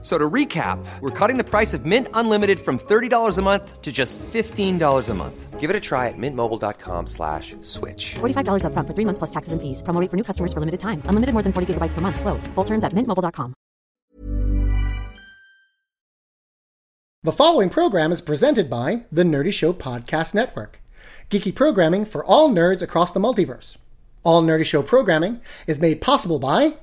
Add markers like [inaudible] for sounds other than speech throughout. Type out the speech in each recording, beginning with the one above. So to recap, we're cutting the price of Mint Unlimited from $30 a month to just $15 a month. Give it a try at mintmobile.com slash switch. $45 upfront for three months plus taxes and fees. Promo rate for new customers for limited time. Unlimited more than 40 gigabytes per month. Slows. Full terms at mintmobile.com. The following program is presented by the Nerdy Show Podcast Network, geeky programming for all nerds across the multiverse. All Nerdy Show programming is made possible by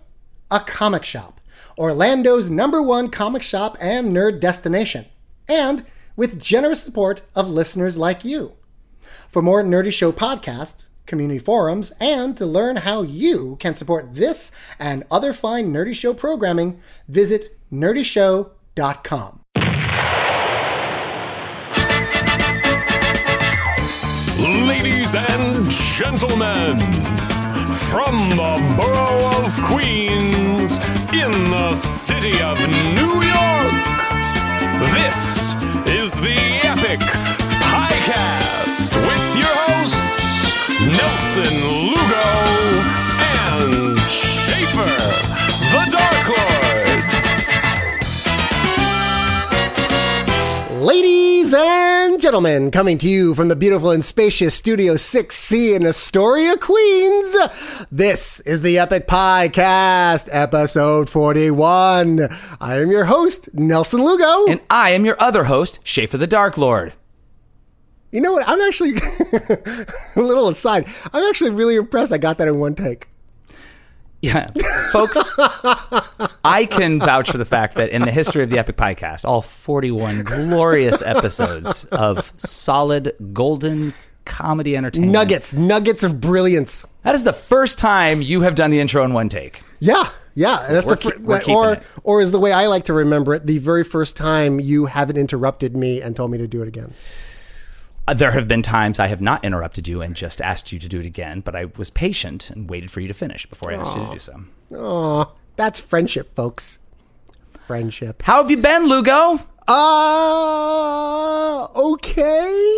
a comic shop, Orlando's number one comic shop and nerd destination, and with generous support of listeners like you. For more Nerdy Show podcasts, community forums, and to learn how you can support this and other fine Nerdy Show programming, visit nerdyshow.com. Ladies and gentlemen, from the borough of Queens, in the city of New York, this is the Epic Podcast with your hosts, Nelson Lugo and Schaefer, the Dark Lord. Ladies and gentlemen, coming to you from the beautiful and spacious Studio 6C in Astoria, Queens, this is the Epic Podcast, episode 41. I am your host, Nelson Lugo. And I am your other host, Schaefer the Dark Lord. you know what? I'm actually, [laughs] a little aside, I'm actually really impressed I got that in one take. Yeah. [laughs] Folks, I can vouch for the fact that in the history of the Epic Podcast, all 41 glorious episodes of solid, golden comedy entertainment. Nuggets, nuggets of brilliance. That is the first time you have done the intro in one take. Yeah, yeah. That's We're the fir- keep- we're keeping or it. or is the way I like to remember it the very first time you haven't interrupted me and told me to do it again. Uh, There have been times I have not interrupted you and just asked you to do it again, but I was patient and waited for you to finish before I asked you to do so. Aw, that's friendship, folks. Friendship. How have you been, Lugo? Ah, okay.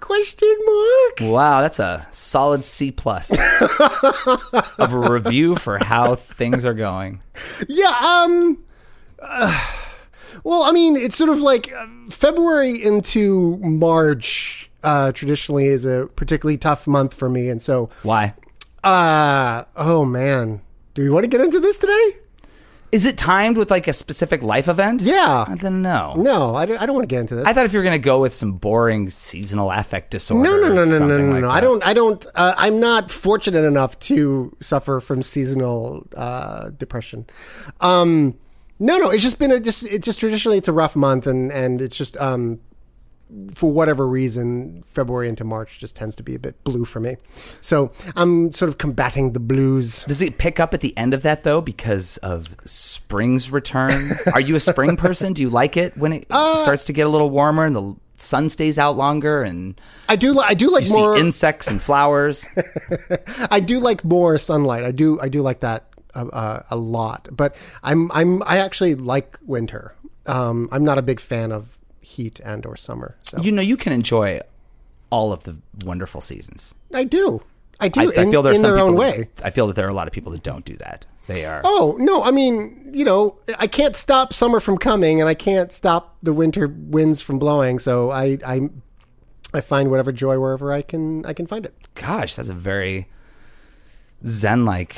Question mark. Wow, that's a solid [laughs] C plus of a review for how things are going. Yeah. Um. uh, well, I mean, it's sort of like uh, February into March. Uh, traditionally, is a particularly tough month for me, and so. Why? Uh oh man. Do we want to get into this today? Is it timed with like a specific life event? Yeah. I don't know. No, I don't, I don't want to get into this. I thought if you were going to go with some boring seasonal affect disorder. no, no, or no, no, no, something no, no. like no. that. I don't. I don't. Uh, I'm not fortunate enough to suffer from seasonal uh, depression. Um, no, no. It's just been a just. It's just traditionally it's a rough month, and and it's just um, for whatever reason, February into March just tends to be a bit blue for me. So I'm sort of combating the blues. Does it pick up at the end of that though because of spring's return? [laughs] Are you a spring person? Do you like it when it Uh, starts to get a little warmer and the sun stays out longer and I do. li- I do like you more. see insects and flowers? I do like more sunlight. I do I do like that uh, uh, a lot. But I'm I'm I actually like winter. Um, I'm not a big fan of heat and or summer. So you know, you can enjoy all of the wonderful seasons. I do. I do I, I in, feel there's in some their own people way. that- I feel that there are a lot of people that don't do that. They are. Oh, no, I mean, you know, I can't stop summer from coming and I can't stop the winter winds from blowing, so I I I find whatever joy wherever I can I can find it. gosh, that's a very zen-like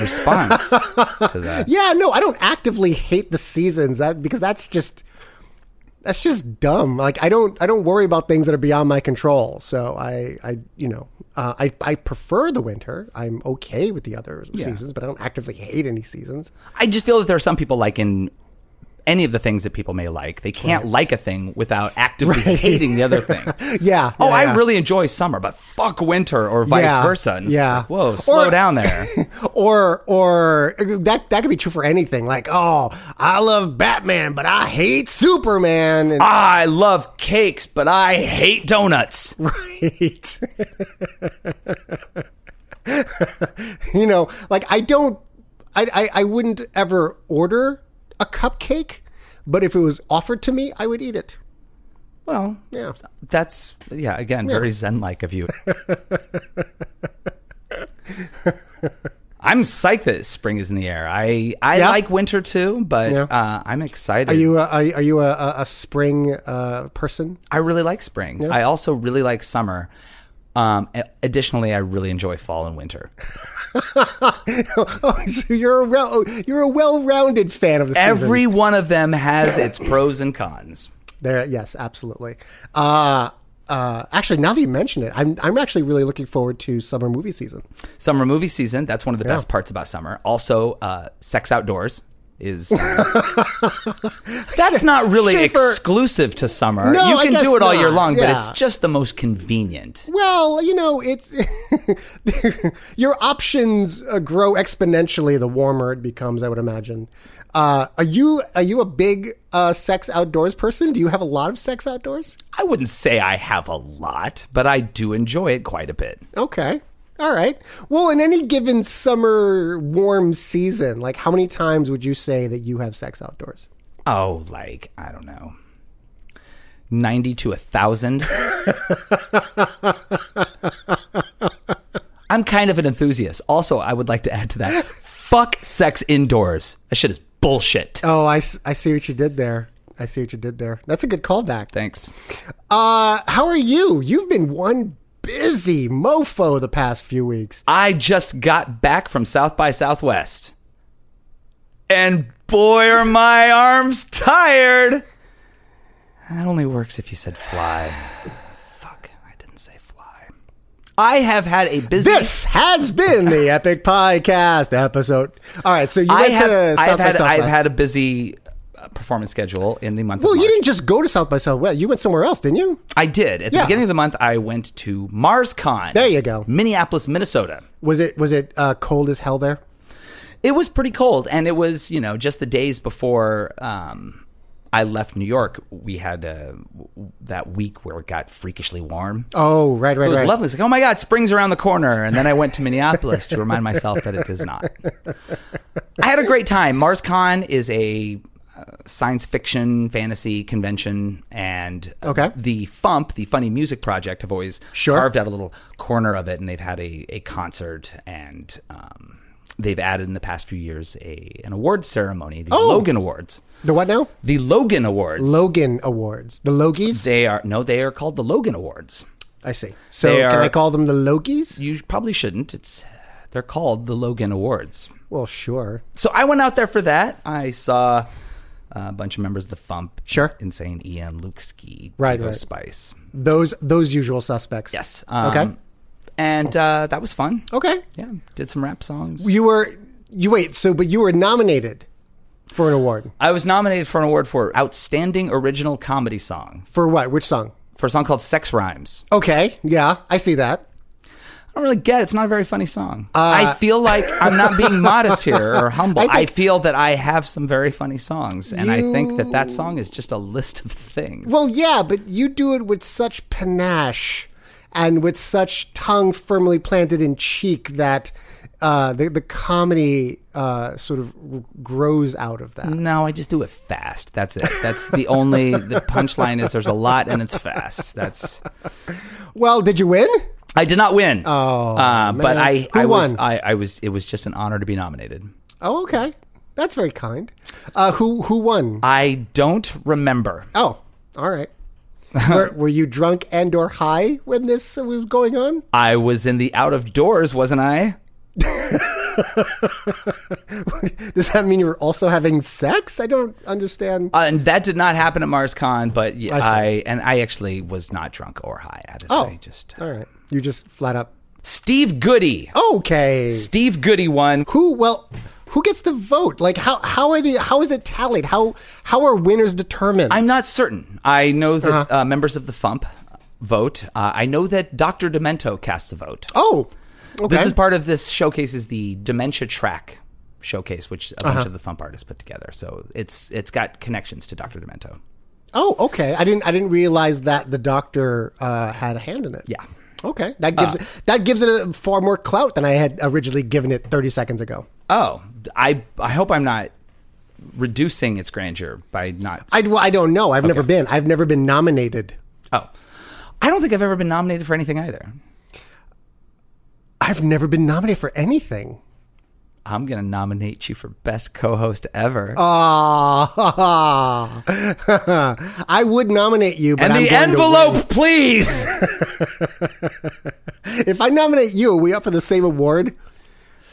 response to [laughs] that. Yeah, no, I don't actively hate the seasons that because that's just that's just dumb. Like I don't I don't worry about things that are beyond my control. So I I you know uh, I I prefer the winter. I'm okay with the other seasons, but I don't actively hate any seasons. I just feel that there are some people like in any of the things that people may like, they can't like a thing without actively hating the other thing. [laughs] Yeah. Oh, yeah, I yeah. really enjoy summer, but fuck winter or vice Yeah, versa. And it's yeah. like, whoa, slow Or- [laughs] down there. Or or that that could be true for anything. Like oh, I love Batman, but I hate Superman. And, Ah, I love cakes, but I hate donuts. [laughs] Right. you know, like I don't I, I, I wouldn't ever order a cupcake, but if it was offered to me, I would eat it. Well, Yeah. that's yeah. Again, very zen-like of you. I'm psyched that spring is in the air. I I Yeah. like winter too, but Yeah. uh, I'm excited. Are you a, are you a, a, a spring uh, person? [laughs] I really like spring. I also really like summer. Um, a- additionally, I really enjoy fall and winter. Oh, so you're a well, oh, you're a well-rounded fan of the season. Every one of them has its pros and cons. There, yes, absolutely. Uh, uh, actually, now that you mention it, I'm I'm actually really looking forward to summer movie season. Summer movie season. That's one of the best parts about summer. Also, uh, sex outdoors is. uh, [laughs] that's not really Schaefer- exclusive to summer. No, you I can guess do it all year not. long, Yeah. but it's just the most convenient. Well, you know, it's [laughs] your options uh, grow exponentially the warmer it becomes. I would imagine. Uh, are you are you a big uh, sex outdoors person? Do you have a lot of sex outdoors? I wouldn't say I have a lot, but I do enjoy it quite a bit. Okay. All right. Well, in any given summer warm season, like how many times would you say that you have sex outdoors? Oh, like, I don't know. 90 to a 1,000. I'm kind of an enthusiast. Also, I would like to add to that fuck sex indoors. That shit is bullshit. Oh, I, s- I see what you did there. I see what you did there. That's a good callback. Thanks. Uh, how are you? You've been one busy mofo the past few weeks. I just got back from South by Southwest. And boy, are my arms tired. That only works if you said fly. Fuck, I didn't say fly. I have had a busy. This has been [laughs] the Epic Podcast episode. All right, so you I went have, to South I've, by had, Southwest. I've had a busy uh, performance schedule in the month well, of March. you didn't just go to South by Southwest. You went somewhere else, didn't you? I did. At the Yeah. beginning of the month, I went to MarsCon. There you go. Minneapolis, Minnesota. Was it was it uh, cold as hell there? It was pretty cold, and it was you know just the days before um, I left New York. We had uh, w- that week where it got freakishly warm. Oh, right, right, so it was right. lovely. It's like, oh my God, spring's around the corner. And then I went to Minneapolis to remind myself that it is not. I had a great time. MarsCon is a uh, science fiction fantasy convention, and uh, Okay. the Fump, the Funny Music Project, have always Sure. carved out a little corner of it, and they've had a, a concert and. Um, They've added in the past few years a an awards ceremony, Oh. the Logan Awards. The what now? The Logan Awards. Logan Awards. The Logies? they are no, they are called the Logan Awards. I see. So They can are- I call them the Logies? you probably shouldn't. It's they're called the Logan Awards. Well, sure. So I went out there for that. I saw uh, a bunch of members of the Fump, Sure. Insane Ian, Luke Ski, Right, Devo right. Spice. Those those usual suspects. Yes. Um, okay. And uh, that was fun. Okay. Yeah, did some rap songs. You were you wait, so but you were nominated for an award. I was nominated for an award for outstanding original comedy song For what? Which song? for a song called "Sex Rhymes." Okay. Yeah, I see that. I don't really get it. It's not a very funny song. I feel like I'm [laughs] not being modest here or humble. I, Uh, think- feel that I have some very funny songs, and I think that that You- song is just a list of things. Well, yeah, but you do it with such panache and with such tongue firmly planted in cheek that uh, the, the comedy uh, sort of r- grows out of that. No, I just do it fast. That's it. That's the only the punchline is there's a lot and it's fast. That's Well, did you win? I did not win. Oh, uh, but man. I Who I was won? I, I was it was just an honor to be nominated. Oh, okay. That's very kind. Uh, who who won? I don't remember. Oh, all right. were, [laughs] were you drunk and or high when this was going on? I was in the out of doors, wasn't I? Does that mean you were also having sex? I don't understand. Uh, and that did not happen at MarsCon, but yeah, I see. I, and I actually was not drunk or high at it. oh, I just all right. You just flat up. Steve Goody. Oh. Okay. Steve Goody won. Who? Well, who gets the vote? Like how? How are the? How is it tallied? How? How are winners determined? I'm not certain. I know that Uh-huh. uh members of the Fump vote. Uh, I know that Dr. Demento casts a vote. oh, okay. This is part of this showcase is the dementia track showcase, which a Uh-huh. bunch of the Fump artists put together. So it's it's got connections to Dr. Demento. oh, okay. I didn't. I didn't realize that the doctor uh, had a hand in it. Yeah. Uh. Okay. That gives it, that gives it a far more clout than I had originally given it 30 seconds ago. Oh, I I hope I'm not reducing its grandeur by not. I, well, I don't know. I've never been. I've never been nominated. oh, I don't think I've ever been nominated for anything either. I've never been nominated for anything. I'm gonna nominate you for best co-host ever. Oh, Ah, [laughs] I would nominate you, but and I'm the going to [laughs] envelope, please. win. If I nominate you, are we up for the same award?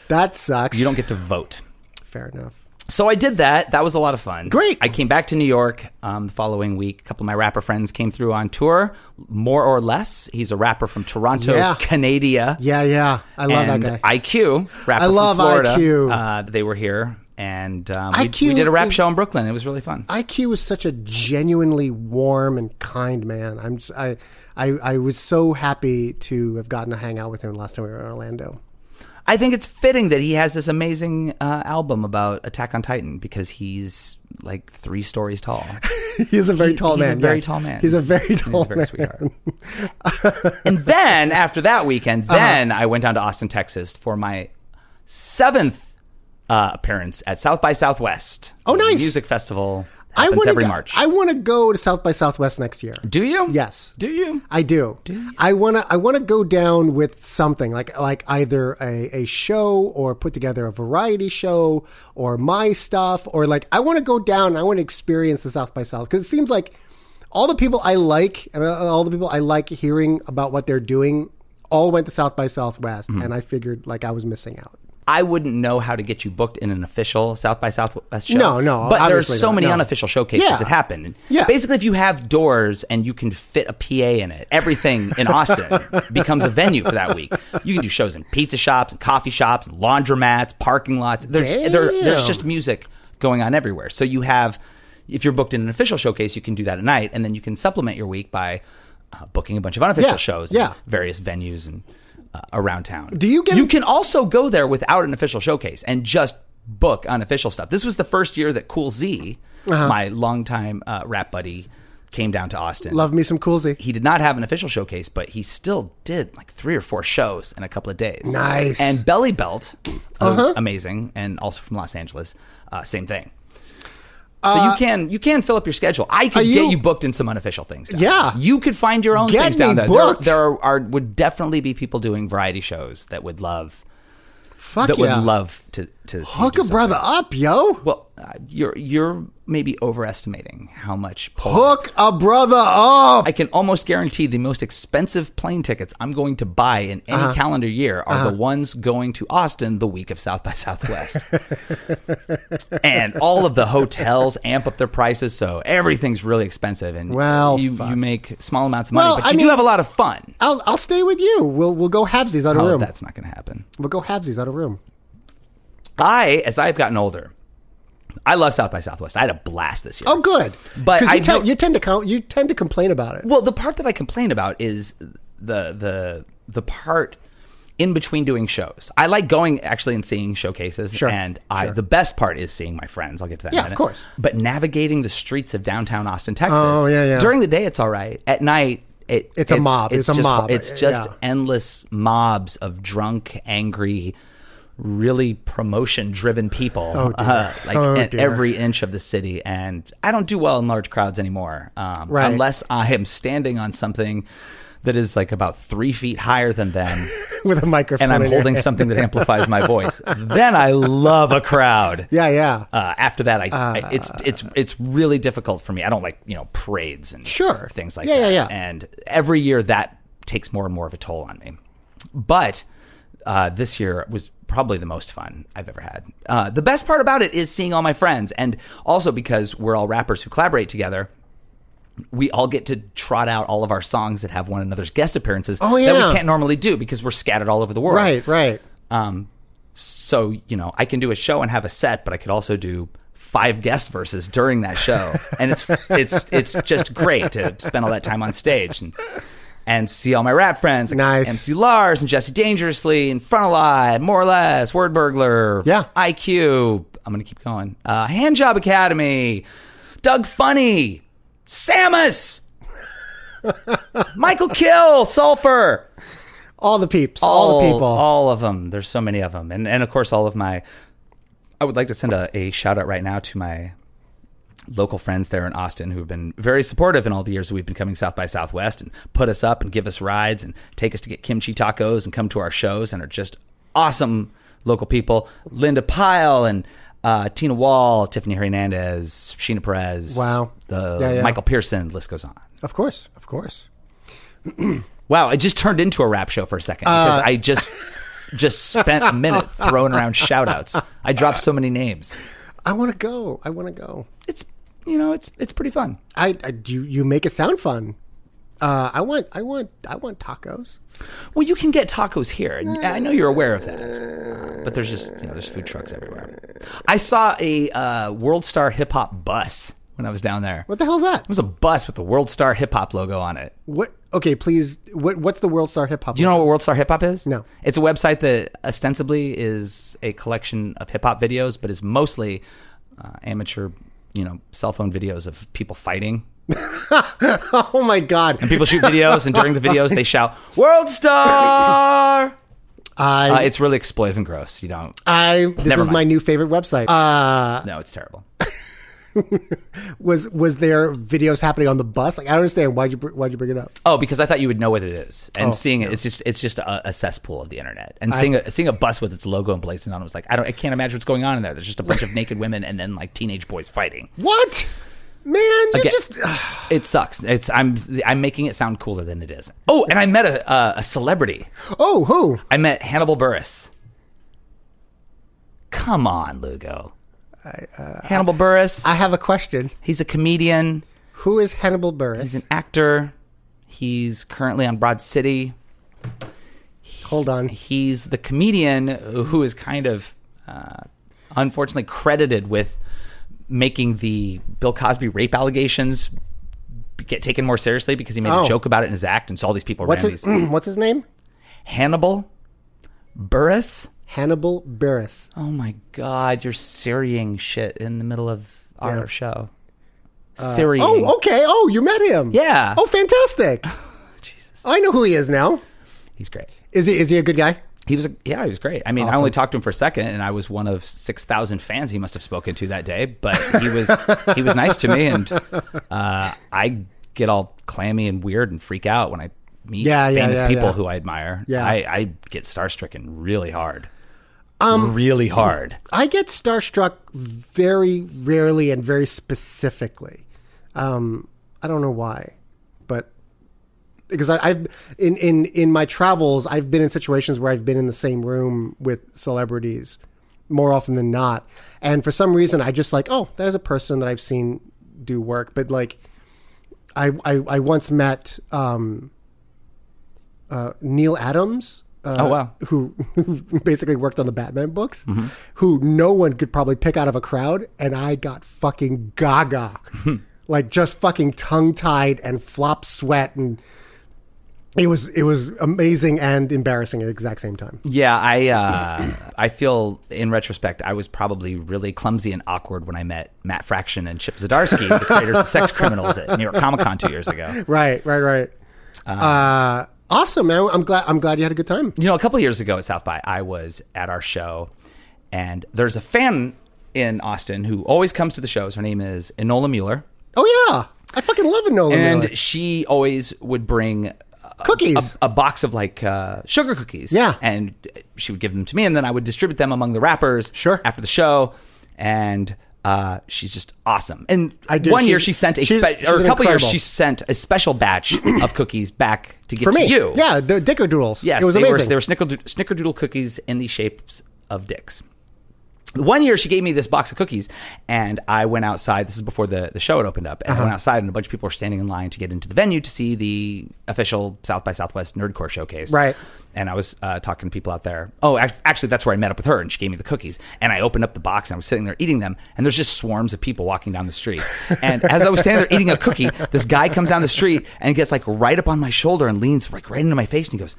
That sucks. you don't get to vote. fair enough. So I did that. That was a lot of fun. Great. I came back to New York um, the following week. A couple of my rapper friends came through on tour, more or less. He's a rapper from Toronto, Yeah. Canada. Yeah, yeah. I love and that guy. IQ, rapper I love from Florida. IQ. Uh, they were here, and um, we, IQ we did a rap is- show in Brooklyn. It was really fun. IQ is such a genuinely warm and kind man. I'm just, I, I I was so happy to have gotten to hang out with him last time we were in Orlando. [laughs] I think it's fitting that he has this amazing uh, album about Attack on Titan because he's like three stories tall. He's a very He- tall he's man. a very yes. tall man. He's a very He's tall a very man. sweetheart. [laughs] and then after that weekend, Uh-huh. then I went down to Austin, Texas for my seventh uh, appearance at South by Southwest. Oh, nice. Music festival I happens want every to March. I want to go to South by Southwest next year. Do you? Yes. Do you? I do. I want to. I want to go down with something like like either a, a show or put together a variety show or my stuff or like I want to go down. and I want to experience the South by South because it seems like all the people I like and uh, all the people I like hearing about what they're doing all went to South by Southwest, Mm-hmm. and I figured like I was missing out. I wouldn't know how to get you booked in an official South by Southwest show. No, no, But there's obviously so not, many no. unofficial showcases Yeah. that happen. And Yeah. Basically, if you have doors and you can fit a PA in it, everything [laughs] in Austin becomes a venue for that week. You can do shows in pizza shops, and coffee shops, and laundromats, parking lots. There's, there, there's Damn. just music going on everywhere. So you have, if you're booked in an official showcase, you can do that at night, and then you can supplement your week by uh, booking a bunch of unofficial Yeah, shows, yeah. in various venues, and uh, around town. Do you get You a- can also go there without an official showcase and just book unofficial stuff. This was the first year that Cool Z, Uh-huh. my longtime uh, rap buddy, came down to Austin. Love me some Coolsy. He did not have an official showcase, but he still did like three or four shows in a couple of days. Nice. Uh-huh. And Belly Belt, who's amazing, and also from Los Angeles, uh, same thing. So you can you can fill up your schedule. I could Uh, you- get you booked in some unofficial things. down there. Yeah. you could find your own Get things me down there. booked. There, there are, are would definitely be people doing variety shows that would love Fuck that yeah. would love to to see you Hook do a brother something. up, yo. Well, uh, you're you're maybe overestimating how much. porn- Hook a brother up. I can almost guarantee the most expensive plane tickets I'm going to buy in any Uh-huh. calendar year are the ones going to Austin the week of South by Southwest. [laughs] and all of the hotels amp up their prices, so everything's really expensive. And Well, you, fuck. you make small amounts of money, Well, but I you mean- do have a lot of fun. I'll I'll stay with you. We'll we'll go halvesies out of Oh, room. that's not going to happen. We'll go halvesies out of room. I, as I've gotten older, I love South by Southwest. I had a blast this year. Oh, good. But 'Cause you, I tell- know- you tend to co- you tend to complain about it. Well, the part that I complain about is the the the part in between doing shows. I like going actually and seeing showcases, Sure, and I sure. the best part is seeing my friends. I'll get to that. Yeah, in a of minute. course. But navigating the streets of downtown Austin, Texas. Oh, yeah, yeah. During the day, it's all right. At night. It, It's a mob. It's a just- mob. It's just Yeah. endless mobs of drunk, angry, really promotion-driven people, uh, like Oh, at dear. every inch of the city. And I don't do well in large crowds anymore, um, Right. unless I am standing on something that is like about three feet higher [laughs] than them, [laughs] with a microphone. and I'm in your holding hand. something that amplifies my voice. Then I love a crowd. Yeah, yeah. Uh, after that, I, I it's Uh. it's it's really difficult for me. I don't like you know parades and Sure. things like Yeah, yeah, that. yeah. And every year that takes more and more of a toll on me. But uh, this year was probably the most fun I've ever had. Uh, the best part about it is seeing all my friends, and also because we're all rappers who collaborate together. We all get to trot out all of our songs that have one another's guest appearances Oh, that yeah. we can't normally do because we're scattered all over the world. right, right. Um, so you know, I can do a show and have a set, but I could also do five guest verses during that show, and it's it's it's just great to spend all that time on stage and and see all my rap friends, like Nice. MC Lars and Jesse Dangerously and Frontalot, more or less, Word Burglar, Yeah. IQ. I'm gonna keep going. Uh, Handjob Academy, Doug Funny, Samus. [laughs] Michael Kill, Sulfur, All the peeps, all, the people. all of them. There's so many of them, and and of course all of my I would like to send a, a shout out right now to my local friends there in Austin who have been very supportive in all the years that we've been coming South by Southwest and put us up and give us rides and take us to get kimchi tacos and come to our shows and are just awesome local people. Linda Pyle and uh, Tina Wall, Tiffany Hernandez, Sheena Perez. Wow. The Yeah, yeah. Michael Pearson, list goes on. Of course, of course. Wow, it just turned into a rap show for a second Uh, because I just just spent a minute throwing around shout outs. I dropped so many names. I want to go. I want to go. It's you know, it's it's pretty fun. I, I you you make it sound fun. Uh, I want I want I want tacos. Well, you can get tacos here, and I know you're aware of that. But there's just you know there's food trucks everywhere. I saw a uh, World Star Hip Hop bus when I was down there. What the hell's that? It was a bus with the World Star Hip Hop logo on it. What? Okay, please. What what's the World Star Hip Hop? Do you know what World Star Hip Hop is? No. It's a website that ostensibly is a collection of hip hop videos, but is mostly uh, amateur, you know, cell phone videos of people fighting. Oh my god! People shoot videos, and during the videos, they shout "World Star." I Uh, Uh, it's really exploitive and gross. You don't. I this Never is mind. my new favorite website. Uh, No, it's terrible. was was there videos happening on the bus? Like I don't understand why'd you br- why'd you bring it up? Oh, because I thought you would know what it is, Oh, and seeing it, it's just it's just a, a cesspool of the internet. And seeing a, seeing a bus with its logo emblazoned on it was like I don't I can't imagine what's going on in there. There's just a bunch of naked women and then like teenage boys fighting. What? Man, you Again, just it sucks. It's I'm I'm making it sound cooler than it is. Oh, and I met a uh, a celebrity. oh who? I met Hannibal Burris. Come on, Lugo. Hannibal Burris. uh, I have a question. he's a comedian. Who is Hannibal Burris? He's an actor. He's currently on Broad City. Hold on. he's the comedian who is kind of uh, unfortunately credited with making the Bill Cosby rape allegations get taken more seriously because he made Oh. a joke about it in his act, and so all these people What's ran his [clears throat] these. What's his name? Hannibal Burris. Hannibal Burris. Oh my God, you're Syriang shit in the middle of our show. Syriang. Oh, okay. Oh, you met him. Yeah. Oh, [laughs] fantastic. Jesus. I know who he is now. he's great. Is he is he a good guy? He was, a, yeah, he was great. I mean, I only talked to him for a second, and I was one of six thousand fans he must have spoken to that day. But he was, he was nice to me, and uh, I get all clammy and weird and freak out when I meet Yeah, yeah, famous yeah, people yeah. who I admire. Yeah. I, I get starstricken really hard, um, really hard. I get starstruck very rarely and very specifically. Um, I don't know why, but because I, I've in, in in my travels, I've been in situations where I've been in the same room with celebrities more often than not, and for some reason, I just like, oh, there's a person that I've seen do work, but like, I I, I once met um, uh, Neil Adams. Uh, Oh, wow. Who, [laughs] who basically worked on the Batman books, Mm-hmm. who no one could probably pick out of a crowd, and I got fucking gaga, [laughs] like just fucking tongue tied and flop sweat, and it was it was amazing and embarrassing at the exact same [laughs] time. Yeah, I uh, [laughs] I feel in retrospect I was probably really clumsy and awkward when I met Matt Fraction and Chip Zdarsky, the creators of Sex Criminals at New York Comic Con two years ago. Right, right, right. Uh-huh. uh, awesome, man. I'm glad I'm glad you had a good time. You know, a couple of years ago at South by, I was at our show, and there's a fan in Austin who always comes to the shows. Her name is Enola Mueller, Oh yeah, I fucking love Enola. and Miller. she always would bring a, cookies. a box of like uh, sugar cookies. Yeah. and she would give them to me, and then I would distribute them among the rappers. Sure. after the show, and. Uh, she's just awesome, and I do. one year She's- she sent a she's- spe- she's or a couple years incredible. she sent a [clears throat] special batch of cookies back to give for to me, you. yeah, the Dickerdoodles. Yes, it was they amazing. were they were snickerdo- snickerdoodle cookies in the shapes of dicks. One year she gave me this box of cookies, and I went outside. This is before the, the show had opened up, and Uh-huh. I went outside, and a bunch of people were standing in line to get into the venue to see the official South by Southwest Nerdcore showcase. Right. And I was uh, talking to people out there. Oh, ac- actually, that's where I met up with her, and she gave me the cookies. And I opened up the box, and I was sitting there eating them, and there's just swarms of people walking down the street. And as I was standing there eating a cookie, this guy comes down the street and gets like right up on my shoulder and leans like right into my face, and he goes,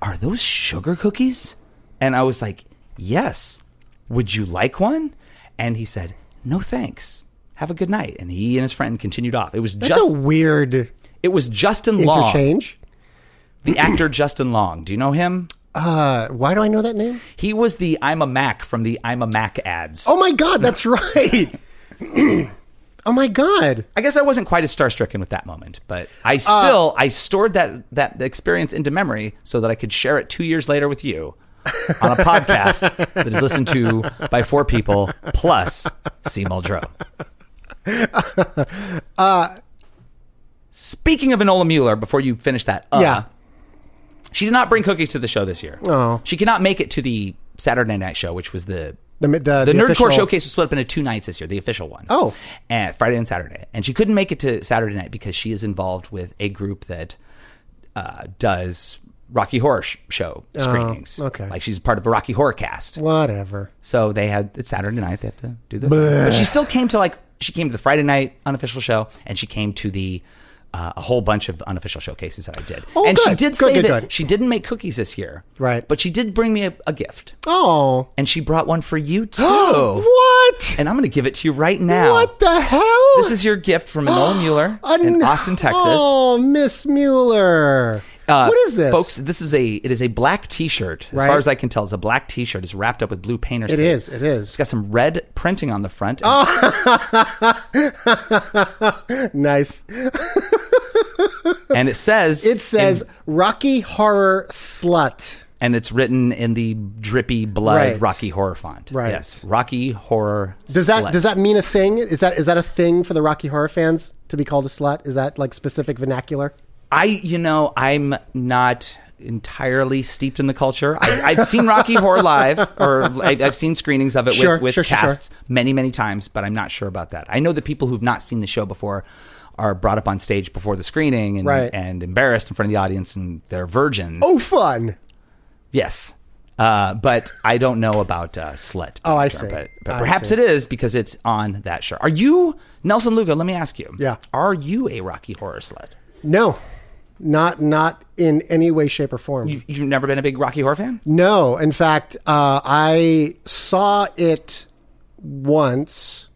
are those sugar cookies? And I was like, yes. Would you like one? And he said, no, thanks. Have a good night. And he and his friend continued off. It was That's just a weird it was Justin Long, interchange. the actor Justin Long. Do you know him? Uh, why do I know that name? He was the I'm a Mac from the I'm a Mac ads. Oh my God, that's right. [clears throat] oh my God. I guess I wasn't quite as starstricken with that moment, but I Uh, still I stored that that experience into memory so that I could share it two years later with you on a podcast that is listened to by four people plus [laughs] C. Muldrow. Uh, Uh, Speaking of Enola Mueller, before you finish that, uh, yeah. she did not bring cookies to the show this year. Oh. She cannot make it to the Saturday night show, which was the The, the, the, Nerdcore official- Showcase was split up into two nights this year, the official one. Oh. And Friday and Saturday. And she couldn't make it to Saturday night because she is involved with a group that uh, does Rocky Horror Sh- Show screenings. Oh, okay. Like she's part of a Rocky Horror cast. Whatever. So they had, it's Saturday night, they have to do the. But she still came to like, she came to the Friday night unofficial show and she came to the. Uh, a whole bunch of unofficial showcases that I did, Oh, and she good. did Good, say good, that good. she didn't make cookies this year, Right. But she did bring me a, a gift, Oh. and she brought one [gasps] for you too. What? And I'm going to give it to you right now. What the hell? [gasps] This is your gift from Enola Mueller A in n- Austin, Texas. Oh, Miss Mueller. Uh, what is this? folks? This is a it is a black T-shirt. As Right. far as I can tell, it's a black T-shirt. It's wrapped up with blue painter's It tape. is. It is. It's got some red printing on the front. Oh. nice. And it says Oh. [laughs] It says in- Rocky Horror Slut. and it's written in the drippy blood Right. Rocky Horror font. Right. Yes. Rocky Horror. Does that Slut. does that mean a thing? Is that is that a thing for the Rocky Horror fans to be called a slut? Is that like specific vernacular? I, you know, I'm not entirely steeped in the culture. I, I've seen Rocky Horror Live, or I, I've seen screenings of it Sure, with, with sure, sure, sure. casts many, many times, but I'm not sure about that. I know that people who've not seen the show before are brought up on stage before the screening and, Right. and embarrassed in front of the audience and they're virgins. Oh, fun. Yes. Uh, but I don't know about uh, slut. Oh, I Sure, see. But, but I perhaps see. it is because it's on that show. Are you, Nelson Lugo, let me ask you. Yeah. Are you a Rocky Horror slut? No, not not in any way, shape, or form. You- You've never been a big Rocky Horror fan? No, in fact, uh, I saw it once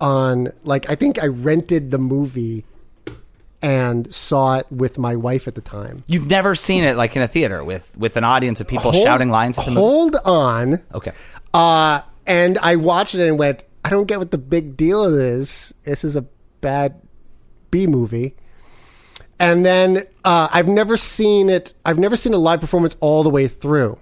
on like I think I rented the movie and saw it with my wife at the time. You've never seen it like in a theater with with an audience of people shouting lines at the movie. Hold on. Okay. Uh, and I watched it and went, I don't get what the big deal is. This is a bad B movie. And then uh, I've never seen it. I've never seen a live performance all the way through.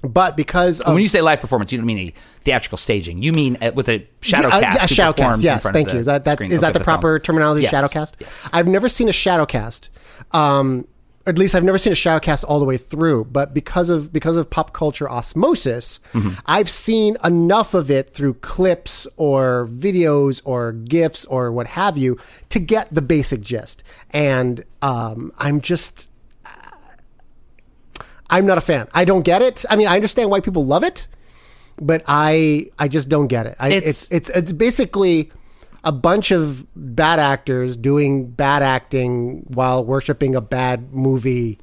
But because of When you say live performance, you don't mean a theatrical staging. You mean uh, with a shadow Yeah, uh, cast. yeah, who shadow performs cast. in Yes, front of thank the you. That, that's screen. is Okay, that the film. proper terminology? Yes. Shadow cast. Yes. I've never seen a shadow cast. Um, at least I've never seen a shadow cast all the way through. But because of because of pop culture osmosis, Mm-hmm. I've seen enough of it through clips or videos or gifs or what have you to get the basic gist. And um, I'm just. I'm not a fan. I don't get it. I mean, I understand why people love it, but I I just don't get it. I, It's- it's, it's it's basically a bunch of bad actors doing bad acting while worshiping a bad movie.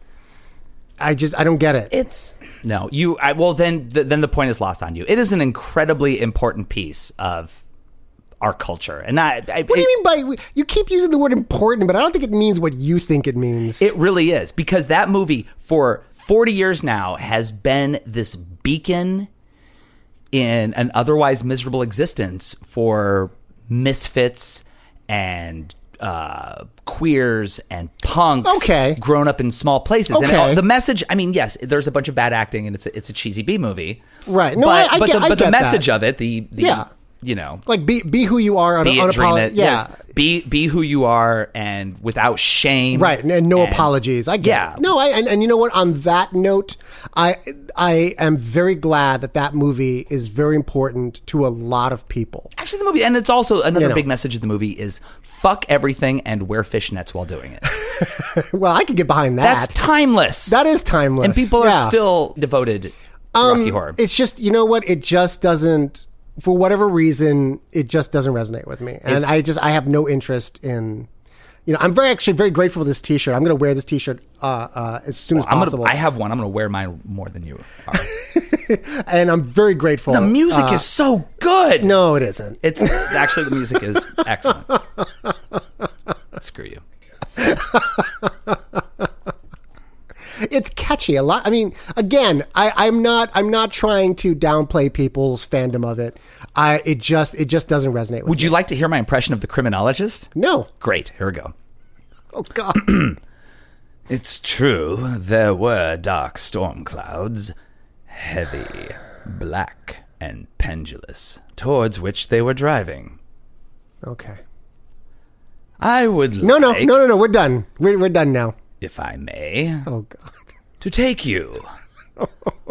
I just I don't get it. It's no you. I, well, then th- then the point is lost on you. It is an incredibly important piece of our culture, and I. I what do you mean by you keep using the word important, but I don't think it means what you think it means. It really is because that movie for 40 years now has been this beacon in an otherwise miserable existence for misfits and uh, queers and punks Okay. grown up in small places. And Okay. it- the message, I mean, yes, there's a bunch of bad acting and it's a, it's a cheesy B movie. Right. No, But, I- I but get- the, I but the get that. message of it, the, the Yeah. you know, like be be who you are on be on it, a dream poly- it. Yeah. Yes. Be be who you are and without shame. Right, and, and no apologies. I get yeah. it. no, I and, and you know what? On that note, I I am very glad that that movie is very important to a lot of people. [laughs] Actually, the movie, and it's also another You know. big message of the movie is fuck everything and wear fishnets while [laughs] doing it. Well, I could get behind that. That's timeless. that is timeless, and people Yeah. Um, are still devoted to Rocky Horror. It's just you know what? It just doesn't. For whatever reason, it just doesn't resonate with me, and It's- I just I have no interest in. You know, I'm very actually very grateful for this T-shirt. I'm going to wear this T-shirt uh, uh, as soon as I'm gonna, possible, I have one. I'm going to wear mine more than you [laughs] are. and I'm very grateful. the music is so good. Uh, no, it isn't. It's actually, the music is [laughs] excellent. Screw you. It's catchy. A lot. I mean, again, I, I'm not. I'm not trying to downplay people's fandom of it. I. It just. It just doesn't resonate with. Would me. you like to hear my impression of the criminologist? No. Great. Here we go. Oh God. It's true, there were dark storm clouds, heavy, black, and pendulous, towards which they were driving. [clears throat] okay. I would No. No. like, No. No. No. We're done. We're, we're done now. if I may, Oh God. to [laughs] take you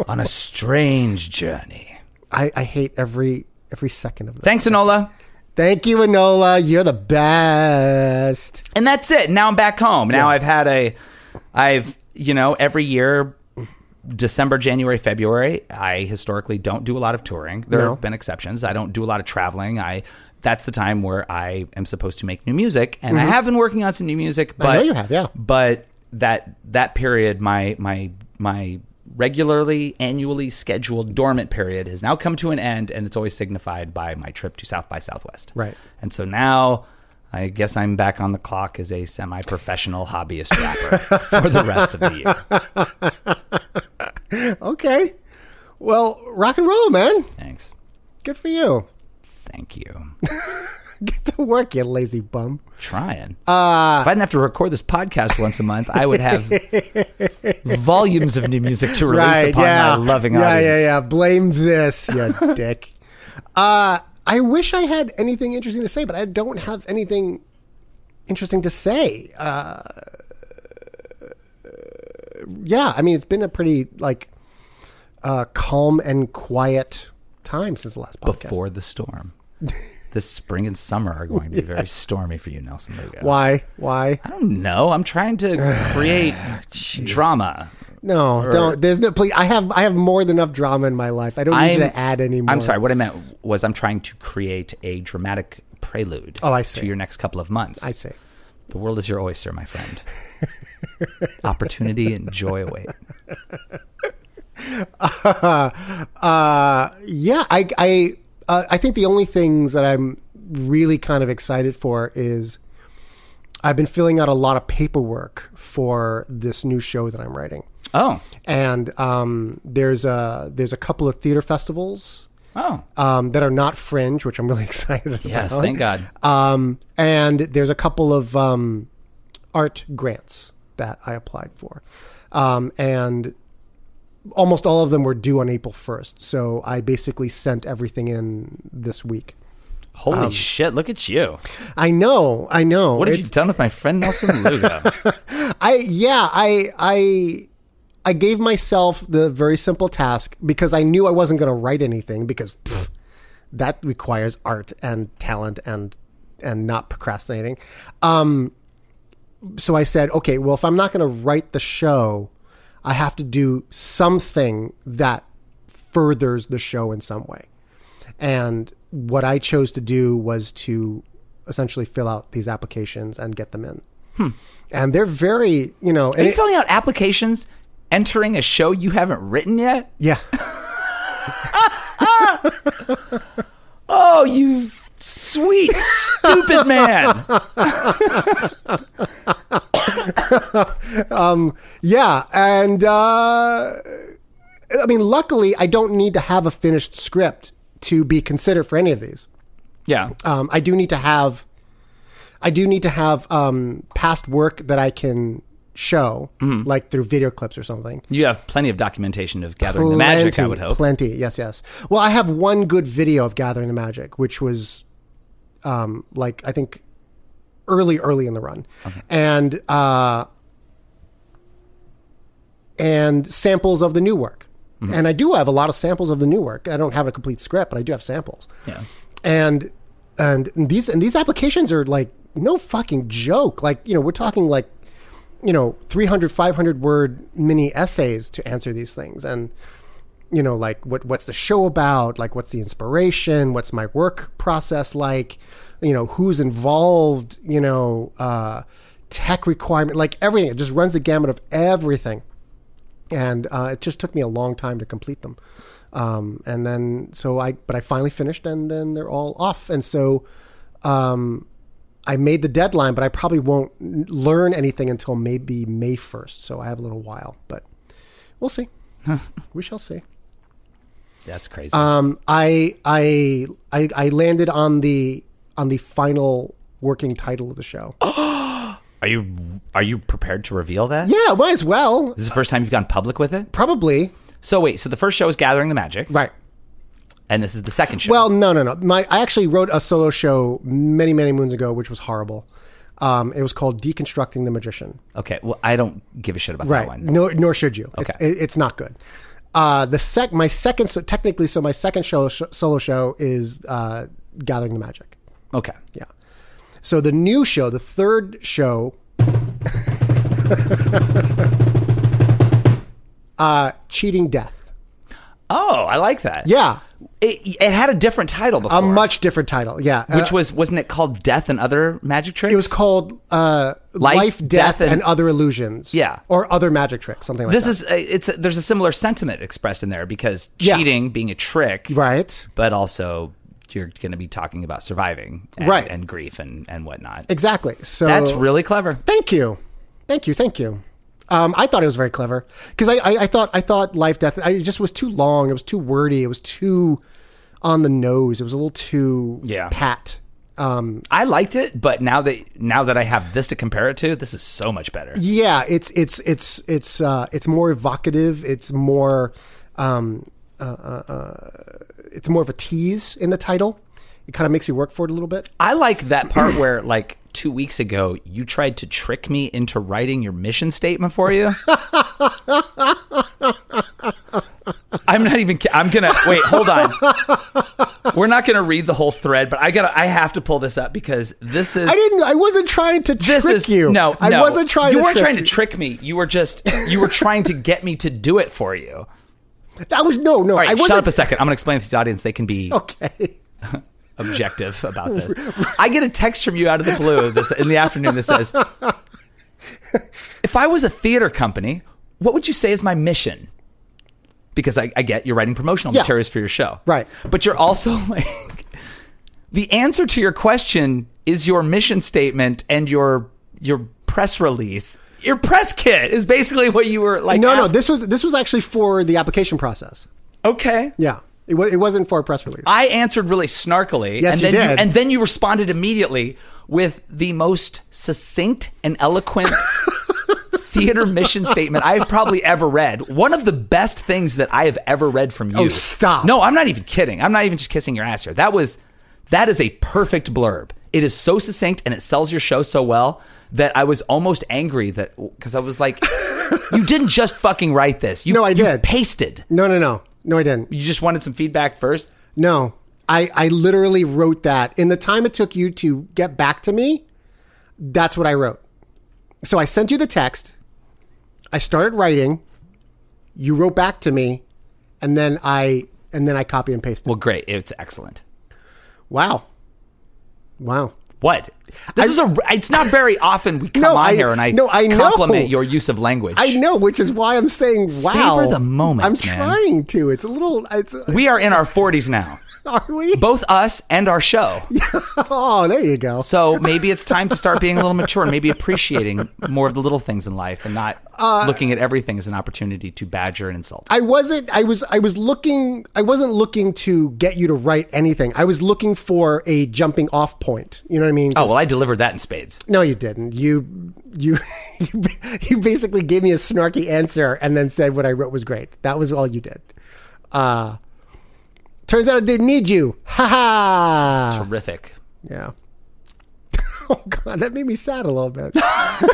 on a strange journey. I. I hate every every second of this. Thanks, Enola. Thank you, Enola. You're the best. and that's it. Now I'm back home. Now I've had a, I've you know every year, December, January, February. I historically don't do a lot of touring. There No. have been exceptions. I don't do a lot of traveling. I that's the time where I am supposed to make new music, and I have been working on some new music. But Mm-hmm. know you have, yeah. But that that period, my my my regularly annually scheduled dormant period has now come to an end and it's always signified by my trip to south by southwest Right. and so now I guess I'm back on the clock as a semi professional hobbyist [laughs] rapper for the rest of the year. Okay. Well, rock and roll, man. Thanks. Good for you. [laughs] Thank you. Get to work, you lazy bum. [laughs] Trying. Uh, if I didn't have to record this podcast once a month, I [laughs] would have volumes of new music to release upon my loving yeah, Yeah, audience. yeah, Blame [laughs] this, you dick. Uh, I wish I had anything interesting to say, but I don't have anything interesting to say. Uh, yeah, I mean, it's been a pretty like uh, calm and quiet time since the last podcast. Before the storm. This spring and summer are going to [laughs] be very stormy for you, Nelson Lugo. Why? Why? I don't know. I'm trying to [sighs] create drama. No, don't. There's no. Please, I have. I have more than enough drama in my life. I don't need you to add any more. I'm sorry. What I meant was I'm trying to create a dramatic prelude. Oh, I see. To your next couple of months. I say. The world is your oyster, my friend. [laughs] Opportunity and joy await. uh, yeah, I I uh, I think the only things that I'm really kind of excited for is I've been filling out a lot of paperwork for this new show that I'm writing, Oh, and um, there's a there's a couple of theater festivals oh, um, that are not fringe, which I'm really [laughs] excited about. yes. Thank God. Um, and there's a couple of um, art grants that I applied for. Um, and almost all of them were due on April 1st. So I basically sent everything in this week. Holy shit! Look at you. I know, I know. What have um, It's- you done with my friend Nelson [laughs] Lugo? I yeah, I I I gave myself the very simple task because I knew I wasn't going to write anything because pff, that requires art and talent and and not procrastinating. Um so I said, okay, well if I'm not going to write the show, I have to do something that furthers the show in some way. And what I chose to do was to essentially fill out these applications and get them in. And they're very, you know, Are and you it- filling out applications? Entering a show you haven't written yet? yeah, Oh, you sweet [laughs] stupid man! yeah. And uh, I mean, luckily, I don't need to have a finished script to be considered for any of these. Yeah. Um, I do need to have, I do need to have um, past work that I can show, Mm-hmm. like through video clips or something. You have plenty of documentation of gathering the magic. I would hope. Plenty, yes, yes. Well, I have one good video of Gathering the Magic, which was um, like, I think early, early in the run. And, uh, and samples of the new work. And I do have a lot of samples of the new work. I don't have a complete script, but I do have samples. Yeah. And and these and these applications are like no fucking joke. Like, you know, we're talking like you know 300 500 word mini essays to answer these things and you know like what what's the show about like what's the inspiration what's my work process like you know who's involved you know uh tech requirement like everything it just runs the gamut of everything and uh, it just took me a long time to complete them um, and then so i but i finally finished and then they're all off and so um, I made the deadline, but I probably won't n- learn anything until maybe May 1st. So I have a little while, but We'll see. we shall see. That's crazy. Um, I, I I I landed on the on the final working title of the show. are you are you prepared to reveal that? yeah, might as well. This is the first time you've gone public with it. Probably So wait, so the first show is Gathering the Magic, right. and this is the second show. Well, no, no, no. My I actually wrote a solo show many many moons ago, which was horrible. Um, it was called Deconstructing the Magician. okay. Well, I don't give a shit about that Right. one. No, nor should you. Okay. It's, it- it's not good. Uh, the sec, my second, so technically, so my second show, sh- solo show is uh, Gathering the Magic. Okay. Yeah. So the new show, the third show, [laughs] uh, Cheating Death. Oh, I like that. Yeah. It, it had a different title before. A much different title. Yeah. Uh, which was wasn't it called Death and Other Magic Tricks? it was called uh, Life, Life, Death, Death, and, and- Other Illusions. Yeah. Or Other Magic Tricks, something like This that. is a, it's a, there's a similar sentiment expressed in there because Yeah. cheating being a trick, Right. But also you're going to be talking about surviving, and, Right. and grief and and whatnot. Exactly. So That's really clever. Thank you, thank you, thank you. Um, I thought it was very clever because I, I, I thought I thought life death. I, it just was too long. It was too wordy. It was too on the nose. It was a little too Yeah. pat. I liked it, but now that now that I have this to compare it to, this is so much better. Yeah, it's it's it's it's uh, it's more evocative. It's more um, uh, uh, uh, it's more of a tease in the title. It kind of makes you work for it a little bit. I like that part where like 2 weeks ago you tried to trick me into writing your mission statement for you. I'm not even ki- I'm going to wait, hold on. We're not going to read the whole thread, but I got to I have to pull this up because this is I didn't. I wasn't trying to this trick is you. No, I no. wasn't trying. You to weren't trick trying you. to trick me. You were just you were trying to get me to do it for you. I was no, no. All right, I wasn't. shut up a second. I'm going to explain to the audience they can be Okay. objective about [laughs] this. I get a text from you out of the blue this in the afternoon that says, "If I was a theater company, what would you say is my mission?" Because I, I get you're writing promotional Yeah. materials for your show, Right. But you're also [laughs] like, the answer to your question is your mission statement and your your press release. Your press kit is basically what you were like. no, no. ask- This was this was actually for the application process. okay. Yeah, it, wa- it wasn't for a press release. I answered really snarkily. Yes, and you then did. and then you responded immediately with the most succinct and eloquent [laughs] theater mission statement I've probably ever read. One of the best things that I have ever read from you. Oh, stop. No, I'm not even kidding. I'm not even just kissing your ass here. That was that is a perfect blurb. It is so succinct and it sells your show so well that I was almost angry that because I [laughs] was like, you didn't just fucking write this. You, No, I you did. pasted. no, no, no, no. I didn't. You just wanted some feedback first. No, I I literally wrote that in the time it took you to get back to me. That's what I wrote. So I sent you the text. I started writing. You wrote back to me, and then I and then I copy and pasted. Well, great. It's excellent. wow, wow. What? This is a. It's not very often we come No, on I- here and I no, I know. compliment your use of language. I know, which is why I'm saying wow. Savor the moment, I'm man. trying to. It's a little. It's, [laughs] we are in our forties now, are we? both us and our show. [laughs] Oh, there you go. So maybe it's time to start being a little mature and maybe appreciating more of the little things in life and not looking at everything as an opportunity to badger and insult. Uh, I wasn't. I was. I was looking. I wasn't looking to get you to write anything. I was looking for a jumping off point. You know what I mean? oh well, I delivered that in spades. no, you didn't. You, you, [laughs] you, you basically gave me a snarky answer and then said what I wrote was great. That was all you did. Uh turns out I didn't need you. Ha ha. Terrific. Yeah. [laughs] Oh god, that made me sad a little bit. I'm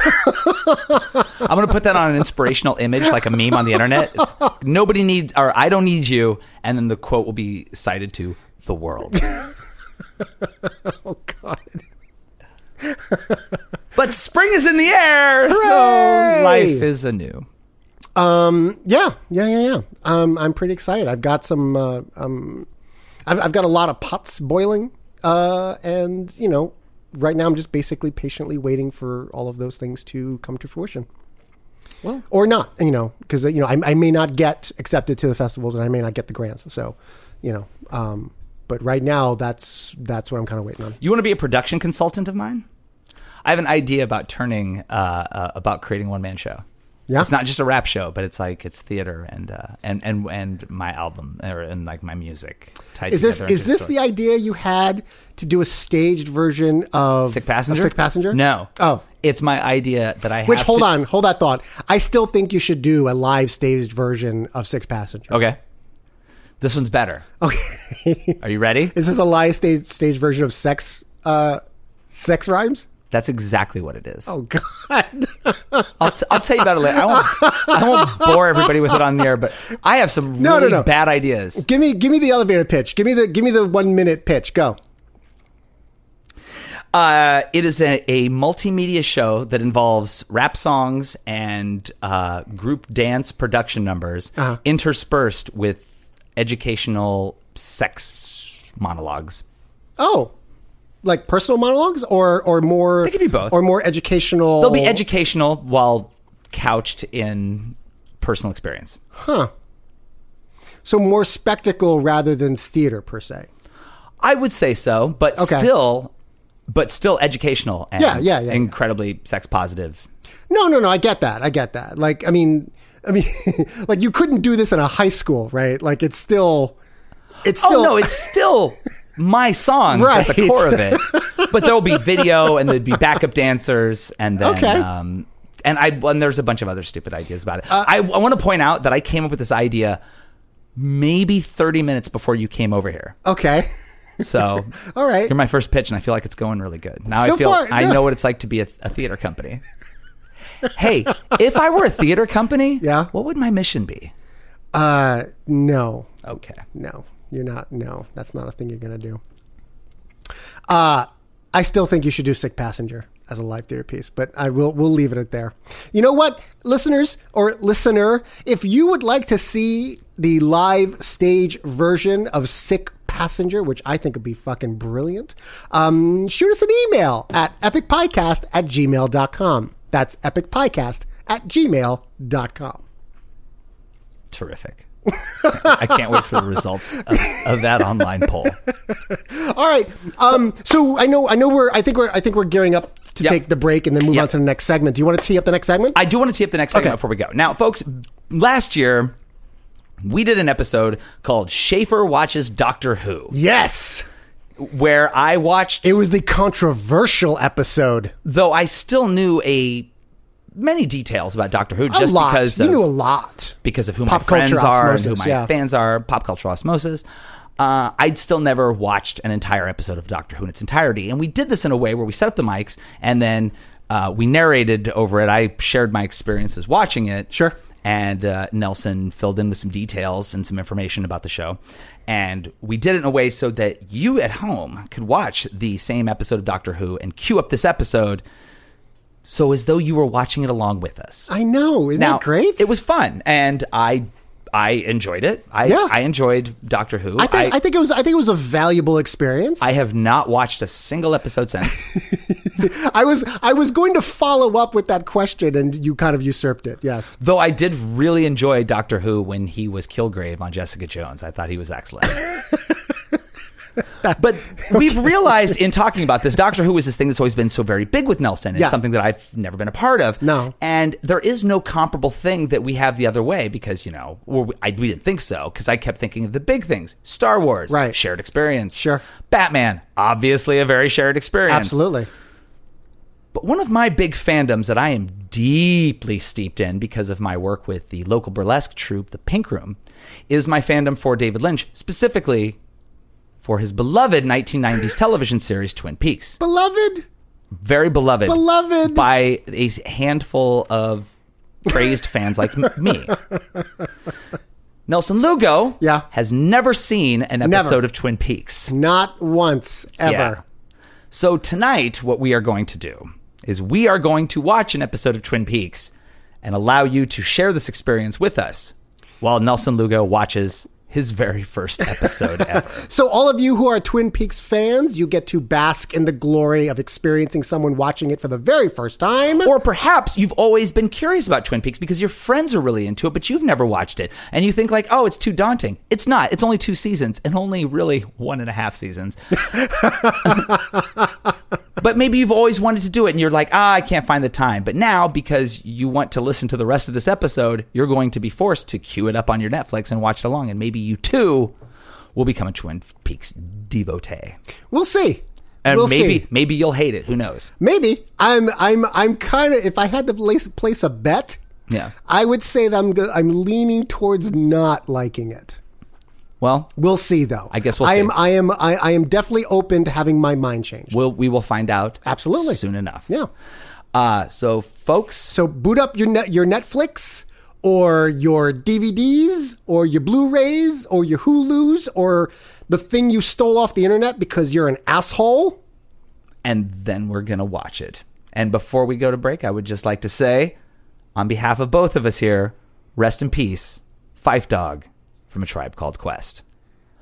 gonna put that on an inspirational image, like a meme on the internet. It's, Nobody needs, or I don't need you, and then the quote will be cited to the world. Oh god. But spring is in the air, Hooray! so life is anew. Yeah, yeah, yeah, yeah. Um, I'm pretty excited. I've got some. Uh, um, I've, I've got a lot of pots boiling, uh, and you know, right now I'm just basically patiently waiting for all of those things to come to fruition. Well, or not, you know, because you know I, I may not get accepted to the festivals, and I may not get the grants. So, you know, um, but right now that's that's what I'm kind of waiting on. You want to be a production consultant of mine? I have an idea about turning uh, uh, about creating one man show. Yeah. It's not just a rap show, but it's like it's theater and uh, and and and my album or and like my music. tied Is this together into is this story. the idea you had to do a staged version of sick of passenger? Sick passenger. No. Oh. it's my idea that I Which have hold to- on, hold that thought. I still think you should do a live staged version of Six Passenger. Okay. This one's better. Okay. [laughs] Are you ready? Oh. Is this a live stage stage version of sex uh sex rhymes? That's exactly what it is. Oh god. [laughs] I'll, t- I'll tell you about it later. I won't, I won't bore everybody with it on the air, but I have some No, no, really no. bad ideas. give me give me the elevator pitch. Give me the give me the 1 minute pitch. Go. Uh, it is a, a multimedia show that involves rap songs and uh, group dance production numbers Uh-huh. interspersed with educational sex monologues. Oh. Like personal monologues or or more It could be both. or more educational They'll be educational while couched in personal experience. So more spectacle rather than theater per se. I would say so, but Okay. still, but still educational and Yeah, yeah, yeah, yeah. incredibly sex positive. No, no, no. I get that. I get that. Like, I mean, I mean, [laughs] like you couldn't do this in a high school, right? Like, it's still, it's still. oh no, it's still my songs at the Right. core of it. But there'll be video and there'd be backup dancers and then Okay. um and I and there's a bunch of other stupid ideas about Uh, it. I, I want to point out that I came up with this idea maybe 30 minutes before you came over here. [laughs] okay. So [laughs] All right. You're my first pitch, and I feel like it's going really good. Now So I feel far, I no. know what it's like to be a, a theater company. hey, if I were a theater company, [laughs] Yeah. what would my mission be? Uh, no, Okay. no, you're not. No, that's not a thing you're gonna do. Uh, I still think you should do "Sick Passenger" as a live theater piece, but I will. We'll leave it at there. You know what, listeners or listener, if you would like to see the live stage version of "Sick Passenger," which I think would be fucking brilliant, um, shoot us an email at epicpodcast at gmail.com. That's epicpodcast at gmail.com. Terrific. I can't wait for the results of, of that online poll. All right. Um, so I know I know we're I think we're I think we're gearing up to Yep. take the break and then move Yep. on to the next segment. Do you want to tee up the next segment? I do want to tee up the next segment before we go. Now, folks, last year we did an episode called Schaefer Watches Doctor Who, yes. where I watched It was the controversial episode. though I still knew a many details about Doctor Who just a lot. because you of, knew a lot. because of who Pop my friends culture are, and osmosis, who my yeah. fans are, pop culture osmosis. Uh, I'd still never watched an entire episode of Doctor Who in its entirety, and we did this in a way where we set up the mics and then uh, we narrated over it. I shared my experiences watching it, Sure. and uh, Nelson filled in with some details and some information about the show, and we did it in a way so that you at home could watch the same episode of Doctor Who and queue up this episode, so as though you were watching it along with us. I know. Isn't Now, that great? It was fun, and I I enjoyed it. I Yeah. I enjoyed Doctor Who. I think I, think it was I think it was a valuable experience. I have not watched a single [laughs] episode since. I was I was going to follow up with that question and you kind of usurped it. Yes. Though I did really enjoy Doctor Who when he was Kilgrave on Jessica Jones. I thought he was excellent. [laughs] but we've realized in talking about this, Doctor Who is this thing that's always been so very big with Nelson. It's Yeah. something that I've never been a part of. No. And there is no comparable thing that we have the other way because, you know, or we, I, we didn't think so because I kept thinking of the big things Star Wars, Right. shared experience. Sure. Batman, obviously a very shared experience. Absolutely. But one of my big fandoms that I am deeply steeped in because of my work with the local burlesque troupe, the Pink Room, is my fandom for David Lynch, specifically for his beloved 1990s television series Twin Peaks. Beloved. Very beloved. Beloved. By a handful of crazed fans like m- [laughs] me. Nelson Lugo Yeah. has never seen an Never. episode of Twin Peaks. Not once ever. Yeah. So tonight, what we are going to do is we are going to watch an episode of Twin Peaks and allow you to share this experience with us while Nelson Lugo watches his very first episode ever. So, all of you who are Twin Peaks fans, you get to bask in the glory of experiencing someone watching it for the very first time. [laughs] Or perhaps you've always been curious about Twin Peaks because your friends are really into it, but you've never watched it. And you think like, oh, it's too daunting. It's not. It's only two seasons and only really one and a half seasons. [laughs] but maybe you've always wanted to do it and you're like, ah, I can't find the time. But now, because you want to listen to the rest of this episode, you're going to be forced to queue it up on your Netflix and watch it along. And maybe you too will become a Twin Peaks devotee. We'll see. And we'll maybe see. maybe you'll hate it. Who knows? Maybe I'm I'm I'm kind of if I had to place, place a bet, Yeah. I would say that I'm go- I'm leaning towards not liking it. Well, We'll see though. I guess we'll I see. am I am I, I am definitely open to having my mind changed. we'll we will find out Absolutely. soon enough. Yeah. Uh, so folks, So boot up your net, your Netflix or your DVDs or your Blu-rays or your Hulu's or the thing you stole off the internet because you're an asshole. and then we're going to watch it. And before we go to break, I would just like to say, on behalf of both of us here, rest in peace, Fife Dog from a tribe called Quest.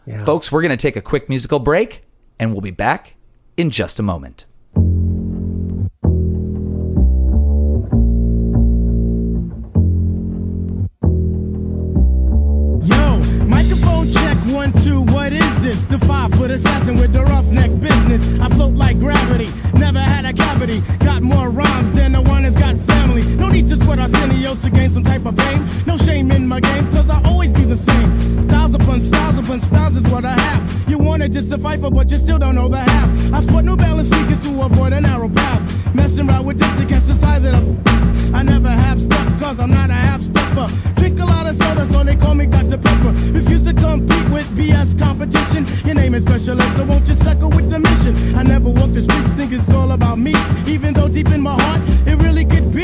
Yeah. Folks, we're going to take a quick musical break, and we'll be back in just a moment. Yo, microphone check one, two, what is this? The five foot assassin with the roughneck business. I float like gravity, never had a cavity. Got more rhymes than the one that's got family. No need to sweat Arsenio to gain some type of fame. No shame in my game, cause I always be the same. Styles upon styles upon styles is what I have. You wanna just a fifer, but you still don't know the half. I sport new balance sneakers to avoid a narrow path. Messing around with this against the size of the. I never have stuff, cause I'm not a half stepper. Drink a lot of soda, so they call me Dr. Pepper. Refuse to compete with BS competition. Your name is special ed, so won't you suckle with the mission? I never walk the street, think it's all about me. Even though deep in my heart, it really could be.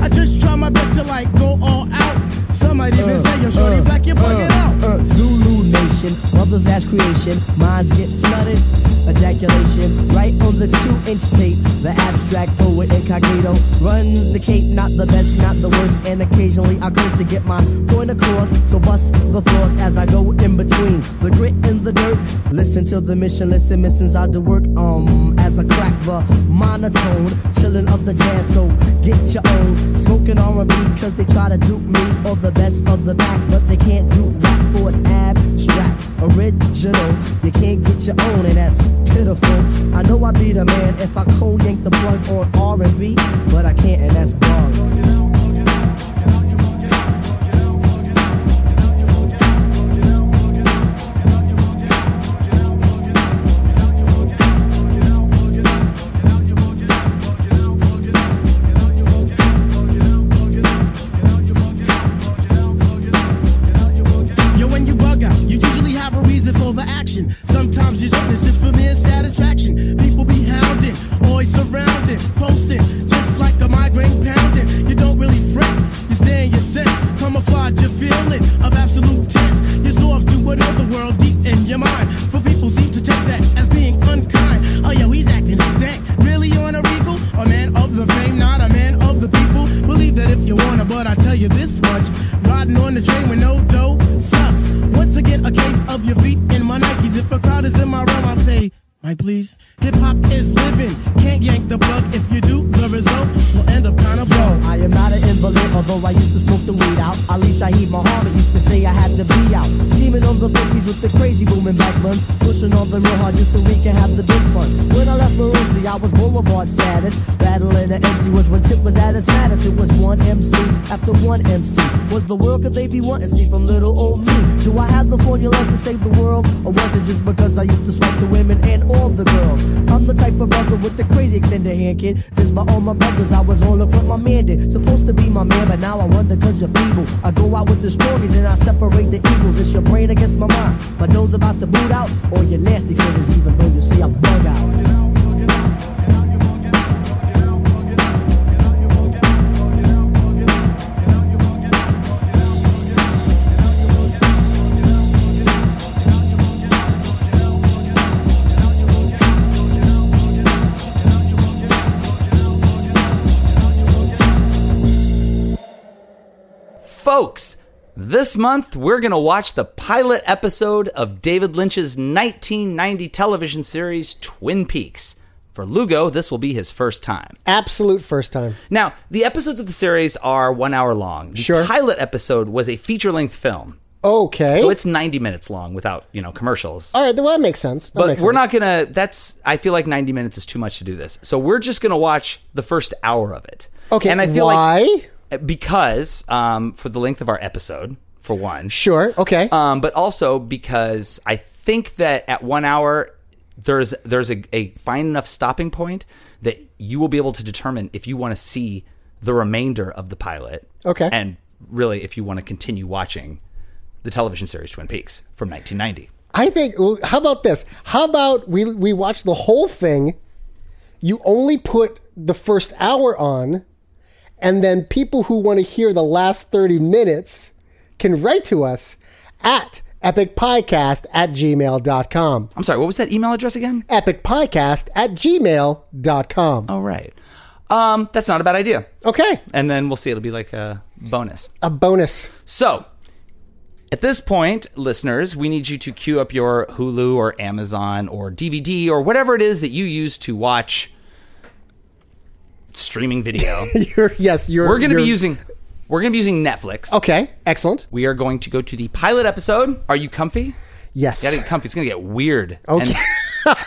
I just try my best to like go all out. Some might even say, yo, shorty black, you bug it out. Uh, Zulu nation, mother's last creation, minds get flooded. Ejaculation, right on the two inch tape. The abstract poet incognito runs the cape, not the best, not the worst. And occasionally I curse to get my point across. So bust the floss as I go in between the grit and the dirt. Listen to the mission, listen, missions out the work. Um, as I crack the monotone, chilling up the jazz. So get your own smoking R&B, cause they try to dupe me or the best of the back, but they can't do rap for it's abstract, original. You can't get your own, and that's pitiful. I know I'd be the man if I cold yank the plug on R&B, but I can't, and that's wrong. Yo, when you bug out, you usually have a reason for the action. Sometimes you don't, it's just for mere satisfaction. People be hounded, always surrounded, posted, just like a migraine pounding. You don't really fret, you stay in your sense, camouflage your feeling of absolute tense. You're off to another world deep in your mind. For people seem to take that as being unkind. Oh, yo, he's acting stank. Really on a regal? A man of the fame, not a man of the people. Believe that if you wanna, but I tell you this much. Riding on the train with no dough sucks. Once again, a case of your feet in my Nikes. If a crowd is in my room, I'll say, Mike, please. Hip hop is living. Can't yank the plug. If you do, the result will end up kind of blown. I am not an invalid, although I used to smoke the weed out. At least I heed my heart, I used to say I had to be out. Scheming on the boogies with the crazy booming back buns. Pushing on them real hard just so we can have the big fun. When I left Maroosie, I was boulevard status. Battling the MC was when Tip was at his maddest. It was one MC after one MC. What the world could they be wanting? See from little old me. Do I have the formula to save the world? Or was it just because I used to swipe the women and all the girls? I'm the type of brother with the crazy extended hand, kid. This by all my brothers, I was on look what my man did. Supposed to be my man, but now I wonder cause you're feeble. I go out with the strongest and I separate the evils. It's your brain against my mind. My nose about to boot out, or your nasty kid is even though you see I bug out. Folks, this month we're going to watch the pilot episode of David Lynch's 1990 television series Twin Peaks. For Lugo, this will be his first time. Absolute first time. Now, the episodes of the series are one hour long. The Sure. pilot episode was a feature length film. Okay. So it's 90 minutes long without, you know, commercials. all right. Well, that makes sense. Oh, That but makes we're sense. not gonna that's i feel like 90 minutes is too much to do this so we're just gonna watch the first hour of it Okay, and i feel why? like because um, for the length of our episode for one Sure. Okay. um, but also because i think that at one hour there's there's a, a fine enough stopping point that you will be able to determine if you want to see the remainder of the pilot Okay. and really if you want to continue watching the television series twin peaks from 1990 I think. Well, how about this? How about we we watch the whole thing? You only put the first hour on, and then people who want to hear the last thirty minutes can write to us at epicpodcast at gmail.com. i'm sorry what was that email address again Epicpodcast at gmail.com. All right. Um, that's not a bad idea. Okay. And then we'll see. It'll be like a bonus. A bonus. [laughs] So, at this point, listeners, we need you to queue up your Hulu or Amazon or DVD or whatever it is that you use to watch streaming video. [laughs] You're, yes, you're. we're going to be you're- using we're going to be using Netflix. Okay. Excellent. We are going to go to the pilot episode. Are you comfy? Yes. Gotta get comfy. It's gonna get weird. Okay.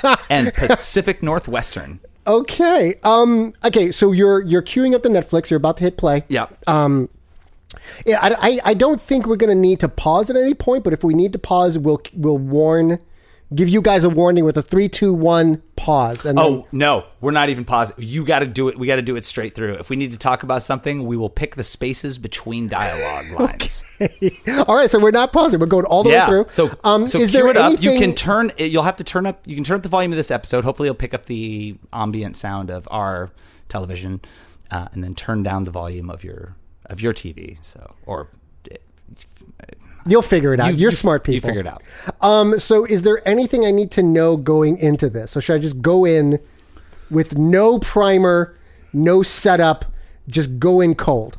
And, [laughs] and Pacific Northwestern. Okay. Um. Okay. So you're you're queuing up the Netflix. You're about to hit play. Yeah. Um. Yeah. I, I, I don't think we're gonna need to pause at any point, but if we need to pause, we'll we'll warn, give you guys a warning with a three, two, one, pause. And then- Oh no, we're not even positive. You got to do it. We got to do it straight through. If we need to talk about something, we will pick the spaces [laughs] between dialogue lines. all right. So we're not pausing. We're going all the Oh. yeah. way through. So, um, so is cue there it up. You anything- can turn. You'll have to turn up. You can turn up the volume of this episode. Hopefully, you'll pick up the ambient sound of our television, uh, and then turn down the volume of your of your TV. So or. You'll figure it out. you- You, are you- smart people. You figure it out. Um. So is there anything I need to know going into this? So should I just go in with no primer, no setup, just go in cold?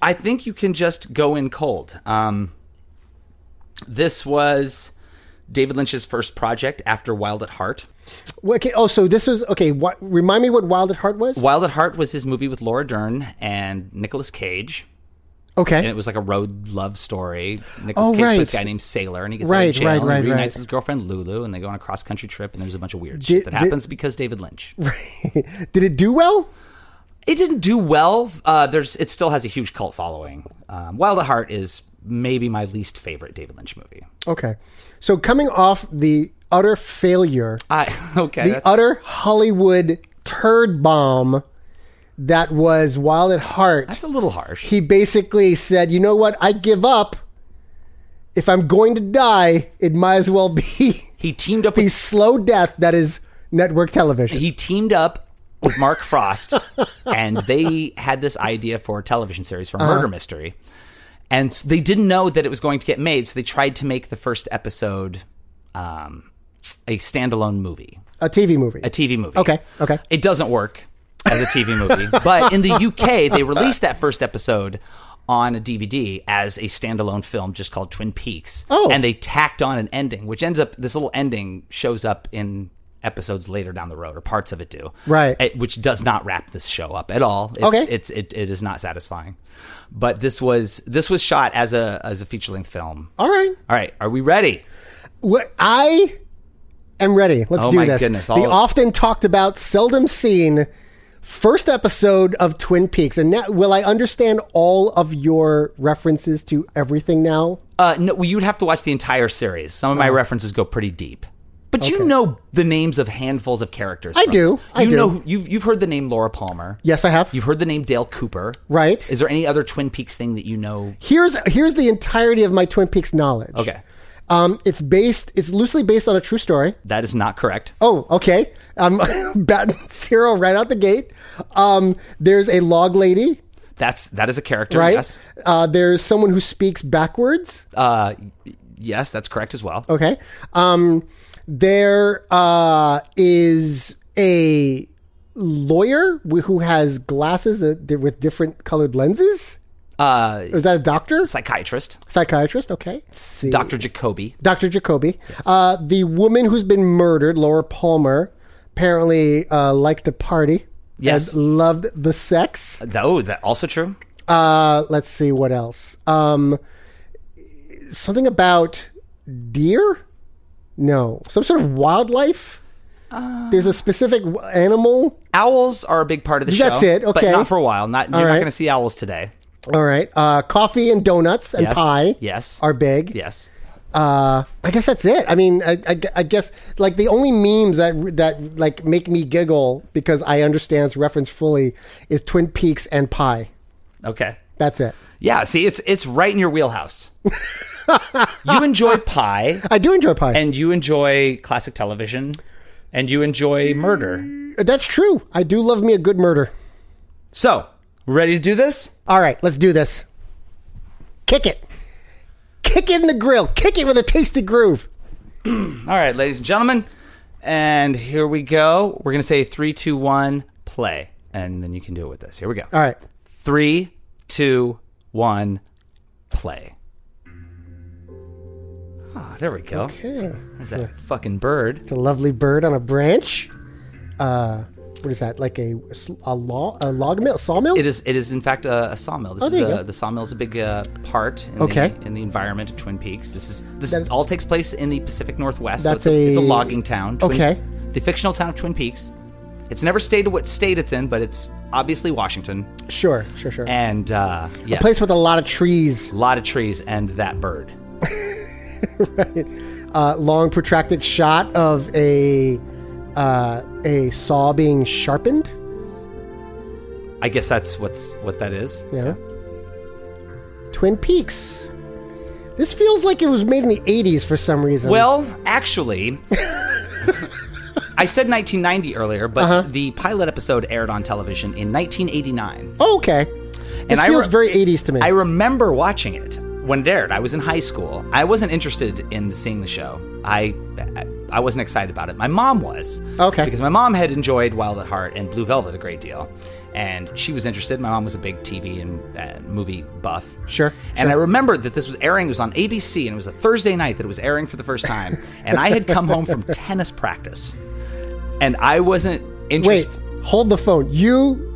I think you can just go in cold. Um, this was David Lynch's first project after Wild at Heart. Well, Okay. Oh, so this was okay. What remind me what Wild at Heart was? Wild at Heart was his movie with Laura Dern and Nicolas Cage. And Okay. it was like a road love story. Nicolas Oh, Cage plays right. a guy named Sailor, and he gets out Right, of jail right, and right, reunites right. with his girlfriend Lulu, and they go on a cross country trip. And there's a bunch of weird Did- shit that did- happens because David Lynch. [laughs] Did it do well? It didn't do well. Uh, there's it still has a huge cult following. Um, Wild at Heart is maybe my least favorite David Lynch movie. Okay. So coming off the utter failure, I [laughs] okay. the that's- utter Hollywood turd bomb that was Wild at Heart. that's a little harsh. he basically said, "You know what? I give up. If I'm going to die, it might as well be [laughs] He teamed up the with slow death that is network television." [laughs] he teamed up with Mark Frost, and they had this idea for a television series for a murder mystery, and s- they didn't know that it was going to get made, so they tried to make the first episode um, a standalone movie, a TV movie. a TV movie. Okay, okay. It doesn't work as a [laughs] TV movie, but in the UK they released that first episode on a DVD as a standalone film just called Twin Peaks. Oh. and they tacked on an ending, which ends up this little ending shows up in episodes later down the road or parts of it do Right. it- which does not wrap this show up at all it's, Okay. it's it, it is not satisfying but this was this was shot as a as a feature-length film All right. all right are we ready What I am ready. Let's Oh do my this. goodness, the all- often talked about, seldom seen first episode of Twin Peaks. And now, will I understand all of your references to everything now? Uh, no, well, you'd have to watch the entire series. Some of Oh. my references go pretty deep. But you know the names of handfuls of characters. I from- do, I you do. know who- you've you've heard the name Laura Palmer. Yes, I have. You've heard the name Dale Cooper. Right. Is there any other Twin Peaks thing that you know? here's here's the entirety of my Twin Peaks knowledge. Okay. Um, it's based. It's loosely based on a true story. That is not correct. Oh, okay. [laughs] I'm batting zero right out the gate. Um, there's a log lady, That's that is a character. right? Yes. Uh, there's someone who speaks backwards. Uh, yes, that's correct as well. Okay. Um, there uh, is a lawyer wi- who has glasses that, that- with different colored lenses. Uh, Is that a doctor? psychiatrist, Psychiatrist. Okay. Let's see. Doctor Jacoby. Dr. Jacoby. Uh, the woman who's been murdered, Laura Palmer, apparently uh, liked to party. Yes. And loved the sex. Oh, that also true. Uh, let's see what else. Um, something about deer? No, some sort of wildlife. Uh. There's a specific w- animal. Owls are a big part of the show. That's it, But okay. not for a while. Not you're All not right. going to see owls today. All right, uh, coffee and donuts and Yes. pie. Yes. are big. Yes. Uh, I guess that's it. I mean, I, I, I guess like the only memes that that like make me giggle because I understand its reference fully is Twin Peaks and pie. Okay. That's it. Yeah. See, it's it's right in your wheelhouse. [laughs] you enjoy pie, I do enjoy pie. and you enjoy classic television, and you enjoy murder. that's true. I do love me a good murder. So, ready to do this? All right, let's do this. Kick it. Kick it in the grill. Kick it with a tasty groove. All right, ladies and gentlemen, and here we go. We're gonna say three, two, one, play, and then you can do it with this. Here we go. All right. Three, two, one, play. Ah, there we go. Yeah. There's that fucking bird. It's a lovely bird on a branch. Uh, what is that? Like a a, law, a log mill, sawmill? It is. It is in fact a, a sawmill. This Oh, is there you a, go. the sawmill is a big uh, part in, Okay. the, in the environment of Twin Peaks. This is this That is- all takes place in the Pacific Northwest. That's so it's, a, it's a- a logging town. Twin- Okay. the fictional town of Twin Peaks. It's never stated what state it's in, but it's obviously Washington. Sure, sure, sure. And uh, yeah, Place with a lot of trees, a lot of trees and that bird. uh, long protracted shot of a uh, a saw being sharpened. I guess that's what's what that is. Yeah. Twin Peaks. This feels like it was made in the 80s for some reason. Well, actually, [laughs] I said 1990 earlier, but Uh-huh. the pilot episode aired on television in 1989. Oh, okay. This I feels re- very 80s to me. I remember watching it when it aired. I was in high school. I wasn't interested in seeing the show. I I- I wasn't excited about it. My mom was. Okay. Because my mom had enjoyed Wild at Heart and Blue Velvet a great deal. And she was interested. My mom was a big TV and uh, movie buff. Sure, And I remember that this was airing. It was on ABC, and it was a Thursday night that it was airing for the first time. [laughs] and I had come home from tennis practice, and I wasn't Wait, interested. hold the phone. [laughs] You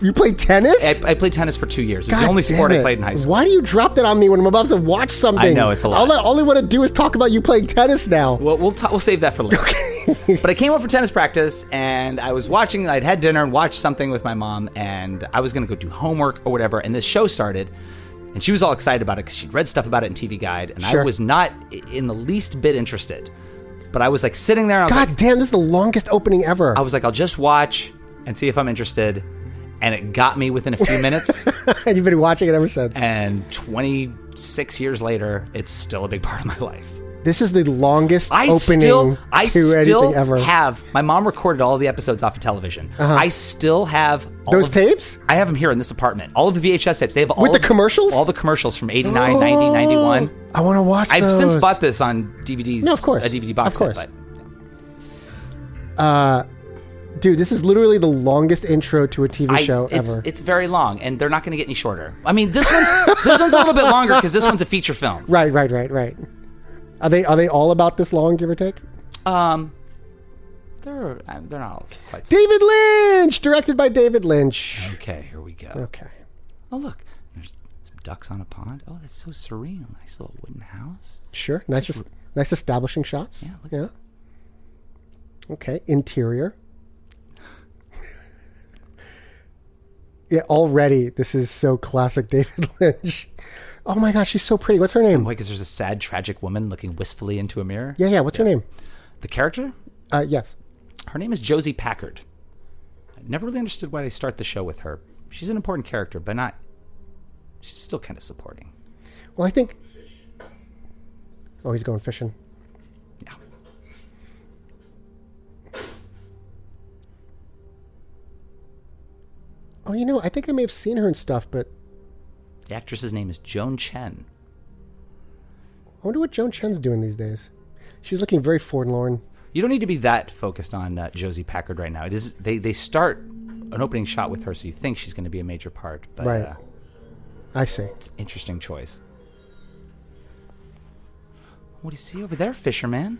you play tennis? I, I played tennis for two years. It was God the only sport damn I it. played in high school. Why do you drop that on me when I'm about to watch something? I know, it's a lot. All I, all I want to do is talk about you playing tennis now. Well, we'll t- we'll save that for later. [laughs] but I came home for tennis practice, and I was watching. I'd had dinner and watched something with my mom, and I was going to go do homework or whatever. And this show started, and she was all excited about it because she'd read stuff about it in TV Guide, and I Sure. was not i- in the least bit interested. But I was like sitting there, and I was, God like, damn, this is the longest opening ever. I was like, I'll just watch and see if I'm interested. And it got me within a [laughs] few minutes, and [laughs] you've been watching it ever since. and 26 years later, it's still a big part of my life. This is the longest I opening still, I to still anything ever. Uh-huh. have. My mom recorded all the episodes off of television. I still have all Those of- tapes? I have them here in this apartment. All of the VHS tapes. They have all With the of- commercials? All the commercials from 89, 90, 91. I want to watch I've since those. bought this on DVDs. No, of course. a DVD box Of course. set. But Dude, this is literally the longest intro to a TV I, show it's, ever. it's very long, and they're not going to get any shorter. I mean, this [laughs] one's this one's a little bit longer because this one's a feature film. right, right, right, right. Are they are they all about this long, give or take? Um, They're uh, they're not all quite. so- David Lynch, directed by David Lynch. Okay, here we go. Okay. Oh look, there's some ducks on a pond. Oh, that's so serene. A nice little wooden house. Sure. Nice, es- nice establishing shots. Yeah, look at Yeah. Okay. Interior. yeah. Already, this is so classic David [laughs] Lynch. Oh my gosh, she's so pretty. What's her name? Wait, because there's a sad, tragic woman looking wistfully into a mirror. yeah, yeah. What's her name? The character, Uh, yes. her name is Josie Packard. I never really understood why they start the show with her. She's an important character, but not. She's still kind of supporting. Well, I think. Oh, he's going fishing. Yeah. Oh, you know, I think I may have seen her and stuff, but The actress's name is Joan Chen. I wonder what Joan Chen's doing these days. She's looking very forlorn. You don't need to be that focused on uh, Josie Packard right now. It is they they start an opening shot with her, so you think she's going to be a major part. But Right. uh, I see. it's an interesting choice. What do you see over there, fisherman?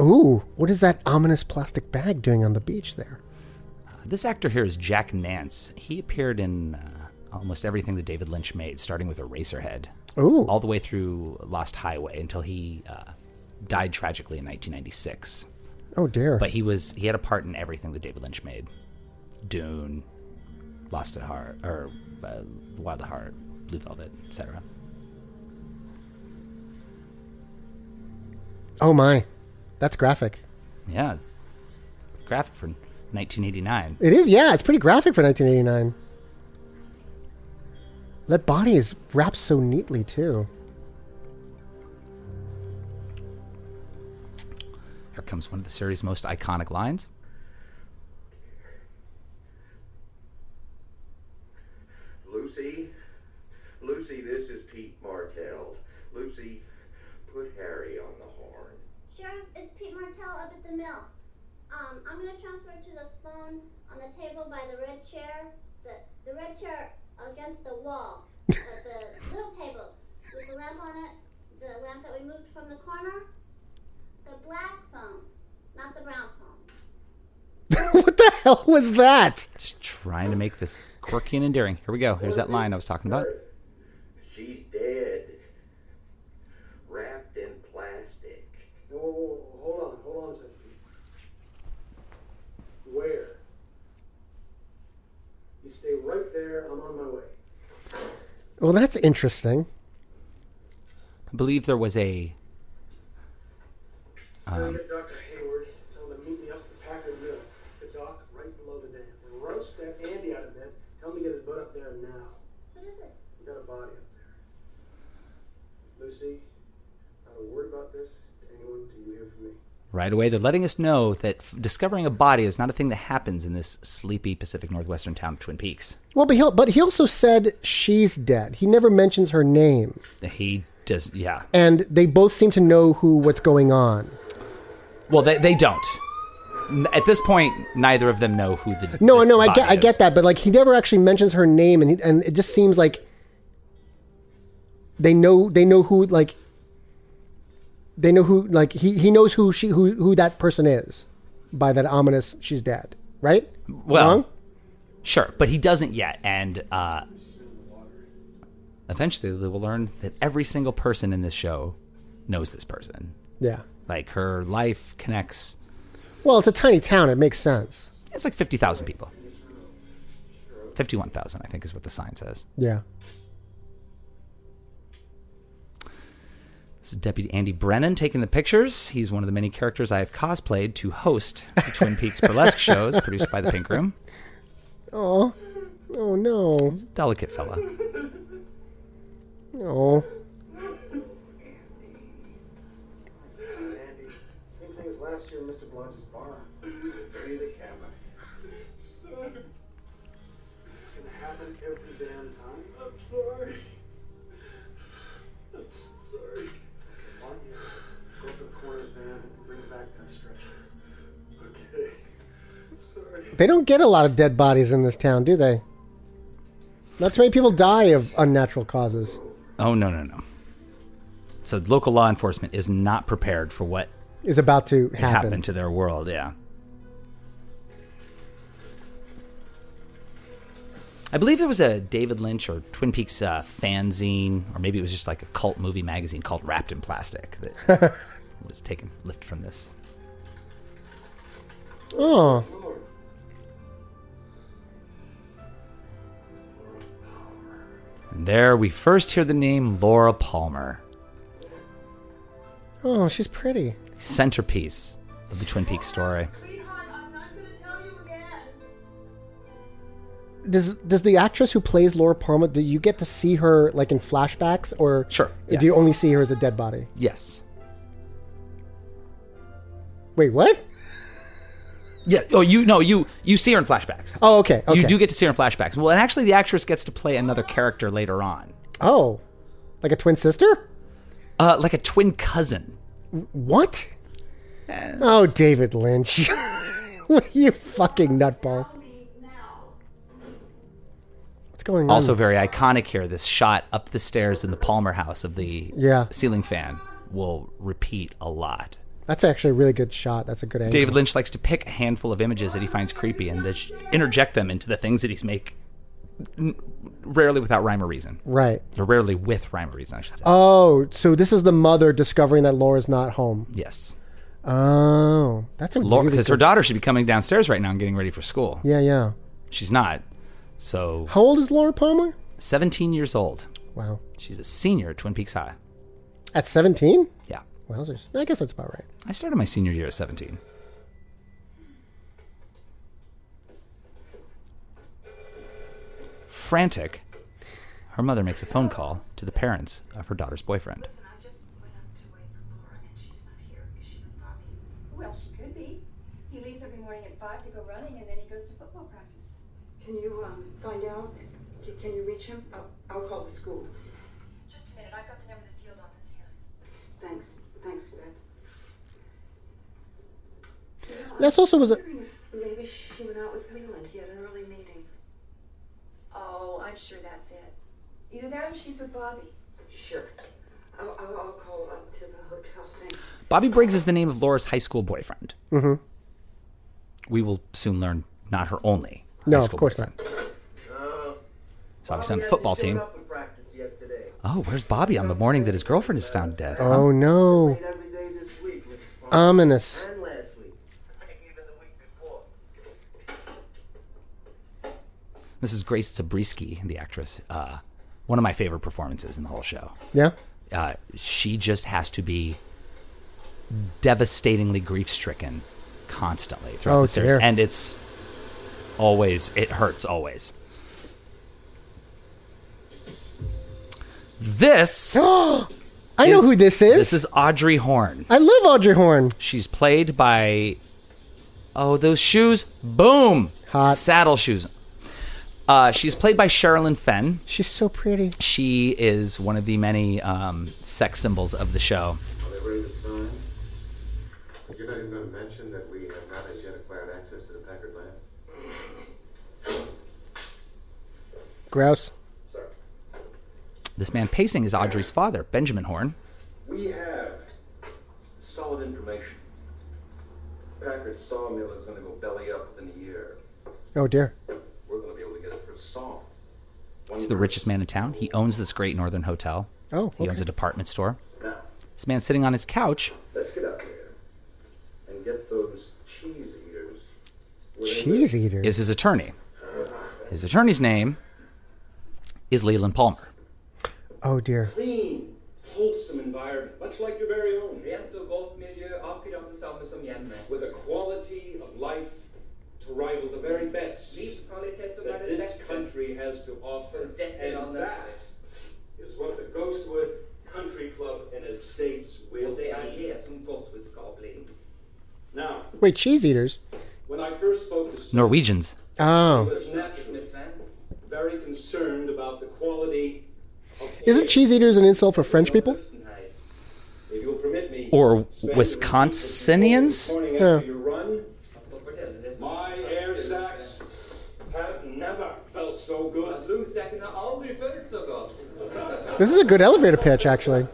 Ooh, what is that ominous plastic bag doing on the beach there? This actor here is uh, Jack Nance. He appeared in uh, almost everything that David Lynch made, starting with Eraserhead. Ooh. all the way through Lost Highway until he uh, died tragically in 1996. Oh dear. But he was he had a part in everything that David Lynch made: Dune, Lost at Heart, or uh, Wild at Heart, Blue Velvet, etc. oh my, that's graphic. Yeah, graphic for 1989. It is. Yeah, it's pretty graphic for 1989. That body is wrapped so neatly too. [laughs] Here comes one of the series' most iconic lines. Lucy, Lucy, this is Pete Martell. Lucy, put Harry on the horn. Sheriff, it's Pete Martell up at the mill. Um, I'm gonna transfer to the phone on the table by the red chair. The the red chair against the wall, but the little table with the lamp on it, the lamp that we moved from the corner. The black phone, not the brown phone. what the hell was that? Just trying to make this quirky and endearing. Here we go. Here's that line I was talking about. She's dead, wrapped in plastic. No, hold on, hold on a second. Where? You stay right there. I'm on my way. Well, that's interesting. I believe there was a I'm gonna get Dr. Hayward. Tell him to meet me up at Packard Mill. The dock right below the dam. And roast that Andy out of bed. Tell him to get his butt up there now. What is it? We got a body up there. Lucy, not a word about this to anyone till you hear from me. Right away, they're letting us know that f- discovering a body is not a thing that happens in this sleepy Pacific Northwestern town of Twin Peaks. Well, but he but he also said she's dead. He never mentions her name, He does, yeah. and they both seem to know who what's going on. Well, they, they don't. N- At this point, neither of them know who the No, this no, I body get I is. get that, but like he never actually mentions her name, and he, and it just seems like they know they know who like they know who like he, he knows who she who who that person is by that ominous she's dead right Well, Wrong? Sure, but he doesn't yet, and uh, eventually they will learn that every single person in this show knows this person. yeah Like her life connects. well it's a tiny town it makes sense It's like fifty thousand people. Fifty-one thousand, I think, is what the sign says. yeah This is Deputy Andy Brennan taking the pictures. He's one of the many characters I have cosplayed to host the Twin Peaks burlesque shows produced by the Pink Room. oh no Delicate fella. oh Andy, same thing as last year in Mr. Blanche's bar. Bury the camera. Is this gonna happen every damn time? I'm sorry. I'm sorry. Why don't you go for the corners, man, and bring back that stretcher? Okay. Sorry. they don't get a lot of dead bodies in this town do they not too many people die of unnatural causes Oh no no no. So local law enforcement is not prepared for what is about to happened, happen to their world. Yeah. I believe there was a David Lynch or Twin Peaks uh, fanzine, or maybe it was just like a cult movie magazine called Wrapped in Plastic [laughs] that was taken lifted from this. oh And there we first hear the name Laura Palmer, oh she's pretty centerpiece of the Twin Peaks story. Sweetheart, I'm not gonna tell you again. does does the actress who plays Laura Palmer do you get to see her like in flashbacks or Sure, yes. do you only see her as a dead body? Yes. Wait, what? Yeah. Oh, you no, you you see her in flashbacks. Oh, okay. okay. You do get to see her in flashbacks. Well, and actually, the actress gets to play another character later on, oh, like a twin sister? uh, like a twin cousin. What? Oh, David Lynch, [laughs] you fucking nutball! What's going on? Also very iconic here. This shot up the stairs in the Palmer house of the Yeah. ceiling fan will repeat a lot. that's actually a really good shot. That's a good angle. David Lynch likes to pick a handful of images that he finds creepy and then sh- interject them into the things that he's make rarely without rhyme or reason, Right. or rarely with rhyme or reason, I should say. Oh, so this is the mother discovering that Laura's not home. yes, Oh, that's a Laura, really because her good- daughter should be coming downstairs right now and getting ready for school. Yeah, yeah. She's not. So, How old is Laura Palmer? 17 years old. Wow. She's a senior at Twin Peaks High. At 17? Yeah. Wowzers. I guess that's about right. I started my senior year at 17. Frantic, her mother makes a phone call to the parents of her daughter's boyfriend. Well, she could be. He leaves every morning at five to go running, and then he goes to football practice. Can you um, find out? C- Can you reach him? I'll, I'll call the school. Just a minute, I got the number of the field office here. Thanks. Thanks, Dad. That's also was a. Maybe she went out with Leland. He had an early meeting. Oh, I'm sure that's it. Either that or she's with Bobby. Sure. I'll, I'll, I'll call up to the hotel. Thanks. Bobby Briggs is the name of Laura's high school boyfriend. Mm-hmm. We will soon learn not her only. No, high of school course boyfriend. not. It's obviously on the Oh, football team. Up for practice yet today. Oh, where's Bobby on the morning that his girlfriend is found dead? huh? Oh, no. Played every day this week with uh, Ominous. and last week. Even the week before. This is Grace Zabriskie, the actress. Uh, one of my favorite performances in the whole show. Yeah? Uh, she just has to be devastatingly grief stricken constantly throughout Oh, the series. dear. And it's always, it hurts always. [gasps] This. I know is- who this is. This is Audrey Horn. I love Audrey Horn. She's played by oh those shoes, boom, Hot. saddle shoes. Uh, she's played by Sherilyn Fenn. She's so pretty. She is one of the many um, sex symbols of the show. Are they ready to sign? You're not even going to mention that we have not as yet acquired access to the Packard lab? Grouse. Sir. This man pacing is Audrey's father, Benjamin Horn. We have solid information. Packard sawmill is going to go belly up within a year. Oh, dear. We're going to be able to get it for a song. He's the richest man in town. He owns this great northern hotel. Oh, He owns okay. a department store. Now, This man's sitting on his couch. let's get out there and get those cheese eaters. where they Cheese live. eater. Is his attorney. His attorney's name is Leland Palmer. Oh, dear. Clean, wholesome environment, much like your very own. Rent och gott miljö, avkunnande samma som jämne. With a quality of life to rival the very best Livskvalitet som är that det this bästa. country has to offer. That And landet. that is what the Ghostwood Country Club and Estates will Och det är be. det som Gottwood ska bli. Now, Wait, cheese eaters? when I first spoke to Sven, Norwegians. I Oh. was naturally Med Sven. very concerned about the quality of Isn't cheese eaters an insult for French people? Nej. If you'll permit me, Or Sven, Wisconsinians? this morning Yeah. after your run, Han ska bort det. det är så- my air sacs have never felt so good. Lungsäcken har aldrig förut så gott. This is a good elevator pitch, actually.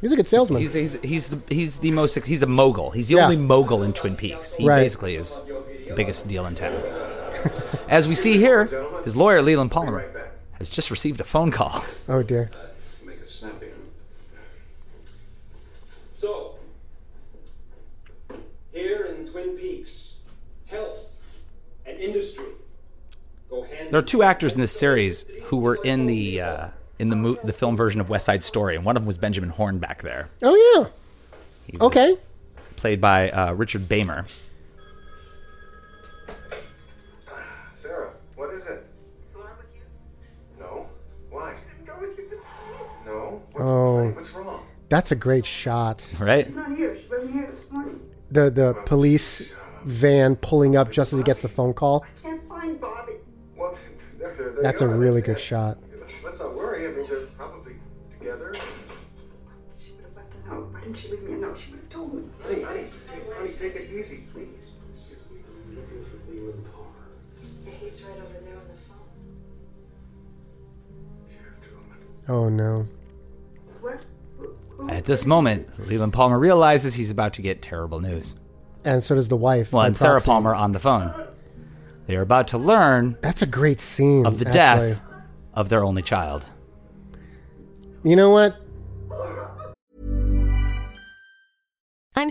He's a good salesman. He's, he's he's the he's the most he's a mogul. He's the Yeah. only mogul in Twin Peaks. He Right. basically is the biggest deal in town. [laughs] As we see here, his lawyer Leland Palmer Right back. has just received a phone call. oh, dear. Make a snapping. So, here in Twin Peaks, health and industry go hand. There are two actors in this series who were in the uh, in the mo- the film version of West Side Story, and one of them was Benjamin Horn back there, Oh, yeah. Okay. played by uh, Richard Bamer. Sarah, what is it? Is Laura with you? No. Why? Go with you this No. What, Oh. why? What's wrong? That's a great shot. Right? She's not here. She wasn't here this morning. The the police van pulling up just as he gets the phone call. Can't find Bobby. Well, there, there they That's a are. really That's good it. shot. Let's not worry. I mean, they're probably together. She would have left a note. Why didn't she leave me a note? She would have told me. Honey, honey, honey, take it easy, please. He's right over there on the phone. Sheriff Truman. Oh no. What? Who- who- At this moment, Leland Palmer realizes he's about to get terrible news. And so does the wife. Well, by and Sarah proxy. Palmer on the phone. They are about to learn That's a great scene. of the Hmm, actually. death of their only child. You know what? I'm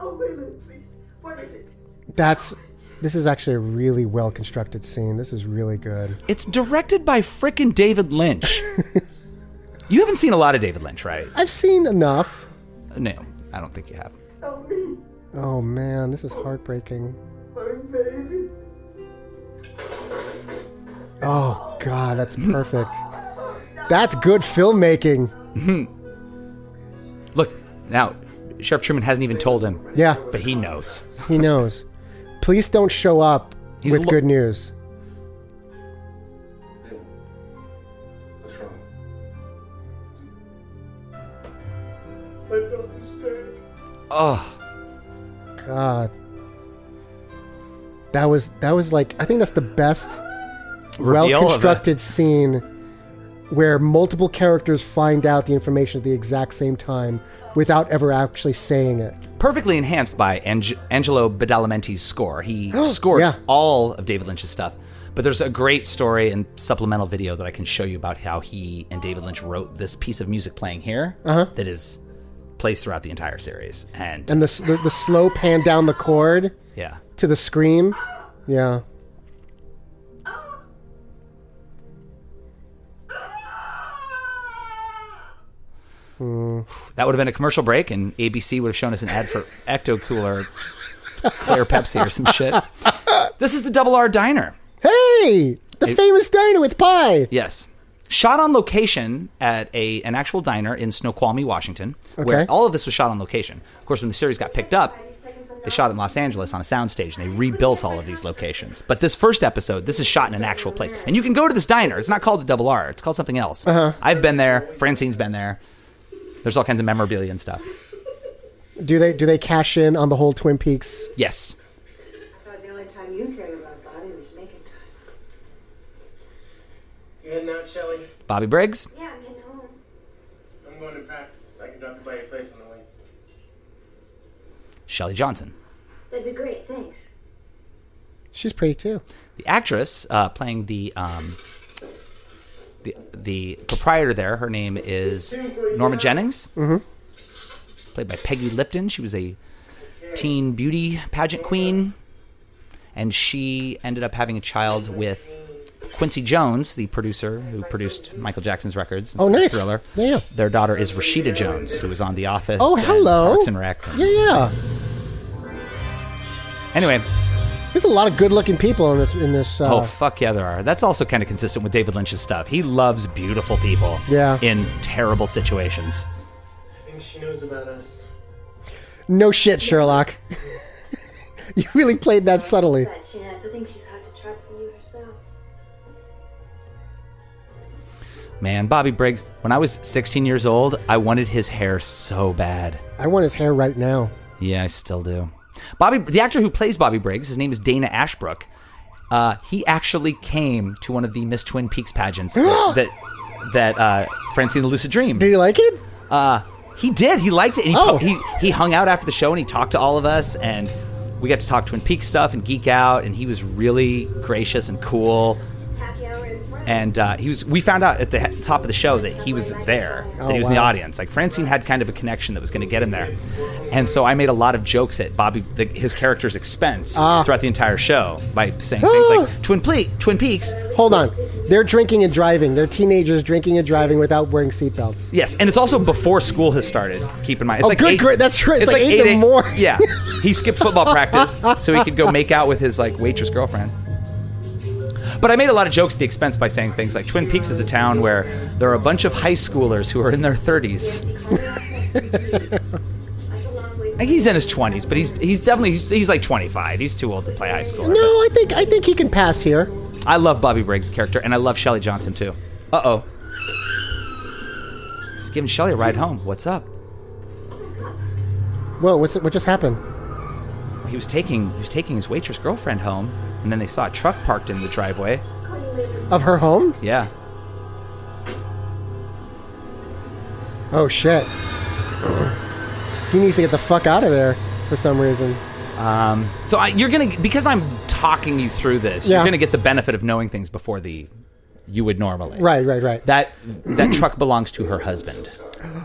Oh, wait a minute, please. What is it? That's. This is actually a really well constructed scene. This is really good. It's directed by frickin' [laughs] David Lynch. you haven't seen a lot of David Lynch, right? I've seen enough. No, I don't think you have. Oh man, this is heartbreaking. Oh god, that's perfect. That's good filmmaking. Look, now, Sheriff Truman hasn't even told him. Yeah. But he knows. He knows. Police don't show up He's with lo- good news. What's wrong? My daughter's dead. Oh. God. That was that was like I think that's the best Reveal of well constructed scene where multiple characters find out the information at the exact same time without ever actually saying it. Perfectly enhanced by Ang- Angelo Badalamenti's score. He [gasps] scored Yeah. all of David Lynch's stuff. But there's a great story and supplemental video that I can show you about how he and David Lynch wrote this piece of music playing here Uh-huh. that is placed throughout the entire series. And And the, s- the the slow pan down the chord yeah. to the scream. Yeah. Hmm. That would have been a commercial break, and ABC would have shown us an ad for Ecto Cooler, Clear Pepsi, or [laughs] some shit. This is the Double R Diner. Hey, the It- famous diner with pie. Yes. Shot on location at a an actual diner in Snoqualmie, Washington, where Okay. all of this was shot on location. Of course, when the series got picked up, they shot in Los Angeles on a soundstage and they rebuilt all of these locations. But this first episode, this is shot in an actual place. And you can go to this diner. It's not called the Double R, it's called something else. Uh-huh. I've been there, Francine's been there. There's all kinds of memorabilia and stuff. Do they do they cash in on the whole Twin Peaks? Yes. I thought the only time you cared about Bonnie was making time. You heading out, Shelly? Bobby Briggs? Yeah, I'm heading home. I'm going to practice. I can drop you by your place on the way. Shelley Johnson. That'd be great, thanks. She's pretty too. The actress uh, playing the um, the the proprietor there, her name is Norma Jennings, Mm-hmm. played by Peggy Lipton. She was a teen beauty pageant queen, and she ended up having a child with Quincy Jones, the producer who produced Michael Jackson's records. Oh, nice. Thriller. Yeah, yeah. Their daughter is Rashida Jones, who was on The Office. Oh, and hello. Parks and Rec. Yeah, yeah. Anyway, There's a lot of good-looking people in this in this. Uh, Oh fuck yeah, there are. That's also kind of consistent with David Lynch's stuff. He loves beautiful people. Yeah. In terrible situations. I think she knows about us. No shit, Sherlock. [laughs] you really played that subtly. But she has. I think she's hot to trot for you herself. Man, Bobby Briggs. When I was 16 years old, I wanted his hair so bad. I want his hair right now. Yeah, I still do. Bobby, the actor who plays Bobby Briggs, his name is Dana Ashbrook. Uh, he actually came to one of the Miss Twin Peaks pageants [gasps] that that, that uh, Francine the Lucid Dream. Did he like it? Uh, he did. He liked it. And he, Oh. he he hung out after the show and he talked to all of us and we got to talk Twin Peaks stuff and geek out and he was really gracious and cool. It's happy hour in front. and uh, he was. We found out at the he- top of the show that he was there, that Oh, he was in the wow. audience. Like Francine had kind of a connection that was going to get him there, and so I made a lot of jokes at Bobby, the, his character's expense Ah. throughout the entire show by saying things [gasps] like, Twin, Ple- Twin Peaks. Hold on. They're drinking and driving. They're teenagers drinking and driving without wearing seatbelts. Yes, and it's also before school has started. Keep in mind, it's Oh, like good eight, gra- that's right, it's like eight in the a- morning. Yeah, he skipped football practice so he could go make out with his like waitress girlfriend. But I made a lot of jokes at the expense by saying things like Twin Peaks is a town where there are a bunch of high schoolers who are in their 30s. I think he's in his 20s, but he's he's definitely he's, he's like 25. He's too old to play high No, school. I think I think he can pass here. I love Bobby Briggs' character, and I love Shelley Johnson too. Uh oh. Just giving Shelley a ride home. What's up? Whoa, what's what just happened? He was taking he was taking his waitress girlfriend home, and then they saw a truck parked in the driveway. Of her home? Yeah. Oh shit. he needs to get the fuck out of there for some reason. Um, so I, you're gonna because I'm talking you through this, Yeah. you're gonna get the benefit of knowing things before the you would normally. Right, right, right. That that truck belongs to her husband.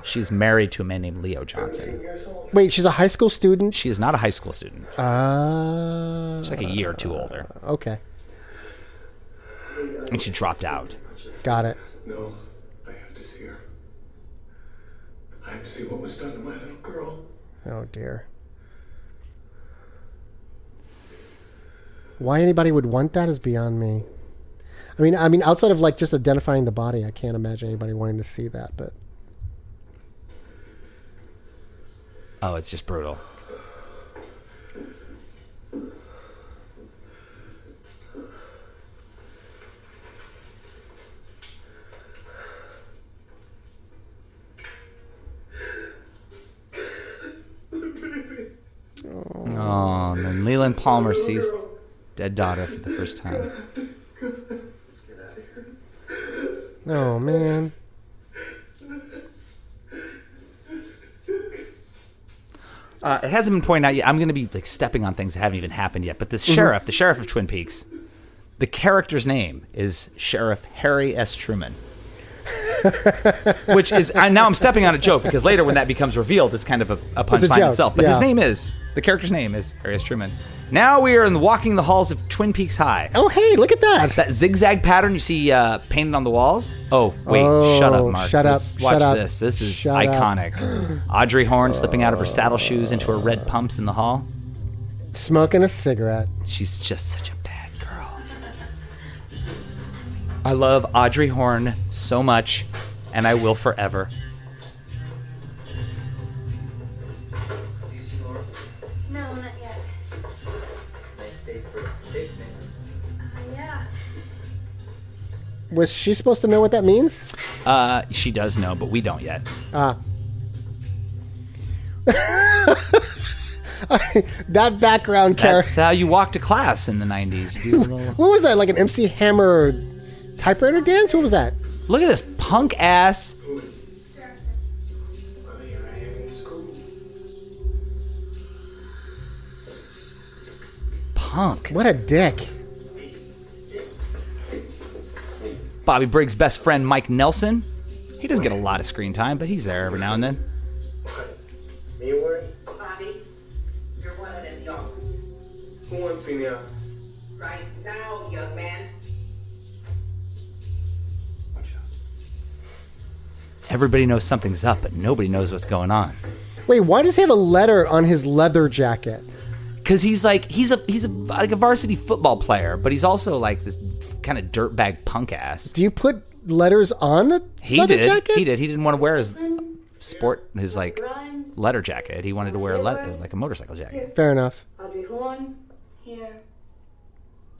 She's married to a man named Leo Johnson. Wait, she's a high school student. She is not a high school student. Uh, She's like a year or two older, Okay, and she dropped out. got it. No, I have to see her. I have to see what was done to my little girl. Oh dear. Why anybody would want that is beyond me. I mean, I mean, outside of like just identifying the body, I can't imagine anybody wanting to see that. But Oh, it's just brutal. Oh, and then Leland Palmer sees dead daughter for the first time. oh man, Uh, it hasn't been pointed out yet. I'm going to be like stepping on things that haven't even happened yet. But the Mm-hmm. sheriff, the sheriff of Twin Peaks, the character's name is Sheriff Harry S. Truman, which is and now I'm stepping on a joke because later when that becomes revealed, it's kind of a, a It's a punchline joke, itself. But his yeah. name is the character's name is Harry S. Truman. Now we are in walking the halls of Twin Peaks High. Oh hey, look at that! That zigzag pattern you see uh, painted on the walls. Oh wait, shut up, Oh, Mark. shut up, Let's Watch shut up, this. This is shut up. iconic. [gasps] Audrey Horn slipping out of her saddle shoes into her red pumps in the hall. smoking a cigarette. She's just such a bad girl. I love Audrey Horn so much, and I will forever. No, not yet. Yeah. Was she supposed to know what that means? Uh, she does know, but we don't yet. Ah. that background character. That's how you walk to class in the [laughs] 90s. You little- What was that? Like an MC Hammer typewriter dance? What was that? Look at this punk ass. Punk. What a dick. Bobby Briggs' best friend, Mike Nelson. He doesn't get a lot of screen time, but he's there every now and then. Me worry? Bobby, you're wanted in the office Who wants me now? right now, young man. Everybody knows something's up, but nobody knows what's going on. Wait, why does he have a letter on his leather jacket? Cause he's like he's a he's a like a varsity football player, but he's also like this kind of dirtbag punk ass. Do you put letters on the He leather did. jacket? He did. He didn't want to wear his sport his like letter jacket. He wanted to wear a le- like a motorcycle jacket. Fair enough. Audrey Horn. Here.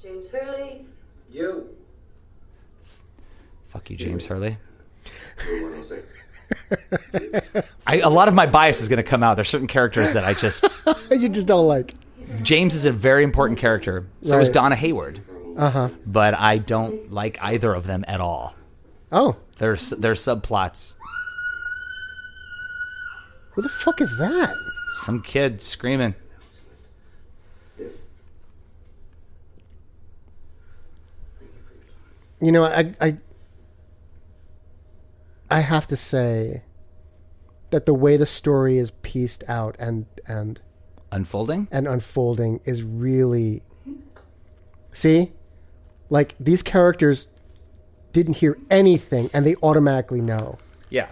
James Hurley. You. Fuck you, James Hurley. I, a lot of my bias is going to come out. There's certain characters that I just you just don't like. James is a very important character. So is Right. Donna Hayward, Uh huh. but I don't like either of them at all. Oh, There's there's subplots. who the fuck is that? Some kid screaming. You know, I, I, I have to say that the way the story is pieced out and and Unfolding? and unfolding is really see like these characters didn't hear anything and they automatically know Yeah.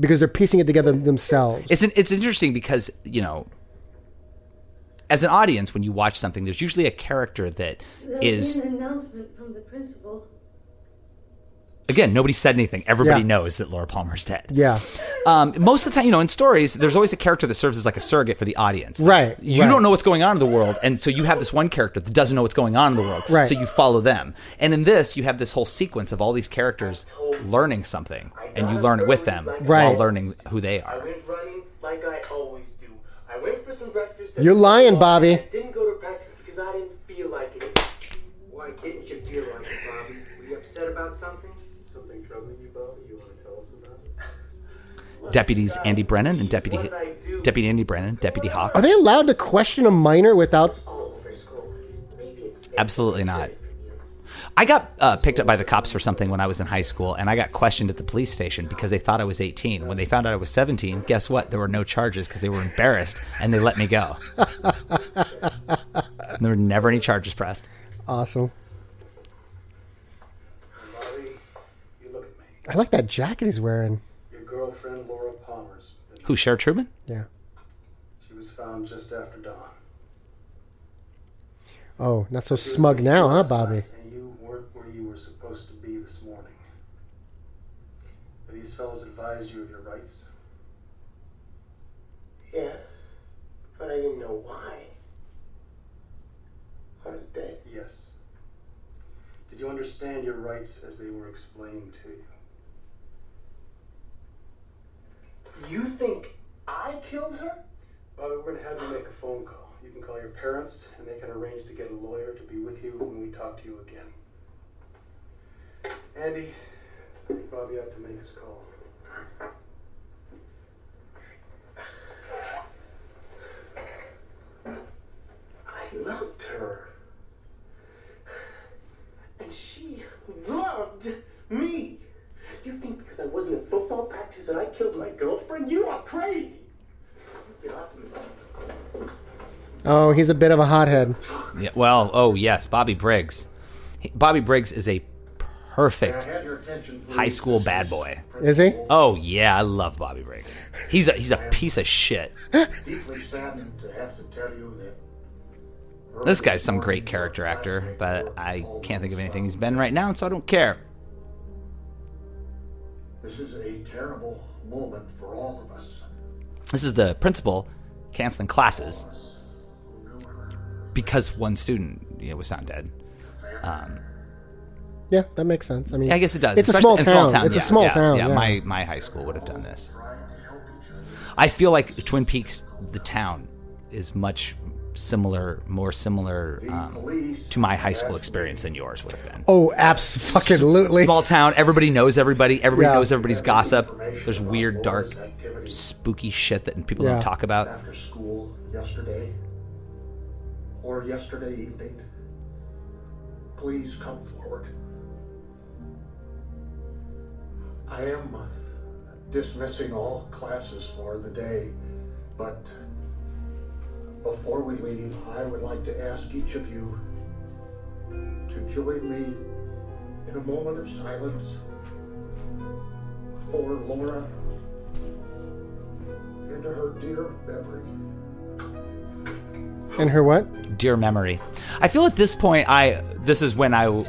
because they're piecing it together themselves It's an, it's interesting because you know, as an audience, when you watch something, there's usually a character that There'll is be an announcement from the principal. again nobody said anything. Everybody Yeah. knows that Laura Palmer's dead. yeah Um, most of the time, you know, in stories, there's always a character that serves as like a surrogate for the audience. Right, You right. don't know what's going on in the world, and so you have this one character that doesn't know what's going on in the world. Right. So you follow them, and in this, you have this whole sequence of all these characters learning something, and you learn it with them while Right. learning who they are. like I always do. I went for some breakfast. at You're six lying, o'clock, Bobby. and I didn't go to practice because I didn't feel like it. Why didn't you feel like it, Bobby? Were you upset about something? Something troubling you, Bobby? You want to tell us about it? Deputies Andy Brennan and Deputy Deputy Andy Brennan, Deputy Hawk. are they allowed to question a minor without Oh, Absolutely not. I got uh, picked up by the cops for something when I was in high school, and I got questioned at the police station because they thought I was 18. When they found out I was 17, guess what? There were no charges because they were embarrassed and they let me go. there were never any charges pressed. awesome i like that jacket he's wearing Your girlfriend, Laura Palmer's. Who, Cher Truman? yeah She was found just after dawn. oh not so smug now huh bobby And you weren't where you were supposed to be this morning. Have these fellows advised you of your rights? Yes, but I didn't know why. I was dead. Yes. Did you understand your rights as they were explained to you? You think I killed her? Bobby, we're going to have you make a phone call. You can call your parents, and they can arrange to get a lawyer to be with you when we talk to you again. Andy, I think Bobby ought to make his call. I loved her. And she loved me. You think because I wasn't at football practice that I killed my girlfriend? You are crazy. Get off me. oh he's a bit of a hothead Yeah, well, oh, yes, Bobby Briggs. He- Bobby Briggs is a perfect May I have your attention, please? high school bad boy. is he Oh, yeah, I love Bobby Briggs. He's a, he's a piece of shit. Deeply saddened to have to tell you that This guy's some great character actor, but I can't think of anything he's been right now, so I don't care. this is a terrible moment for all of us. This is the principal canceling classes because one student you know, was found dead. Um, yeah that makes sense i mean yeah, I guess it does. it's a especially small in town it's yeah, a small yeah, town Yeah, yeah. my my high school would have done this. I feel like Twin Peaks, the town, is much similar, more similar um, to my high school experience than yours would have been. oh abs fucking lutely Small town, everybody knows everybody, everybody Yeah. knows everybody's gossip. There's weird, dark, spooky shit that people Yeah. don't talk about. After school yesterday or yesterday evening, please come forward. I am dismissing all classes for the day, but before we leave, I would like to ask each of you to join me in a moment of silence for Laura into her dear memory. and her what Dear memory. I feel at this point, I this is when I. why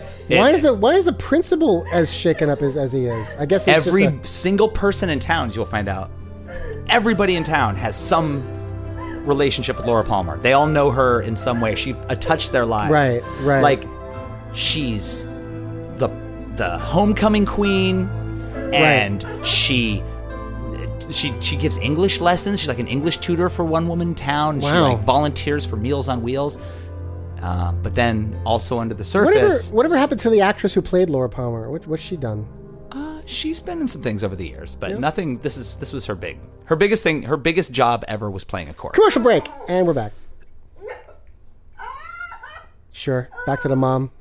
it- is the why is the principal as shaken up as, as he is? I guess it's just every a- single person in town, as you'll find out, everybody in town has some relationship with Laura Palmer. They all know her in some way. She uh, touched their lives. Right, right. Like she's the the homecoming queen, and she. She she gives English lessons. She's like an English tutor for one woman in town. She Wow. like volunteers for Meals on Wheels. Um, but then also under the whatever surface, whatever happened to the actress who played Laura Palmer? What, what's she done? Uh, she's been in some things over the years, but nothing. This is this was her big, her biggest thing, her biggest job ever was playing a corpse. Commercial break, and we're back. Sure, back to the mom.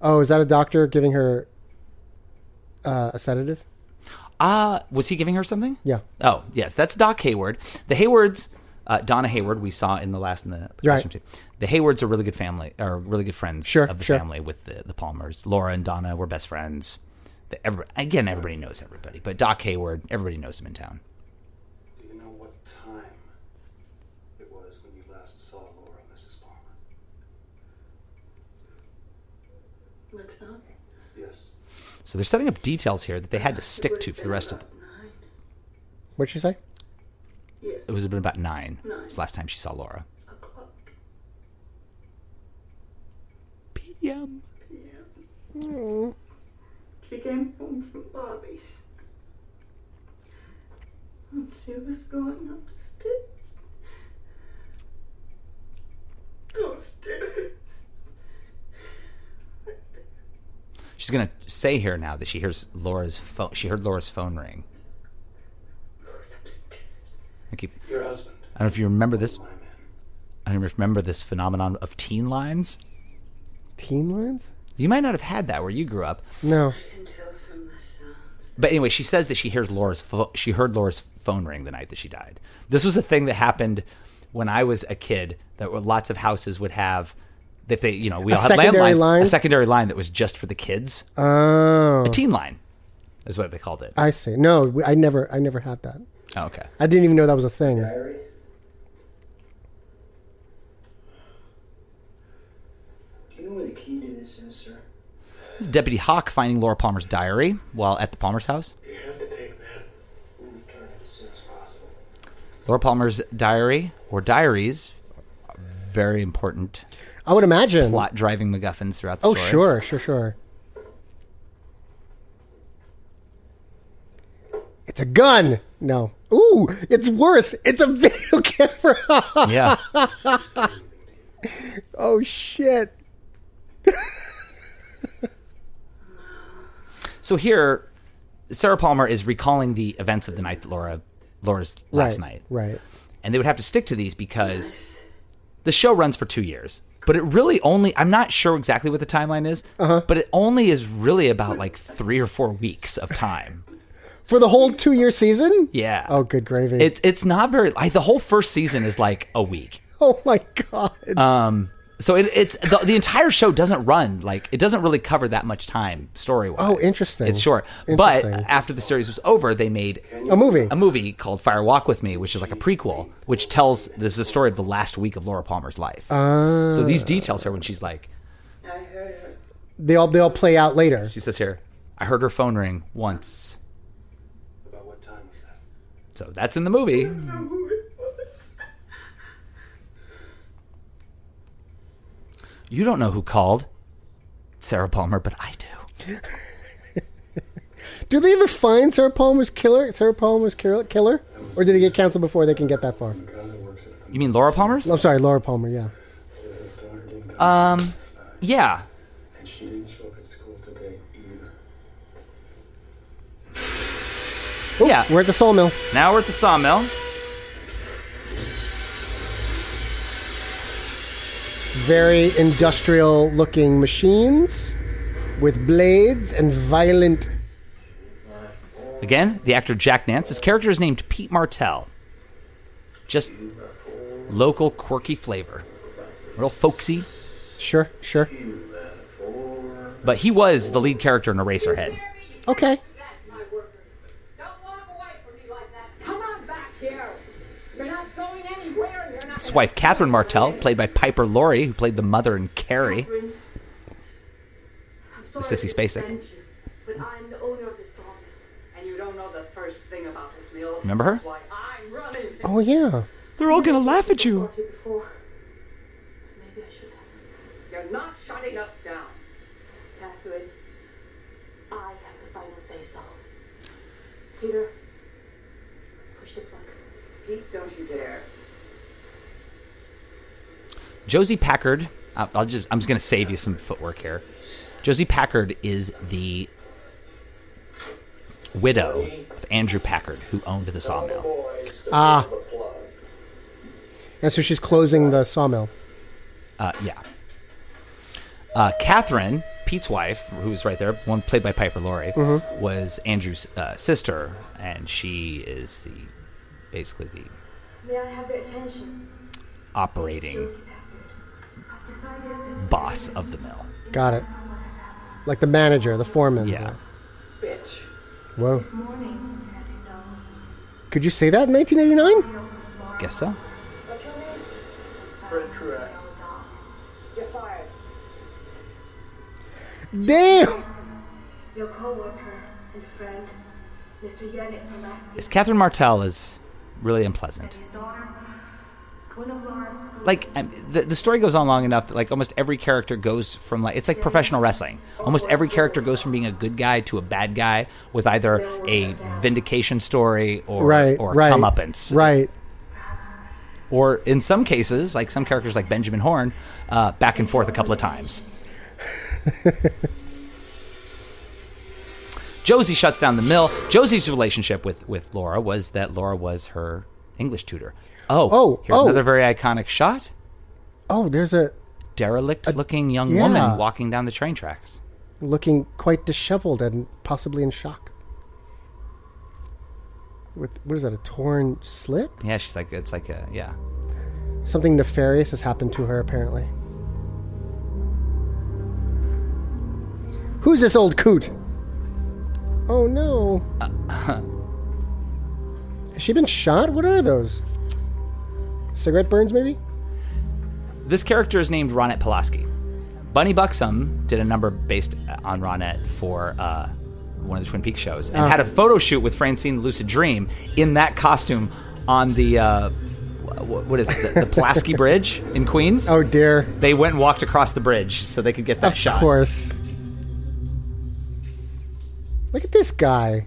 Oh, is that a doctor giving her uh, a sedative? Uh, was he giving her something? Yeah. Oh, yes. That's Doc Hayward. The Haywards, uh, Donna Hayward, we saw in the last in the Right. costume tape. The Haywards are really good family, are really good friends Sure, of the sure. family with the, the Palmers. Laura and Donna were best friends. The, every, again, everybody knows everybody, but Doc Hayward, everybody knows him in town. Do you know what time it was when you last saw Laura, Mrs. Palmer? What's up? Yes. So they're setting up details here that they had to stick to for the rest of the. What'd she say? Yes. It was been about nine. Nine. It's the last time she saw Laura. PM. PM. She came home from Bobby's. And she was going up the stairs. Those stairs. She's gonna say here now that she hears Laura's phone. She heard Laura's phone ring. I keep. Your husband. I don't know if you remember this. I don't know if you remember this phenomenon of teen lines. Teen lines? You might not have had that where you grew up. No. But anyway, she says that she hears Laura's pho- she heard Laura's phone ring the night that she died. This was a thing that happened when I was a kid. That were, lots of houses would have if they you know we A all had secondary landlines line? a secondary line that was just for the kids. Oh. A teen line is what they called it. I see. No, we- I never, I never had that. Oh, okay. I didn't even know that was a thing. Do you know where the key to this is, sir? This is Deputy Hawk finding Laura Palmer's diary while at the Palmer's house. You have to take that and return it as soon as possible. Laura Palmer's diary or diaries, are very important. I would imagine plot driving MacGuffins throughout the Oh, story. sure, sure, sure. It's a gun. No. Ooh, it's worse. It's a [laughs] video camera. Yeah. [laughs] oh shit. So here, Sarah Palmer is recalling the events of the night that Laura, Laura's last right, night, Right. and they would have to stick to these because the show runs for two years. But it really only—I'm not sure exactly what the timeline is, Uh-huh. but it only is really about like three or four weeks of time. For the whole two year season? Yeah. Oh good gravy. It's it's not very. I, the whole first season is like a week. [laughs] oh my god. Um, so it, it's the, the entire show doesn't run like it doesn't really cover that much time story wise. Oh, interesting. It's short, but after the series was over, they made A movie. a movie called Fire Walk with Me, which is like a prequel, which tells this is the story of the last week of Laura Palmer's life. Ah. so these details here when she's like, They all they all play out later. she says here, I heard her phone ring once. About what time was that? So that's in the movie. You don't know who called Sarah Palmer, but I do. Do they ever find Sarah Palmer's killer? Sarah Palmer's killer killer? Or did it get canceled before they can get that far? You mean Laura Palmer's? I'm sorry, Laura Palmer, yeah. Um, yeah. And she didn't show up at school today either. yeah. We're at the sawmill. Now we're at the sawmill. Very industrial looking machines with blades and violent Again, the actor Jack Nance. His character is named Pete Martell. Just local quirky flavor. Real folksy. Sure, sure. But he was the lead character in Eraserhead. Okay. Come on back here. You're not going anywhere. and You're not. His wife, Catherine Martell, played by Piper Laurie, who played the mother in Carrie. Catherine, I'm sorry Sissy to Spacek. offend but I'm the owner of the sawmill. And you don't know the first thing about this mill. Remember her? That's why I'm running. Oh yeah. They're all gonna laugh at you. Before. Maybe I should have. You're not shutting us down. Catherine, I have the final say so. Peter, push the plug. Pete, don't you dare. Josie Packard. I- I'll just. I'm just gonna save you some footwork here. Josie Packard is the widow of Andrew Packard, who owned the sawmill. Ah. And so she's closing the sawmill. Uh, yeah. Uh, Catherine Pete's wife, who was right there, one played by Piper Laurie, Mhm. was Andrew's uh, sister, and she is the basically the May I have your attention? operating boss of the mill. Got it. Like the manager, the foreman. Yeah. Bitch. Whoa. This morning, as you know, Could you say that in 1989? Guess so. What's your name? Fred Truax. You're fired. Damn! Your co-worker and friend, Mr. Yannick from Aspen. Is Catherine Martell is really unpleasant. His daughter, one of Laura's like um, the, the story goes on long enough that like almost every character goes from like it's like professional wrestling almost every character goes from being a good guy to a bad guy with either a vindication story or right. or right. comeuppance Right. or in some cases like some characters like benjamin horn uh, back and forth a couple of times [laughs] josie shuts down the mill josie's relationship with with laura was that laura was her english tutor oh Oh, here's oh. another very iconic shot Oh, there's a derelict looking young Uh, yeah. woman walking down the train tracks. looking quite disheveled and possibly in shock. With what is that? A torn slip? Yeah, she's like, it's like a, yeah. Something nefarious has happened to her, apparently. Who's this old coot? Oh no. has she been shot? What are those? Cigarette burns, maybe? This character is named Ronette Pulaski. Bunny Buxom did a number based on Ronette for uh, one of the Twin Peaks shows and Oh. had a photo shoot with Francine Lucid Dream in that costume on the, uh, wh- wh- what is it, the, the Pulaski [laughs] Bridge in Queens. Oh dear. They went and walked across the bridge so they could get that of shot. course. Look at this guy.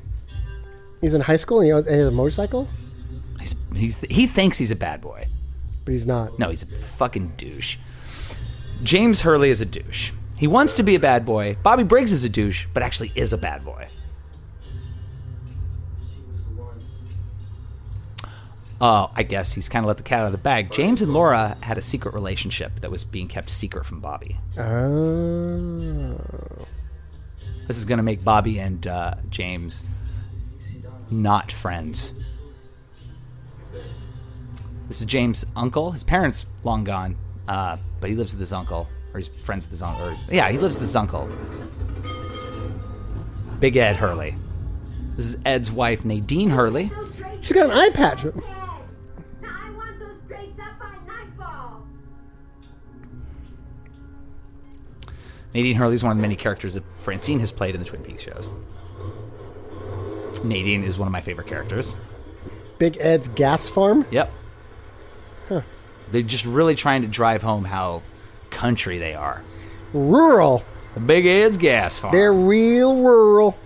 He's in high school and he owns- and he has a motorcycle, He's, he's, he thinks he's a bad boy. but he's not. No, he's a fucking douche. James Hurley is a douche. He wants to be a bad boy. Bobby Briggs is a douche, but actually is a bad boy. Oh, I guess he's kind of let the cat out of the bag. James and Laura had a secret relationship that was being kept secret from Bobby. Oh. This is going to make Bobby and uh, James not friends. This is James' uncle. His parents long gone, uh, but he lives with his uncle, or he's friends with his uncle. Or, yeah, he lives with his uncle. Big Ed Hurley. This is Ed's wife, Nadine Hurley. She's got an eye patch. Nadine Hurley is one of the many characters that Francine has played in the Twin Peaks shows. Nadine is one of my favorite characters. Big Ed's gas farm. Yep. Huh. They're just really trying to drive home how country they are. Rural. The Big Ed's gas farm. They're real rural.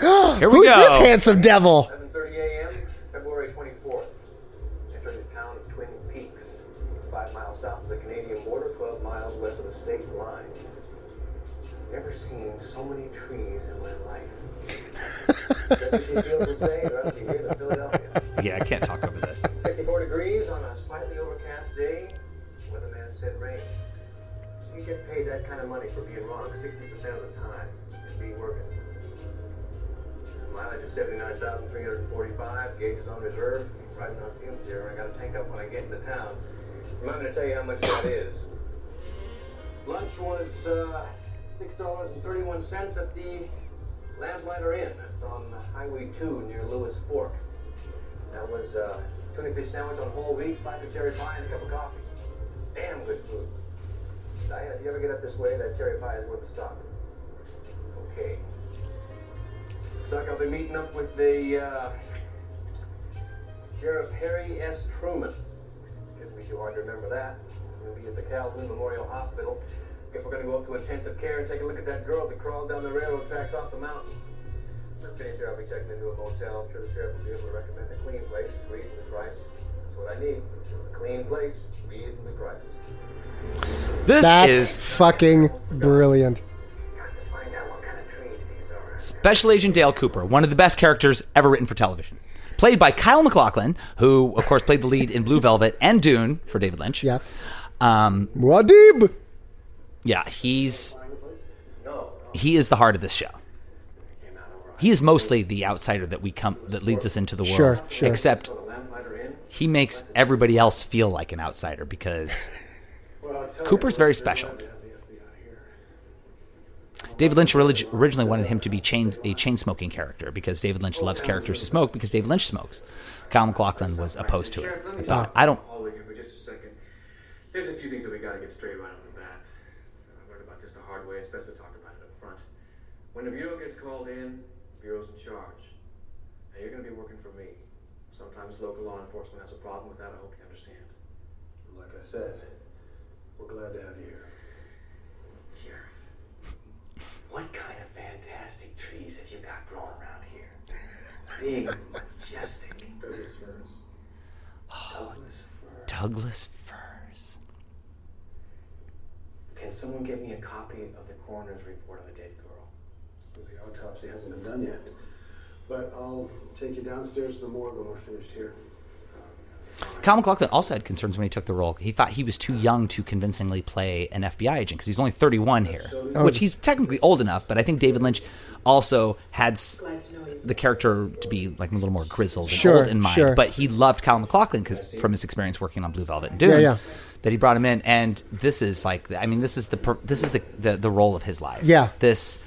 Here we Who's go. this handsome devil? 7:30 a.m., February 24th. Enter the town of Twin Peaks. It's five miles south of the Canadian border, 12 miles west of the state line. Never seen so many trees in my life. Deputy Field will say you're out here to Philadelphia. Yeah, I can't talk over [laughs] this. 54 degrees on a slightly overcast day. Weatherman said rain. You get paid that kind of money for being wrong 60% of the time and be working. Mileage is 79,345. Gauge is on reserve. Riding on fumes here. I gotta tank up when I get into town. I'm not gonna tell you how much that is. Lunch was uh, $6.31 at the Lamplighter Inn. That's on Highway 2 near Lewis Fork. That was uh, tuna fish sandwich on whole wheat, slice of cherry pie, and a cup of coffee. Damn good food. Diana, if you ever get up this way, that cherry pie is worth a stop. Okay. Looks like I'll be meeting up with the uh, Sheriff Harry S. Truman. Shouldn't be too hard to remember that. We'll be at the Calhoun Memorial Hospital. If we're going to go up to intensive care and take a look at that girl that crawled down the railroad tracks off the mountain. When I'm finished here, I'll be checking into a motel. I'm sure the sheriff will be able to recommend a clean place, reasonably priced. That's what I need. A clean place, reasonably priced. This That's is- fucking brilliant. Special Agent Dale Cooper, one of the best characters ever written for television. Played by Kyle MacLachlan, who, of course, played the lead in Blue Velvet and Dune for David Lynch. Yes. Um, Muad'Dib! Yeah, he's he is the heart of this show. He is mostly the outsider that we come that leads us into the world. Sure, sure. Except he makes everybody else feel like an outsider because Cooper's very special. David Lynch orig- originally wanted him to be chain, a chain smoking character because David Lynch loves characters who smoke because David Lynch smokes. Kyle McLaughlin was opposed to it. I thought, I don't. Hold it here for just a second. There's a few things that we gotta get straight right off the bat. I learned about this the hard way. It's best to talk about it up front. When the bureau gets called in, bureau's in charge. Now you're gonna be working for me. Sometimes local law enforcement has a problem with that. I hope you understand. Like I said, we're glad to have you here. Here. What kind of fantastic trees have you got growing around here? Big, majestic. Douglas firs. Douglas fir. Douglas Firs. Can someone get me a copy of the coroner's report on the dead girl? The autopsy hasn't been done yet, but I'll take you downstairs to the morgue when we're finished here. Kyle McLaughlin also had concerns when he took the role. He thought he was too young to convincingly play an FBI agent because he's only 31 here, Oh. which he's technically old enough. But I think David Lynch also had s- the character to be like a little more grizzled and Sure, old in mind. sure. But he loved Kyle McLaughlin because from his experience working on Blue Velvet and Dune, Yeah, yeah. that he brought him in. And this is like, I mean, this is the per- this is the, the the role of his life. Yeah. this.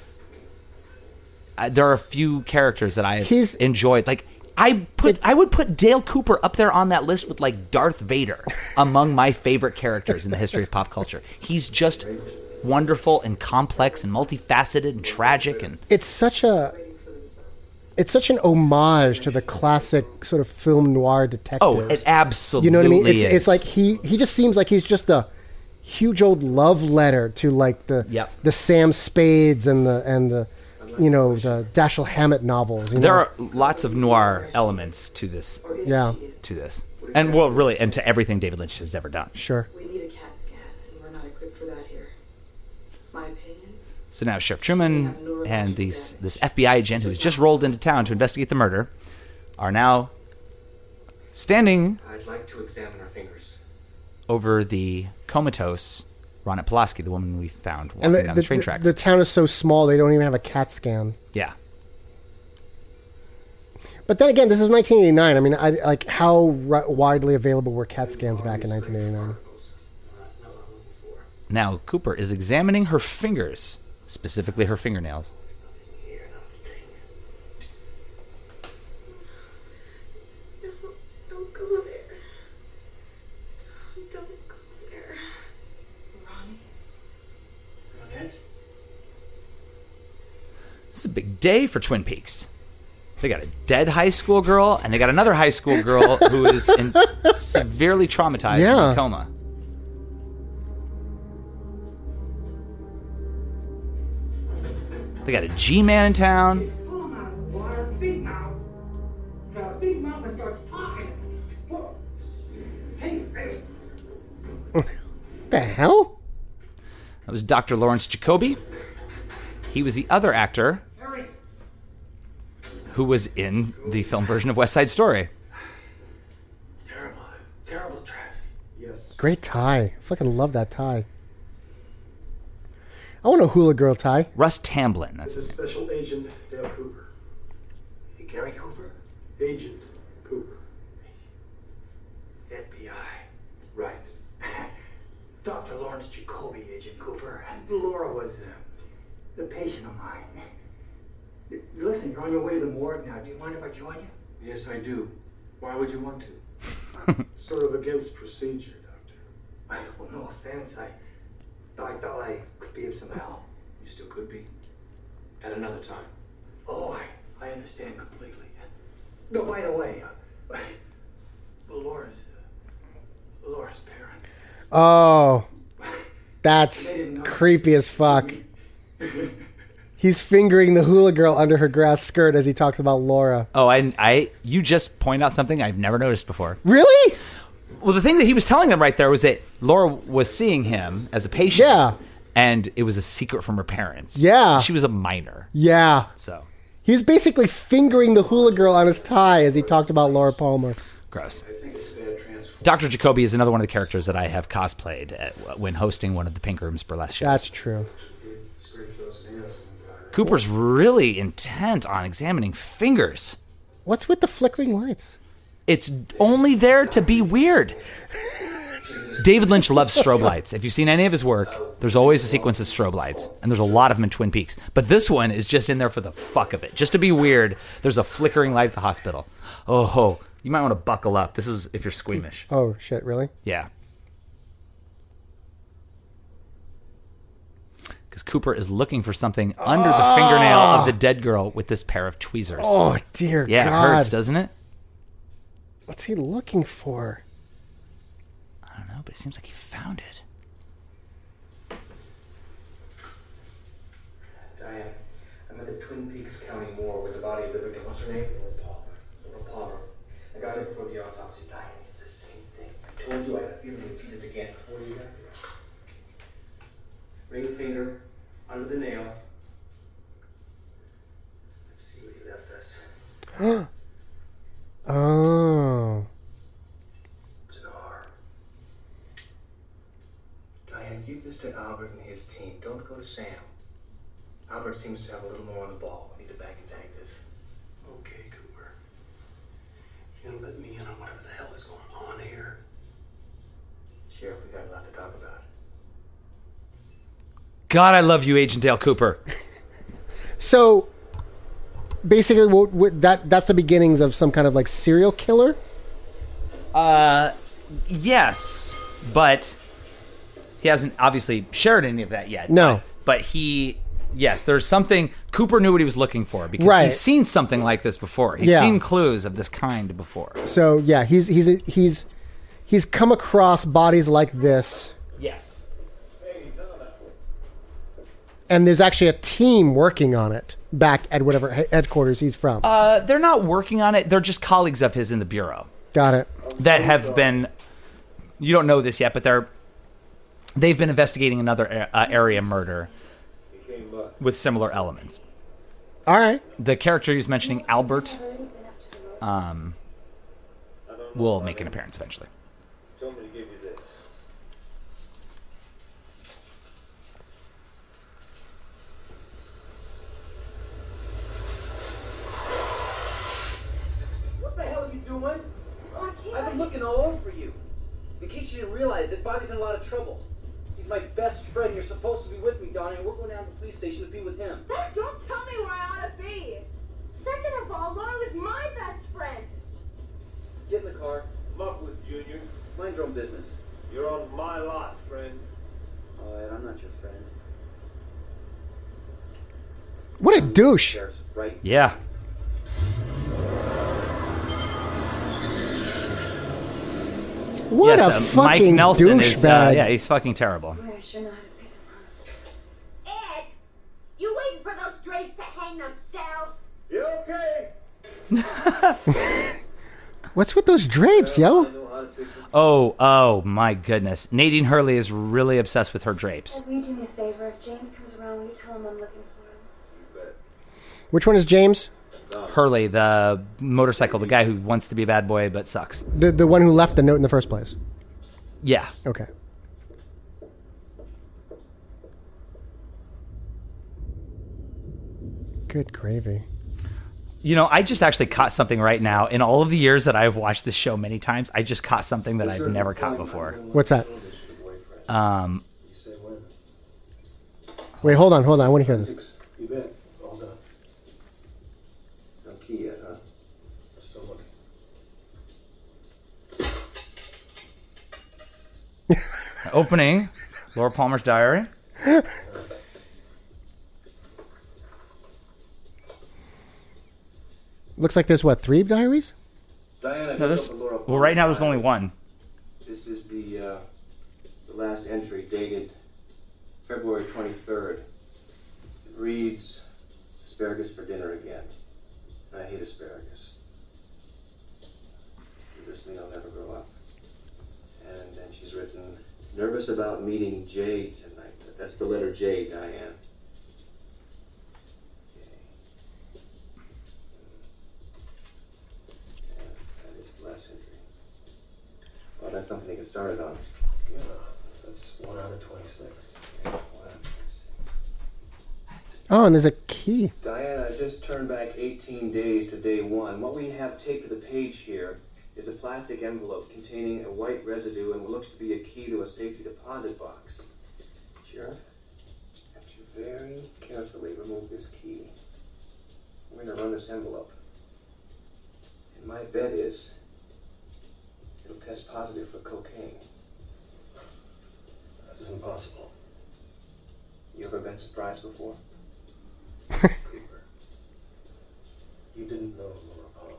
I there are a few characters that I have enjoyed. Like I put, I would put Dale Cooper up there on that list with like Darth Vader among my favorite characters in the history of pop culture. He's just wonderful and complex and multifaceted and tragic and It's such a. It's such an homage to the classic sort of film noir detective. oh, it absolutely you know what I mean? It's, is. it's like he he just seems like he's just a huge old love letter to like the Yep. the Sam Spades and the and the you know the Dashiell Hammett novels. You there know? are lots of noir elements to this. Yeah. to this, and well, really, and to everything David Lynch has ever done. Sure. We need a CAT scan, and we're not equipped for that here. My opinion? So now Sheriff Truman and these this FBI agent who's just rolled into town to investigate the murder are now standing I'd like to examine her fingers. over the comatose Ronit Pulaski, the woman we found walking and the, down the, the train the- tracks. the town is so small they don't even have a CAT scan. yeah. But then again, this is 1989. I mean, I, like how ri- widely available were CAT scans back in 1989? Now Cooper is examining her fingers, specifically her fingernails. Don't go there. Don't go there. Ronnie? Ronette? This is a big day for Twin Peaks. They got a dead high school girl, and they got another high school girl who is in, severely traumatized in Yeah. a coma. They got a G man in town. Pull him out of the water, big mouth. He's got a big mouth that starts talking. Whoa. Hey, hey. The hell? That was Dr. Lawrence Jacoby. He was the other actor who was in the film version of West Side Story. Terrible tragedy. Great tie. Fucking love that tie. I want a hula girl tie. Russ Tamblin. That's This is Special Agent Dale Cooper. Gary Cooper? Agent Cooper. FBI. Right. [laughs] Dr. Lawrence Jacoby, Agent Cooper. Laura was uh, a patient of mine. Listen, you're on your way to the morgue now. Do you mind if I join you? Yes, I do. Why would you want to? Sort of against procedure, Doctor. Well, no offense. I, I thought I could be of some help. You still could be. At another time. Oh, I, I understand completely. No, by the way, uh, [laughs] Laura's, uh, Laura's parents. Oh, that's creepy as fuck. He's fingering the hula girl under her grass skirt as he talks about Laura. Oh, and I you just point out something I've never noticed before. Really? Well, the thing that he was telling them right there was that Laura was seeing him as a patient. Yeah. And it was a secret from her parents. Yeah. She was a minor. Yeah. So He was basically fingering the hula girl on his tie as he talked about Laura Palmer. gross. Dr. Jacoby is another one of the characters that I have cosplayed at, when hosting one of the Pink Rooms burlesque shows. That's true. Doctor. Cooper's really intent on examining fingers. What's with the flickering lights? It's only there to be weird. David Lynch loves strobe lights. If you've seen any of his work, there's always a sequence of strobe lights, and there's a lot of them in Twin Peaks. But this one is just in there for the fuck of it, just to be weird. There's a flickering light at the hospital. Oh, ho. you might want to buckle up. This is if you're squeamish. Oh shit! Really? Yeah. Because Cooper is looking for something under the fingernail of the dead girl with this pair of tweezers. Ah. Oh, dear yeah, God. it hurts, doesn't it? What's he looking for? I don't know, but it seems like he found it. Diane, I'm at the Twin Peaks County morgue with the body of the victim. What's her name? Laura Palmer. Laura Palmer. I got it before the autopsy. Diane, it's the same thing. I told you I had a feeling you'd see this again before you got here. Ring finger under the nail. Let's see what he left us. oh. It's an R. Diane, give this to Albert and his team. Don't go to Sam. Albert seems to have a little more on the ball. We need to back and tank this. Okay, Cooper. You're gonna let me in on whatever the hell is going on here. Sheriff, we got a lot to talk about. God, I love you, Agent Dale Cooper. So basically, what, what, that that's the beginnings of some kind of like serial killer. Uh, yes, but he hasn't obviously shared any of that yet. No. but, but he, yes, there's something. Cooper knew what he was looking for because Right. he's seen something like this before. He's Yeah. seen clues of this kind before. So yeah, he's he's he's he's come across bodies like this, Yes. and there's actually a team working on it back at whatever he- headquarters he's from. Uh, they're not working on it. They're just colleagues of his in the bureau. Got it. that have been you don't know this yet but they're they've been investigating another uh, area murder with similar elements all right the character he was mentioning albert um, will make an appearance eventually Told me to give you this. What the hell are you doing? Oh, I've been looking all over you. In case you didn't realize it, Bobby's in a lot of trouble. He's my best friend. You're supposed to be with me, Donnie, and we're going down to the police station to be with him. Don't tell me where I ought to be. Second of all, Laura was my best friend. Get in the car. Muffled, Junior. Mind your own business. You're on my lot, friend. All right, I'm not your friend. What a douche! Right? yeah What Yes, a uh, fucking mike nelson is uh, douchebag. yeah he's fucking terrible I should know how to pick them Ed, you waiting for those drapes to hang themselves? You okay? What's with those drapes, yo? oh oh my goodness nadine hurley is really obsessed with her drapes up. Will you do me a favor? If James comes around, will you tell him I'm looking for him? Which one is James? hurley the motorcycle the guy who wants to be a bad boy but sucks The the one who left the note in the first place. yeah Okay. Good gravy. You know, I just actually caught something right now. In all of the years that I've watched this show many times, I just caught something that I've never caught before. What's that? Um, Wait, hold on, hold on. I want to hear this. You bet. All done. No key yet, huh? Still looking. opening Laura Palmer's diary. Looks like there's what three diaries? Diana, No, there's, well, right now there's only one. This is the, uh, the last entry dated February 23rd. It reads asparagus for dinner again. And I hate asparagus. This mean I'll never grow up. And then she's written, nervous about meeting Jay tonight. That's the letter J, Diane. That is the last entry. Well, that's something to get started on. Yeah, that's one out of twenty-six. Oh, and there's a key. key. Diana, I just turned back 18 days to day one. What we have taped to the page here is a plastic envelope containing a white residue and what looks to be a key to a safety deposit box. Sheriff, have to very carefully remove this key. I'm going to run this envelope. And my bet is it'll test positive for cocaine. This is impossible. You ever been surprised before? Creeper. You didn't know Laura Palmer.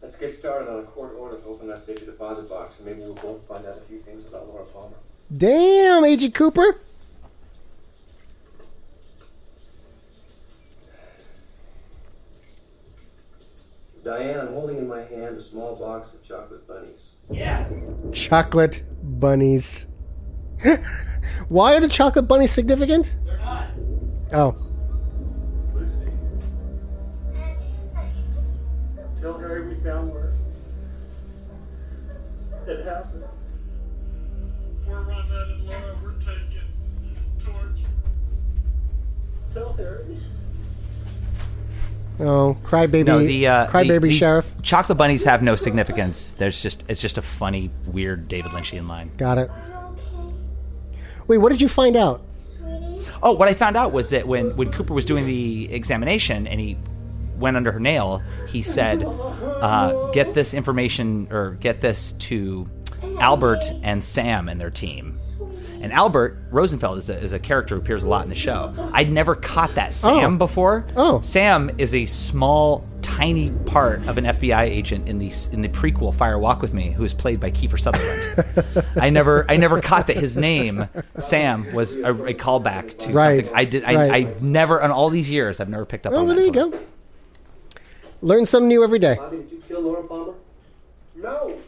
Let's get started on a court order to open that safety deposit box, and maybe we'll both find out a few things about Laura Palmer. Damn, Agent Cooper. Diane, I'm holding in my hand a small box of chocolate bunnies. Chocolate bunnies. [laughs] Why are the chocolate bunnies significant? They're not. Oh, Tell Harry we found where it happened. We're running out of Laura, we're taking torch. Tell Harry. oh, crybaby, No, the uh, crybaby the- the sheriff. Chocolate bunnies have no significance. There's just it's just a funny, weird David Lynchian line. Got it. Wait, what did you find out? Oh, what I found out was that when when Cooper was doing the examination and he went under her nail, he said, uh, "Get this information or get this to Albert and Sam and their team." And Albert Rosenfeld is a, is a character who appears a lot in the show. I'd never caught that Sam Oh. before. Oh, Sam is a small, tiny part of an FBI agent in the s- in the prequel Fire Walk with Me, who is played by Kiefer Sutherland. I never I never caught that his name Sam was a, a callback to Right, something I did. I, right. I never on all these years I've never picked up Oh, on. well, That. there you go. Learn something new every day. Bobby, did you kill Laura Palmer? No.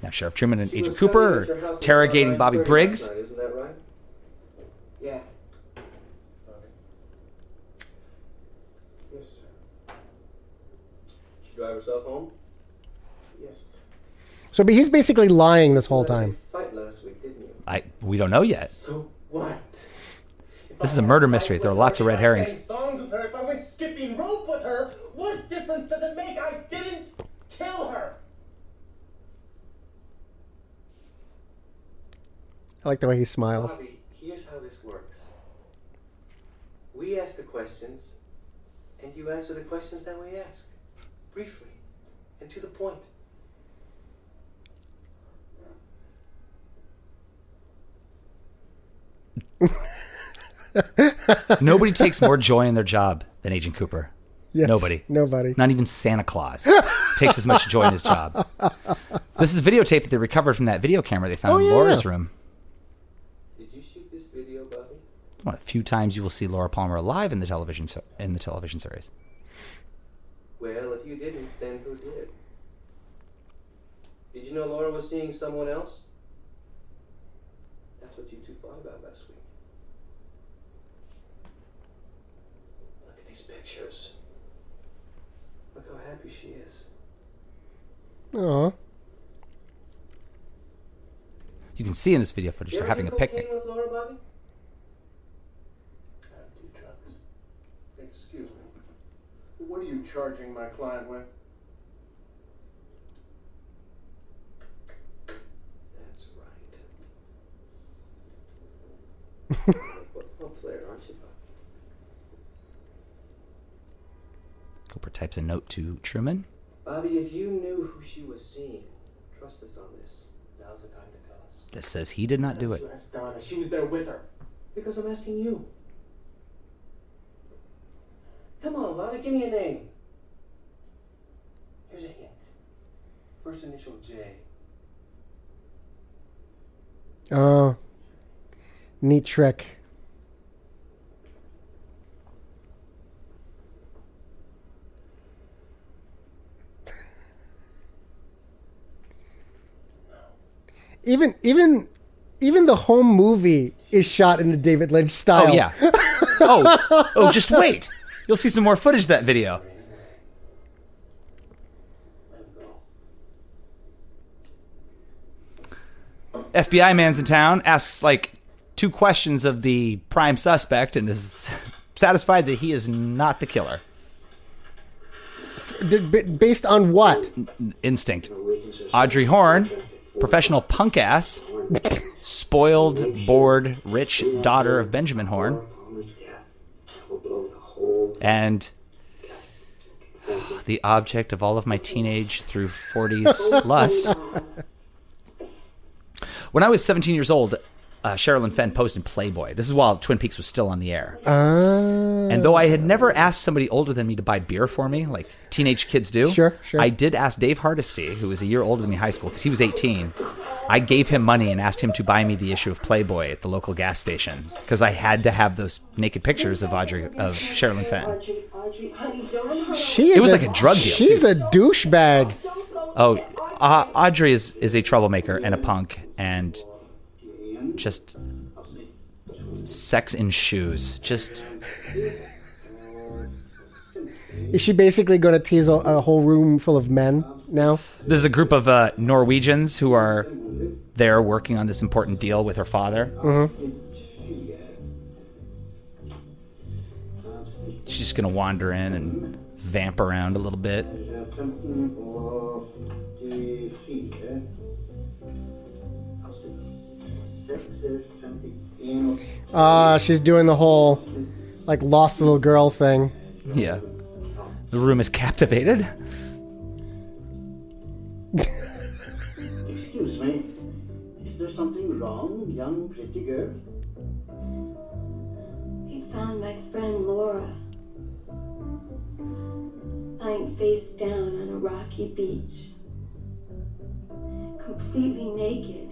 Now Sheriff Truman and She Agent was coming Cooper at your house are at interrogating Bobby 9:30 Briggs. last night, Isn't that right? Yeah. Yes, sir. Did she drive herself home? Yes. So, but he's basically lying this whole time. Fight last week, didn't you? I we don't know yet. So what? This is a murder mystery. There are lots of red herrings. songs with her, if I went skipping rope with her, what difference does it make? I didn't kill her. I like the way he smiles. Bobby, here's how this works. We ask the questions, and you answer the questions that we ask, briefly and to the point. Nobody takes more joy in their job than Agent Cooper. Yes, nobody. Nobody. Not even Santa Claus takes as much joy in [laughs] his job. This is videotape that they recovered from that video camera they found Oh, in yeah. Laura's room. Did you shoot this video, Bobby? One of the few times you will see Laura Palmer alive in the television se- in the television series. Well, if you didn't, then who did? Did you know Laura was seeing someone else? That's what you two fought about last week. Look at these pictures. Look how happy she is. Aw. You can see in this video footage they're Jerry, having a you picnic. cocaine with Laura, Bobby? Uh, Excuse me. What are you charging my client with? That's right. [laughs] Football player, aren't you, Bobby? Cooper types a note to Truman. Bobby, if you knew who she was seeing, trust us on this. Now's the time to tell us. that says he did not do it. That's Donna. She was there with her. Because I'm asking you. Come on, Bobby, give me a name. Here's a hint. First initial J. Oh. Neat trick. Even even even the home movie is shot in a David Lynch style. Oh yeah. oh oh, just wait. You'll see some more footage of that video. FBI man's in town, asks like two questions of the prime suspect, and is [laughs] satisfied that he is not the killer. Did- b- Based on what? Instinct. Audrey Horn, professional punk ass, spoiled, bored, rich daughter of Benjamin Horn, and the object of all of my teenage through 40s lust. When I was 17 years old, uh, Sherilyn Fenn posed in Playboy. This is while Twin Peaks was still on the air. And though I had Oh. never asked somebody older than me to buy beer for me, like teenage kids do, Sure, sure. I did ask Dave Hardesty, who was a year older than me in high school, because he was 18. I gave him money and asked him to buy me the issue of Playboy at the local gas station because I had to have those naked pictures of Audrey of Sherilyn Fenn. Audrey, Audrey, honey, don't hurry. She is It was like a drug deal, She's too. a douchebag. Oh, uh, Audrey is, is a troublemaker and a punk and just sex in shoes. Just Is she basically going to tease a, a whole room full of men now? This is a group of uh, Norwegians who are there working on this important deal with her father. She's just going to wander in and vamp around a little bit. Ah, she's doing the whole like lost little girl thing. Yeah. The room is [laughs] captivated. Excuse me. Is there something wrong, young pretty girl? He found my friend Laura. Lying face down on a rocky beach. Completely naked.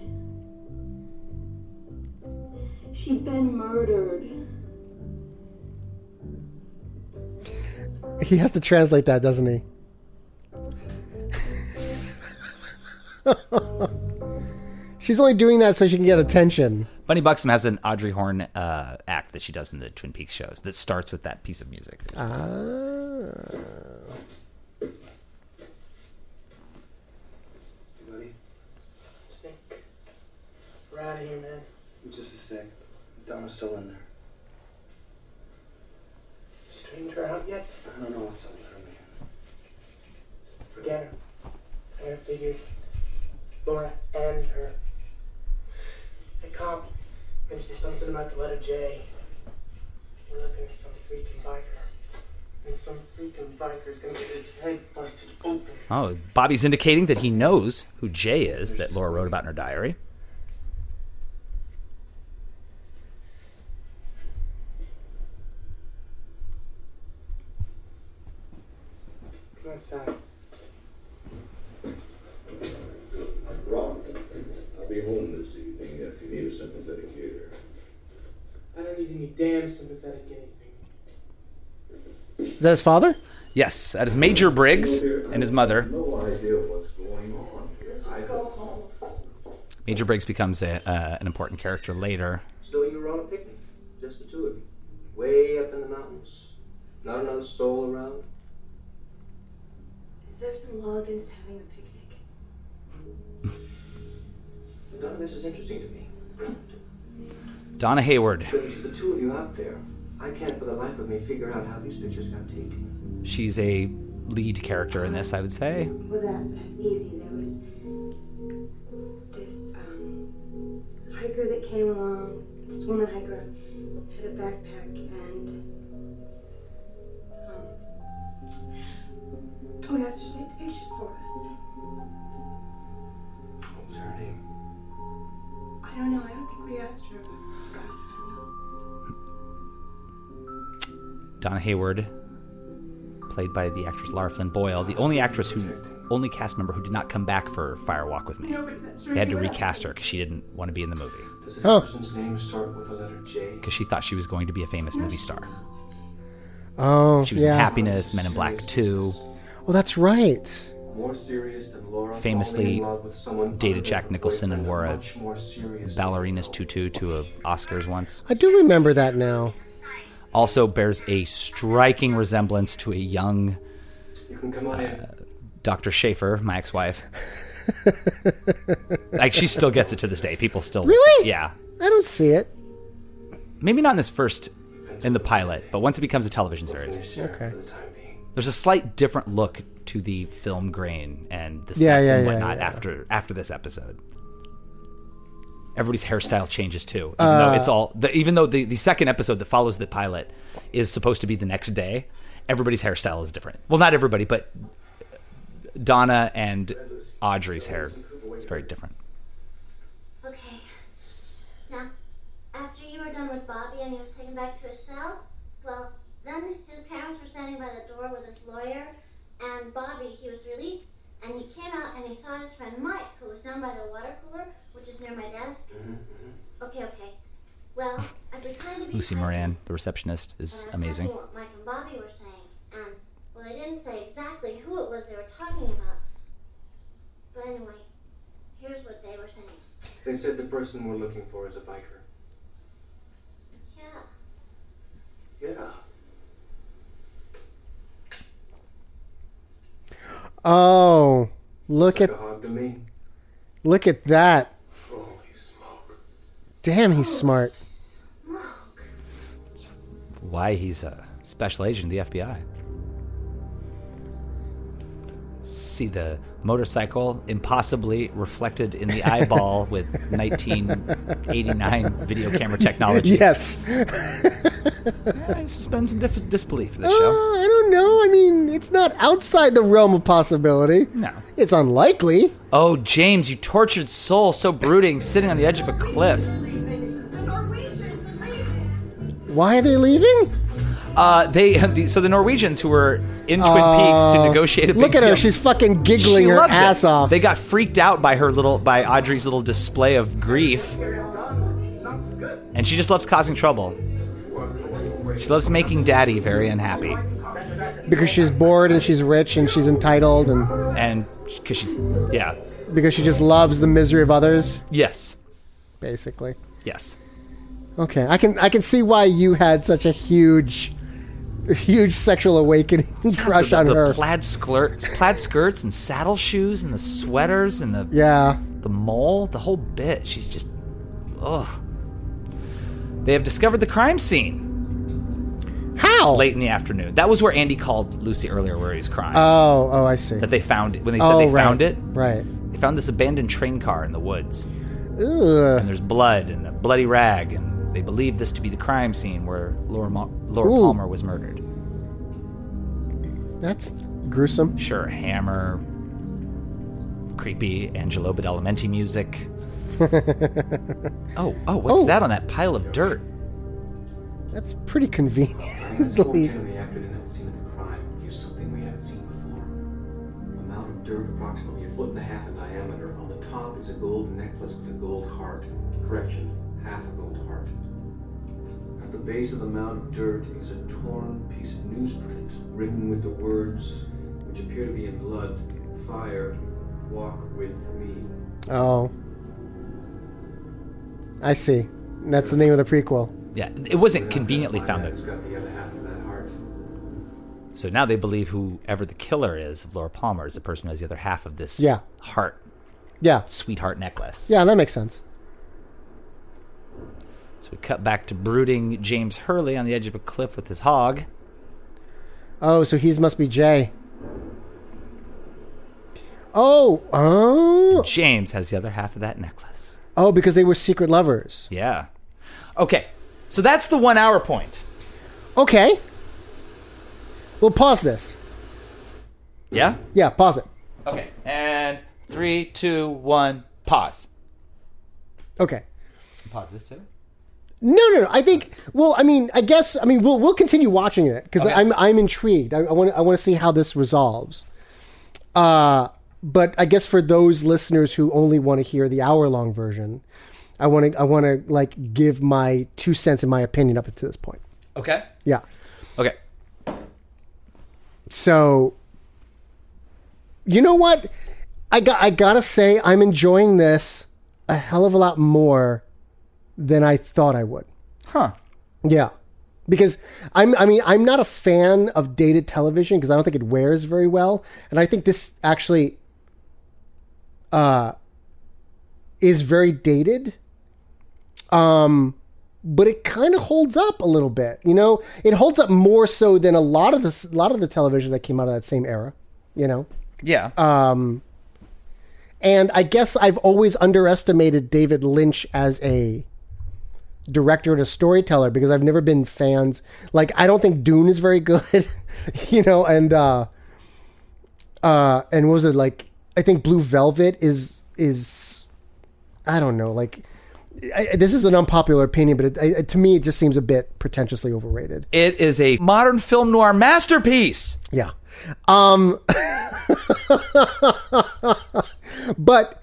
She'd been murdered. He has to translate that, doesn't he? [laughs] she's only doing that so she can get attention. Bunny Buxom has an Audrey Horn uh, act that she does in the Twin Peaks shows that starts with that piece of music. Ah. Buddy, Sick. We're out of here, man. just a sec. Donna's still in there. Streamed her out yet? I don't know what's up with her, man. Forget her. I figured. Laura and her. The cop mentioned something about the letter J. He looked at some freaking biker. And some freaking biker's gonna get his head busted open. Oh, Bobby's indicating that he knows who Jay is that Laura wrote about in her diary. Come outside. Wrong. I'll be home this evening if you need a sympathetic ear. I don't need any damn sympathetic anything. Is that his father? Yes, that is Major Briggs and his mother. No idea what's going on here. I go home. Major Briggs becomes a, uh, an important character later. So you were on a picnic, just the two of you, way up in the mountains. Not another soul around. Is there some law against having a picnic? None of this is interesting to me. Donna Hayward. But there's the two of you out there. I can't for the life of me figure out how these pictures got taken. She's a lead character in this, I would say. Well, that, that's easy. There was this um, hiker that came along. This woman hiker had a backpack and. Um, we asked her to take the pictures for us. What was her name? I don't know. I don't think we asked her. but I forgot. Donna Hayward, played by the actress Lara Flynn Boyle, the only actress who, only cast member who did not come back for Fire Walk with Me. They had to recast her because she didn't want to be in the movie Does this Huh. person's name start with the letter J? because she thought she was going to be a famous movie star. Oh, She was yeah. in Happiness, Men in Black 2, Oh, that's right. More serious than Laura falling famously in love with someone dated other Jack than Nicholson and wore a much more serious. ballerina's tutu to a Oscars once. I do remember that now. Also bears a striking resemblance to a young You can come on in. uh, Dr. Schaefer, my ex-wife. like she still gets it to this day. People still Really? Yeah. I don't see it. Maybe not in this first in the pilot, but once it becomes a television series. Okay. There's a slight different look to the film grain and the sets Yeah, yeah, and yeah, whatnot yeah. after after this episode. Everybody's hairstyle changes too, even Uh, though it's all. The, even though the, the second episode that follows the pilot is supposed to be the next day, everybody's hairstyle is different. Well, not everybody, but Donna and Audrey's hair is very different. Okay. Now, after you were done with Bobby and he was taken back to his cell, well, then his parents were standing by the door with his lawyer, and Bobby, he was released, and he came out and he saw his friend Mike, who was down by the water cooler, which is near my desk. Okay, okay. Well, I pretended to be Lucy Moran, the receptionist, is and I was amazing. talking What Mike and Bobby were saying, and well, they didn't say exactly who it was they were talking about. But anyway, here's what they were saying. They said the person we're looking for is a biker. Yeah. Yeah. Oh, look at hog to me. look at that. Damn, he's smart. Why he's a special agent of the FBI. See the motorcycle impossibly reflected in the [laughs] eyeball with 1989 video camera technology. Yes. I suspend some dif- disbelief for Uh, this show. I don't know. I mean, it's not outside the realm of possibility. No. It's unlikely. Oh, James, you tortured soul, so brooding, sitting on the edge of a cliff. Why are they leaving? Uh, they [laughs] the, so the Norwegians who were in Twin Peaks to Oh, negotiate a big Look at her. deal- She's fucking giggling She her loves it. ass off. They got freaked out by her little by Audrey's little display of grief. And she just loves causing trouble. She loves making daddy very unhappy. Because she's bored and she's rich and she's entitled and And cuz she's yeah. because she just loves the misery of others. Yes. Basically. Yes. Okay, I can I can see why you had such a huge, huge sexual awakening [laughs] crush the, on the her. plaid skirts, plaid skirts and saddle shoes and the sweaters and the yeah, the mole, the whole bit. She's just, ugh. They have discovered the crime scene. How? Late in the afternoon. That was where Andy called Lucy earlier, where he was crying. Oh, oh, I see. That they found when they said Oh, they right, found it. Right. They found this abandoned train car in the woods, Ugh. and there's blood and a bloody rag, and they believe this to be the crime scene where Laura, Ma- Laura Ooh. Palmer was murdered. That's gruesome. Sure, Hammer, creepy Angelo [laughs] Badalamenti music. Oh, oh, what's Oh. that on that pile of dirt? That's pretty conveniently. in the afternoon that was seen in the crime used something we hadn't seen before. A mound of dirt approximately a foot and a half in diameter. On the top is a gold necklace with a gold heart. Correction, half a gold heart. At the base of the mound of dirt is a torn piece of newsprint written with the words, which appear to be in blood, fire, walk with me. [laughs] Oh, I see. That's the name of the prequel. Yeah, it wasn't conveniently found though. Who's got the other half of that heart? So now they believe whoever the killer is of Laura Palmer is the person who has the other half of this Yeah. heart, Yeah, sweetheart necklace. yeah, that makes sense. So we cut back to brooding James Hurley on the edge of a cliff with his hog. Oh, so he's must be Jay. Oh, oh, James has the other half of that necklace. oh, because they were secret lovers. Yeah. Okay. So that's the one hour point. Okay. We'll pause this. Yeah? Yeah, pause it. Okay. And three, two, one, pause. Okay. Pause this too? No, no, no. I think. Well, I mean, I guess. I mean, we'll we'll continue watching it because Okay. I'm I'm intrigued. I want I want to see how this resolves. Uh, but I guess for those listeners who only want to hear the hour long version, I want to I want to like give my two cents and my opinion up to this point. Okay. Yeah. Okay. So, you know what? I got I gotta say I'm enjoying this a hell of a lot more than I thought I would. Huh. Yeah. Because I'm I mean I'm not a fan of dated television because I don't think it wears very well and I think this actually uh is very dated. Um but it kind of holds up a little bit. You know, it holds up more so than a lot of the a lot of the television that came out of that same era. You know. Yeah. Um. And I guess I've always underestimated David Lynch as a director and a storyteller because I've never been fans. Like I don't think Dune is very good, [laughs] you know, and uh, uh, and what was it like? I think Blue Velvet is is I don't know. Like I, this is an unpopular opinion, but it, I, to me, it just seems a bit pretentiously overrated. It is a modern film noir masterpiece. Yeah. Um, [laughs] but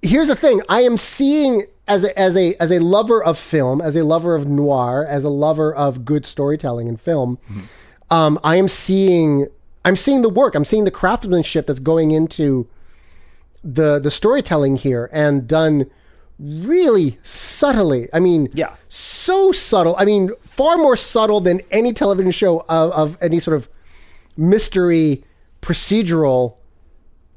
here's the thing: I am seeing as a, as a as a lover of film, as a lover of noir, as a lover of good storytelling in film, mm-hmm. um, I am seeing I'm seeing the work, I'm seeing the craftsmanship that's going into the the storytelling here, and done really subtly. I mean, yeah, so subtle. I mean, far more subtle than any television show of, of any sort of mystery procedural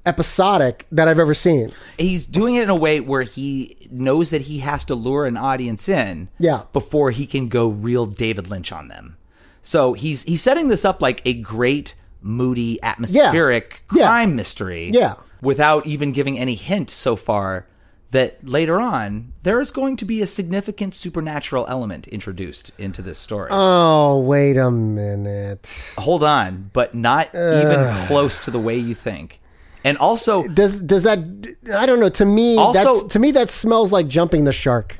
episodic that I've ever seen. He's doing it in a way where he knows that he has to lure an audience in yeah. before he can go real David Lynch on them. So he's he's setting this up like a great moody atmospheric yeah. crime yeah. mystery. Yeah. Without even giving any hint so far that later on there is going to be a significant supernatural element introduced into this story. Oh, wait a minute. Hold on, but not even uh. close to the way you think. And also, does does that? I don't know. To me, also, to me that smells like jumping the shark.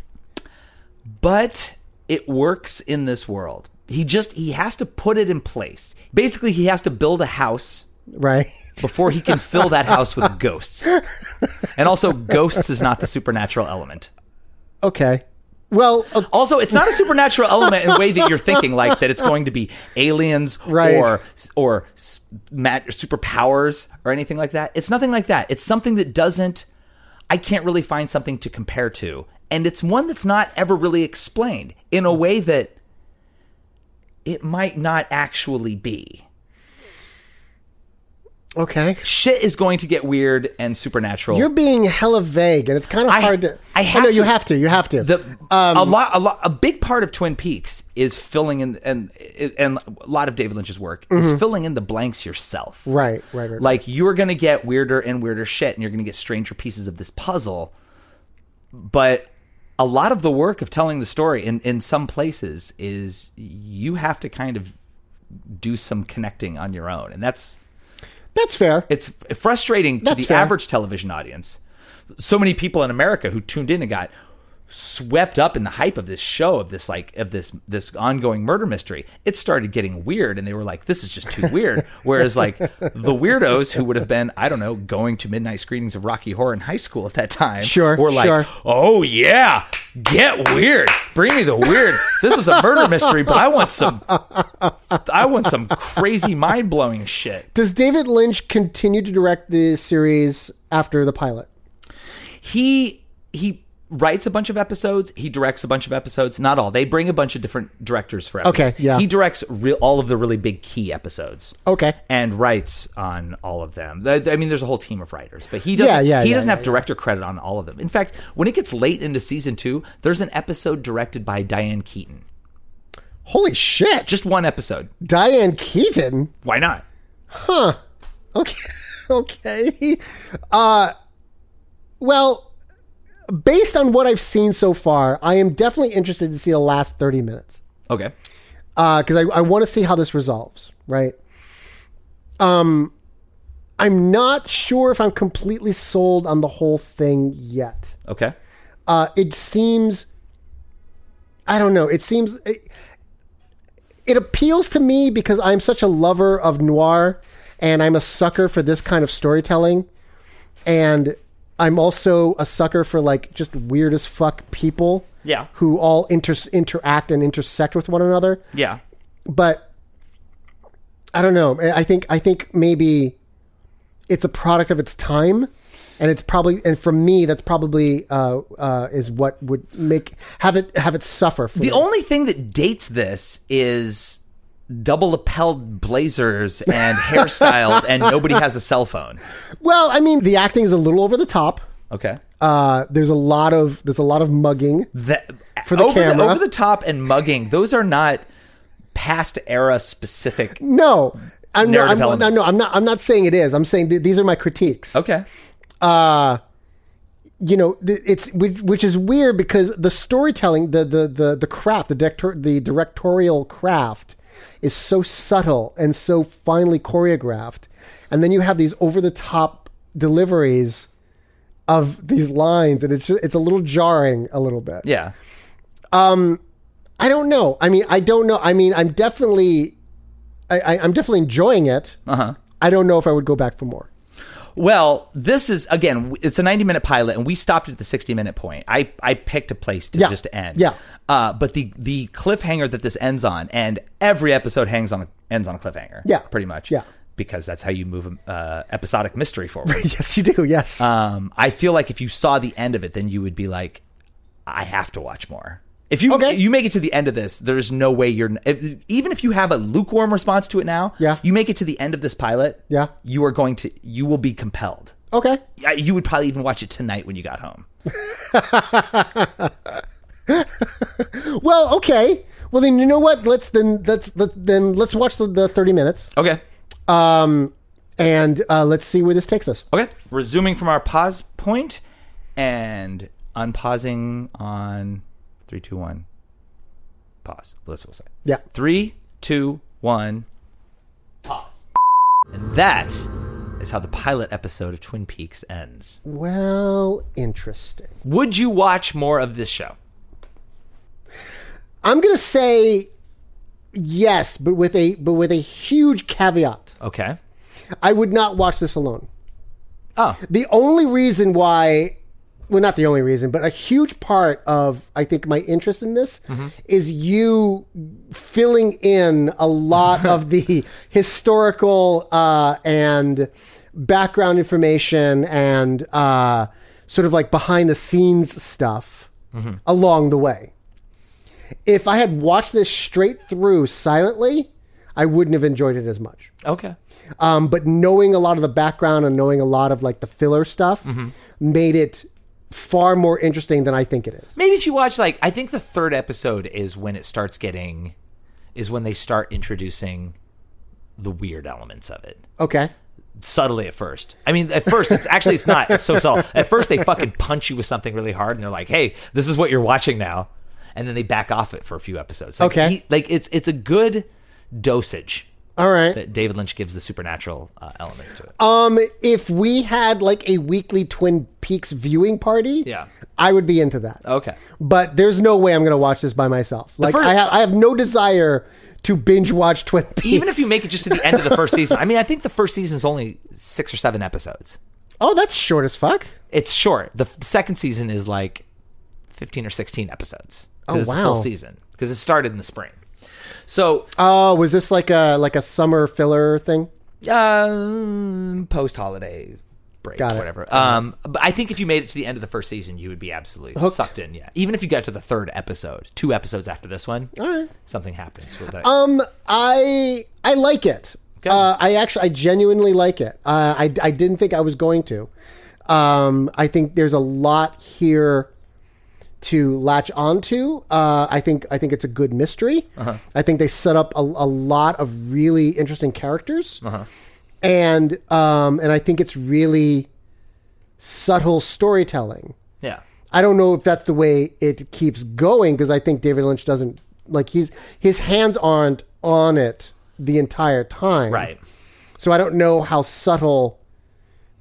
[laughs] But it works in this world. He just he has to put it in place. Basically, he has to build a house, right? Before he can fill that house with ghosts, and also ghosts is not the supernatural element. Okay. Well, uh, also, it's not a supernatural element in the way that you're thinking, like that it's going to be aliens right. or or mag- superpowers or anything like that. It's nothing like that. It's something that doesn't. I can't really find something to compare to, and it's one that's not ever really explained in a way that it might not actually be. Okay. Shit is going to get weird and supernatural. You're being hella vague, and it's kind of I, hard to. I have. Oh, no, to, you have to. You have to. The, um, a lot, a lot, a big part of Twin Peaks is filling in, and and a lot of David Lynch's work mm-hmm. is filling in the blanks yourself. Right, right, right. Like you're going to get weirder and weirder shit, and you're going to get stranger pieces of this puzzle. But a lot of the work of telling the story in in some places is you have to kind of do some connecting on your own, and that's that's fair. It's frustrating to That's the fair. average television audience. So many people in America who tuned in and got swept up in the hype of this show of this like of this this ongoing murder mystery it started getting weird and they were like this is just too weird whereas like the weirdos who would have been i don't know going to midnight screenings of rocky horror in high school at that time sure were like sure. oh yeah get weird bring me the weird this was a murder mystery but i want some i want some crazy mind-blowing shit does david lynch continue to direct the series after the pilot he he writes a bunch of episodes. He directs a bunch of episodes. Not all. They bring a bunch of different directors for episodes. Okay, yeah. He directs re- all of the really big key episodes. Okay. And writes on all of them. Th- I mean, there's a whole team of writers, but he doesn't. Yeah, yeah, he yeah, doesn't yeah, have director credit on all of them. In fact, when it gets late into season two, there's an episode directed by Diane Keaton. Holy shit! Just one episode. Diane Keaton. Why not? Huh. [laughs] Okay. okay. Uh. Well based on what I've seen so far, I am definitely interested to see the last 30 minutes. Okay. Because uh, I, I want to see how this resolves, right? Um, I'm not sure if I'm completely sold on the whole thing yet. Okay. Uh, it seems, I don't know, it seems, it, it appeals to me because I'm such a lover of noir and I'm a sucker for this kind of storytelling. And I'm also a sucker for like just weird as fuck people. Yeah. Who all inter- interact and intersect with one another. Yeah. But I don't know. I think I think maybe it's a product of its time, and it's probably and for me that's probably uh, uh, is what would make have it have it suffer. the me. only thing that dates this is double lapelled [laughs] blazers and hairstyles, and nobody has a cell phone. Well, I mean, the acting is a little over the top. Okay. Uh, there's a lot of there's a lot of mugging that, for the over camera. over the top and mugging. Those are not past [laughs] era specific. no, I'm not, narrative I'm, no, elements. no, I'm not. I'm not saying it is. I'm saying th- these are my critiques. Okay. Uh you know, th- it's which, which is weird because the storytelling, the the the the craft, the director, the directorial craft, is so subtle and so finely choreographed, and then you have these over the top deliveries of these lines, and it's just, it's a little jarring a little bit. Yeah. Um, I don't know. I mean, I don't know. I mean, I'm definitely, I, I I'm definitely enjoying it. Uh huh. I don't know if I would go back for more. [laughs] Well, this is again. w- It's a ninety-minute pilot, and we stopped at the sixty-minute point. I I picked a place to Yeah. just end. Yeah. Uh, but the the cliffhanger that this ends on, and every episode hangs on ends on a cliffhanger. Yeah. Pretty much. Yeah. Because that's how you move uh, episodic [laughs] mystery forward. yes, you do. Yes. um, I feel like if you saw the end of it, then you would be like, I have to watch more. If you you make it to the end of this, there's no way you're if, even if you have a lukewarm response to it now. Yeah. You make it to the end of this pilot. Yeah. You are going to you will be compelled. Okay. Yeah, You would probably even watch it tonight when you got home. Well, okay. Well, then you know what? Let's then let's let, then let's watch the, the thirty minutes. Okay. Um, and uh, let's see where this takes us. Okay. Resuming from our pause point and unpausing on three, two, one. Pause. Well, that's what we'll say. Yeah. Three, two, one. Pause. And that is how the pilot episode of Twin Peaks ends. Well, interesting. Would you watch more of this show? I'm gonna say yes, but with a but with a huge caveat. Okay. I would not watch this alone. Oh. The only reason why well not the only reason, but a huge part of I think my interest in this Mhm. is you filling in a lot of the historical uh, and background information and uh, sort of like behind the scenes stuff Mhm. along the way. If I had watched this straight through silently, I wouldn't have enjoyed it as much. Okay. Um, but knowing a lot of the background and knowing a lot of like the filler stuff Mm-hmm. made it far more interesting than I think it is. Maybe if you watch like I think the third episode is when it starts getting is when they start introducing the weird elements of it. Okay. subtly at first. I mean, at first it's actually it's not. It's so subtle. At first they fucking punch you with something really hard, and they're like, "Hey, this is what you're watching now," and then they back off it for a few episodes. Like, Okay. he- like it's it's a good dosage. All right. That David Lynch gives the supernatural uh, elements to it. Um, if we had like a weekly Twin Peaks viewing party, Yeah. I would be into that. Okay. But there's no way I'm going to watch this by myself. Like first- I have, I have no desire to binge watch Twin Peaks. Even if you make it just to the end of the first season, I mean, I think the first season is only six or seven episodes. oh, that's short as fuck. It's short. The, f- the second season is like fifteen or sixteen episodes. 'Cause Oh, it's a wow. full season because it started in the spring. So, oh, was this like a like a summer filler thing? um, post holiday break, Got it. whatever. Um, but I think if you made it to the end of the first season, you would be absolutely Hooked. sucked in. Yeah, even if you got to the third episode, two episodes after this one, All right. something happens. With that. Um, I I like it. Uh, I actually I genuinely like it. Uh, I I didn't think I was going to. Um, I think there's a lot here to latch onto. Uh, I think I think it's a good mystery. Uh-huh. I think they set up a, a lot of really interesting characters, Uh-huh. and um, and I think it's really subtle storytelling. Yeah. I don't know if that's the way it keeps going because I think David Lynch doesn't like he's his hands aren't on it the entire time. Right. So I don't know how subtle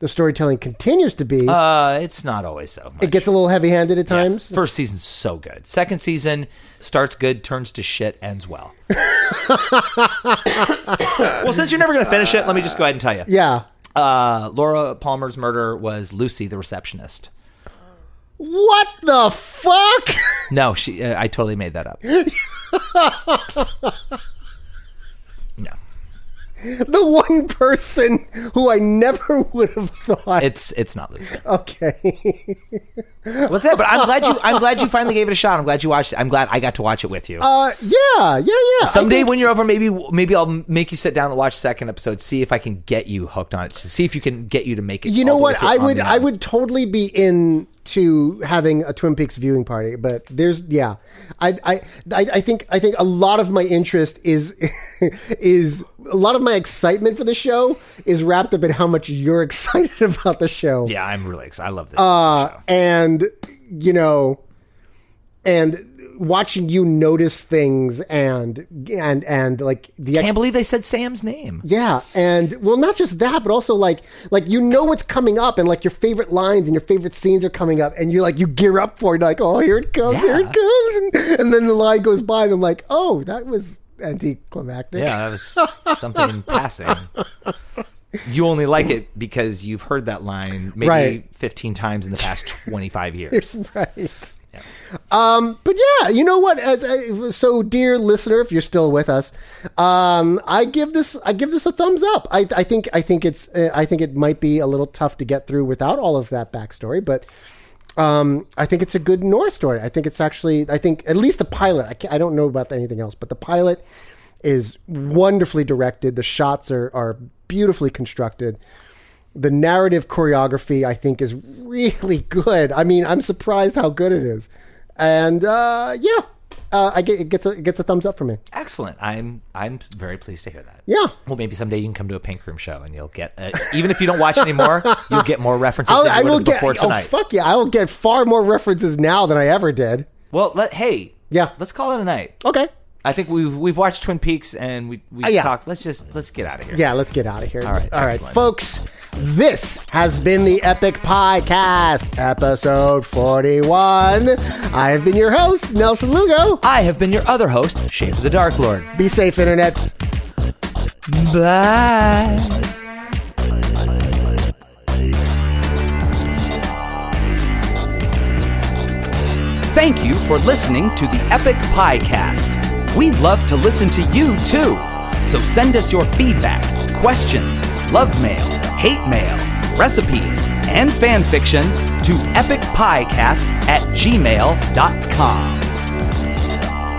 the storytelling continues to be. Uh, it's not always so. it gets a little heavy-handed at times. First season's so good. Second season starts good, turns to shit, [laughs] ends well. well, since you're never going to finish it, let me just go ahead and tell you. Yeah. Uh, Laura Palmer's murder was Lucy, the receptionist. What the fuck? [laughs] No, she. Uh, I totally made that up. No. the one person who I never [laughs] would have thought. It's it's not Lucy. Okay. [laughs] What's that? But I'm glad you I'm glad you finally gave it a shot. I'm glad you watched it. I'm glad I got to watch it with you. Uh, yeah, yeah, yeah. Someday I think- when you're over, maybe maybe I'll make you sit down and watch the second episode. See if I can get you hooked on it. See if you can get you to make it. you know all the way what, through Oh, I on would the I end. would totally be in to having a Twin Peaks viewing party, but there's yeah, I I I, I think I think a lot of my interest is [laughs] is a lot of my excitement for the show is wrapped up in how much you're [laughs] excited about the show. Yeah, I'm really excited. I love this. uh, and you know, and watching you notice things and and and like the Can't believe they said Sam's name. yeah, and well, not just that, but also like like you know what's coming up, and like your favorite lines and your favorite scenes are coming up, and you're like you gear up for it, like oh here it comes, here it comes, and, and then the line goes by, and I'm like oh that was anticlimactic. Yeah, that was something in passing. You only like it because you've heard that line maybe Right. 15 times in the past 25 years. right. [laughs] Um, but yeah, you know what? As I, so, dear listener, if you're still with us, um, I give this I give this a thumbs up. I, I think I think it's uh, I think it might be a little tough to get through without all of that backstory, but um, I think it's a good Nora story. I think it's actually I think at least the pilot. I, can't, I don't know about anything else, but the pilot is wonderfully directed. The shots are are beautifully constructed the narrative choreography I think is really good. I mean, I'm surprised how good it is. And uh, yeah, uh, I get, it gets a, it gets a thumbs up for me. Excellent. I'm I'm very pleased to hear that. Yeah. Well, maybe someday you can come to a pink room show and you'll get uh, even if you don't watch anymore, you'll get more references I'll, than I you would will have get before oh tonight. fuck yeah, I will get far more references now than I ever did. well, let hey, yeah, let's call it a night. Okay. I think we've we've watched Twin Peaks and we we Uh, yeah. talked. Let's just let's get out of here. Yeah, let's get out of here. All right, all right, excellent. folks. This has been the Epic Podcast, episode 41. I have been your host, Nelson Lugo. I have been your other host, Shape of the Dark Lord. Be safe, internets. Bye. Thank you for listening to the Epic Podcast. We'd love to listen to you too. So send us your feedback, questions, love mail, hate mail, recipes, and fan fiction to epicpiecast at gmail.com.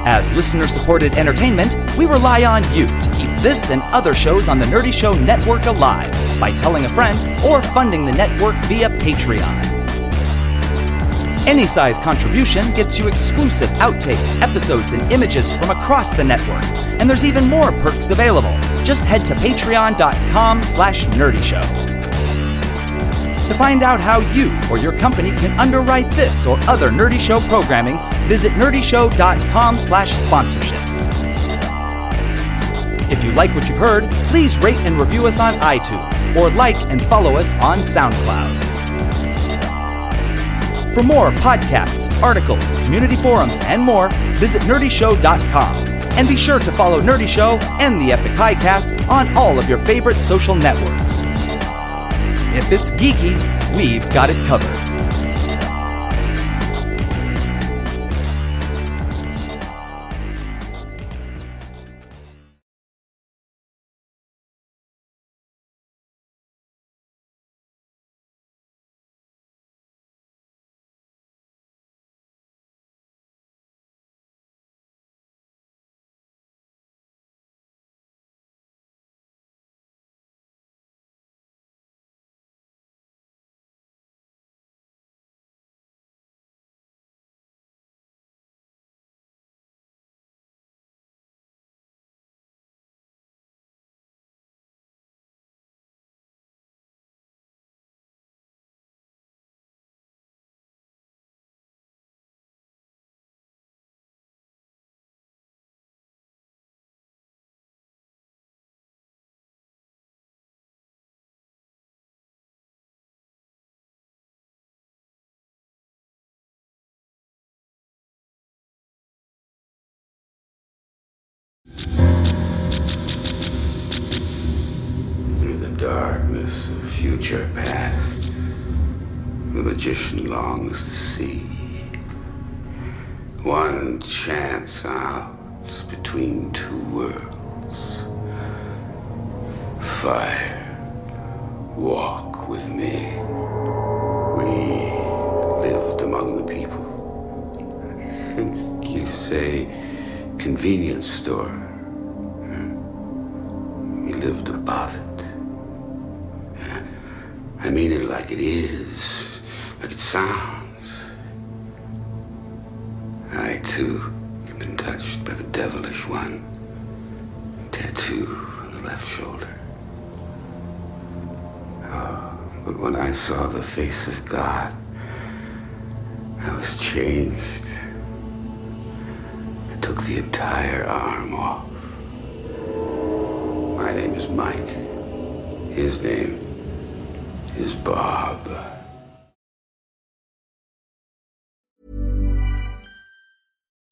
As listener supported entertainment, we rely on you to keep this and other shows on the Nerdy Show Network alive by telling a friend or funding the network via Patreon. Any size contribution gets you exclusive outtakes, episodes, and images from across the network. And there's even more perks available. Just head to patreon.com slash nerdyshow. To find out how you or your company can underwrite this or other Nerdy Show programming, visit nerdyshow.com slash sponsorships. If you like what you've heard, please rate and review us on iTunes or like and follow us on SoundCloud. For more podcasts, articles, community forums, and more, visit nerdyshow.com. And be sure to follow Nerdy Show and the Epic Podcast on all of your favorite social networks. If it's geeky, we've got it covered. Through the darkness of future past, the magician longs to see. One chance out between two worlds. fire. Walk with me. We lived among the people. [laughs] You say convenience store. We lived above it. I mean it like it is, like it sounds. I too have been touched by the devilish one. Tattoo on the left shoulder. Oh, but when I saw the face of God, I was changed. I took the entire arm off. My name is Mike. His name is Bob.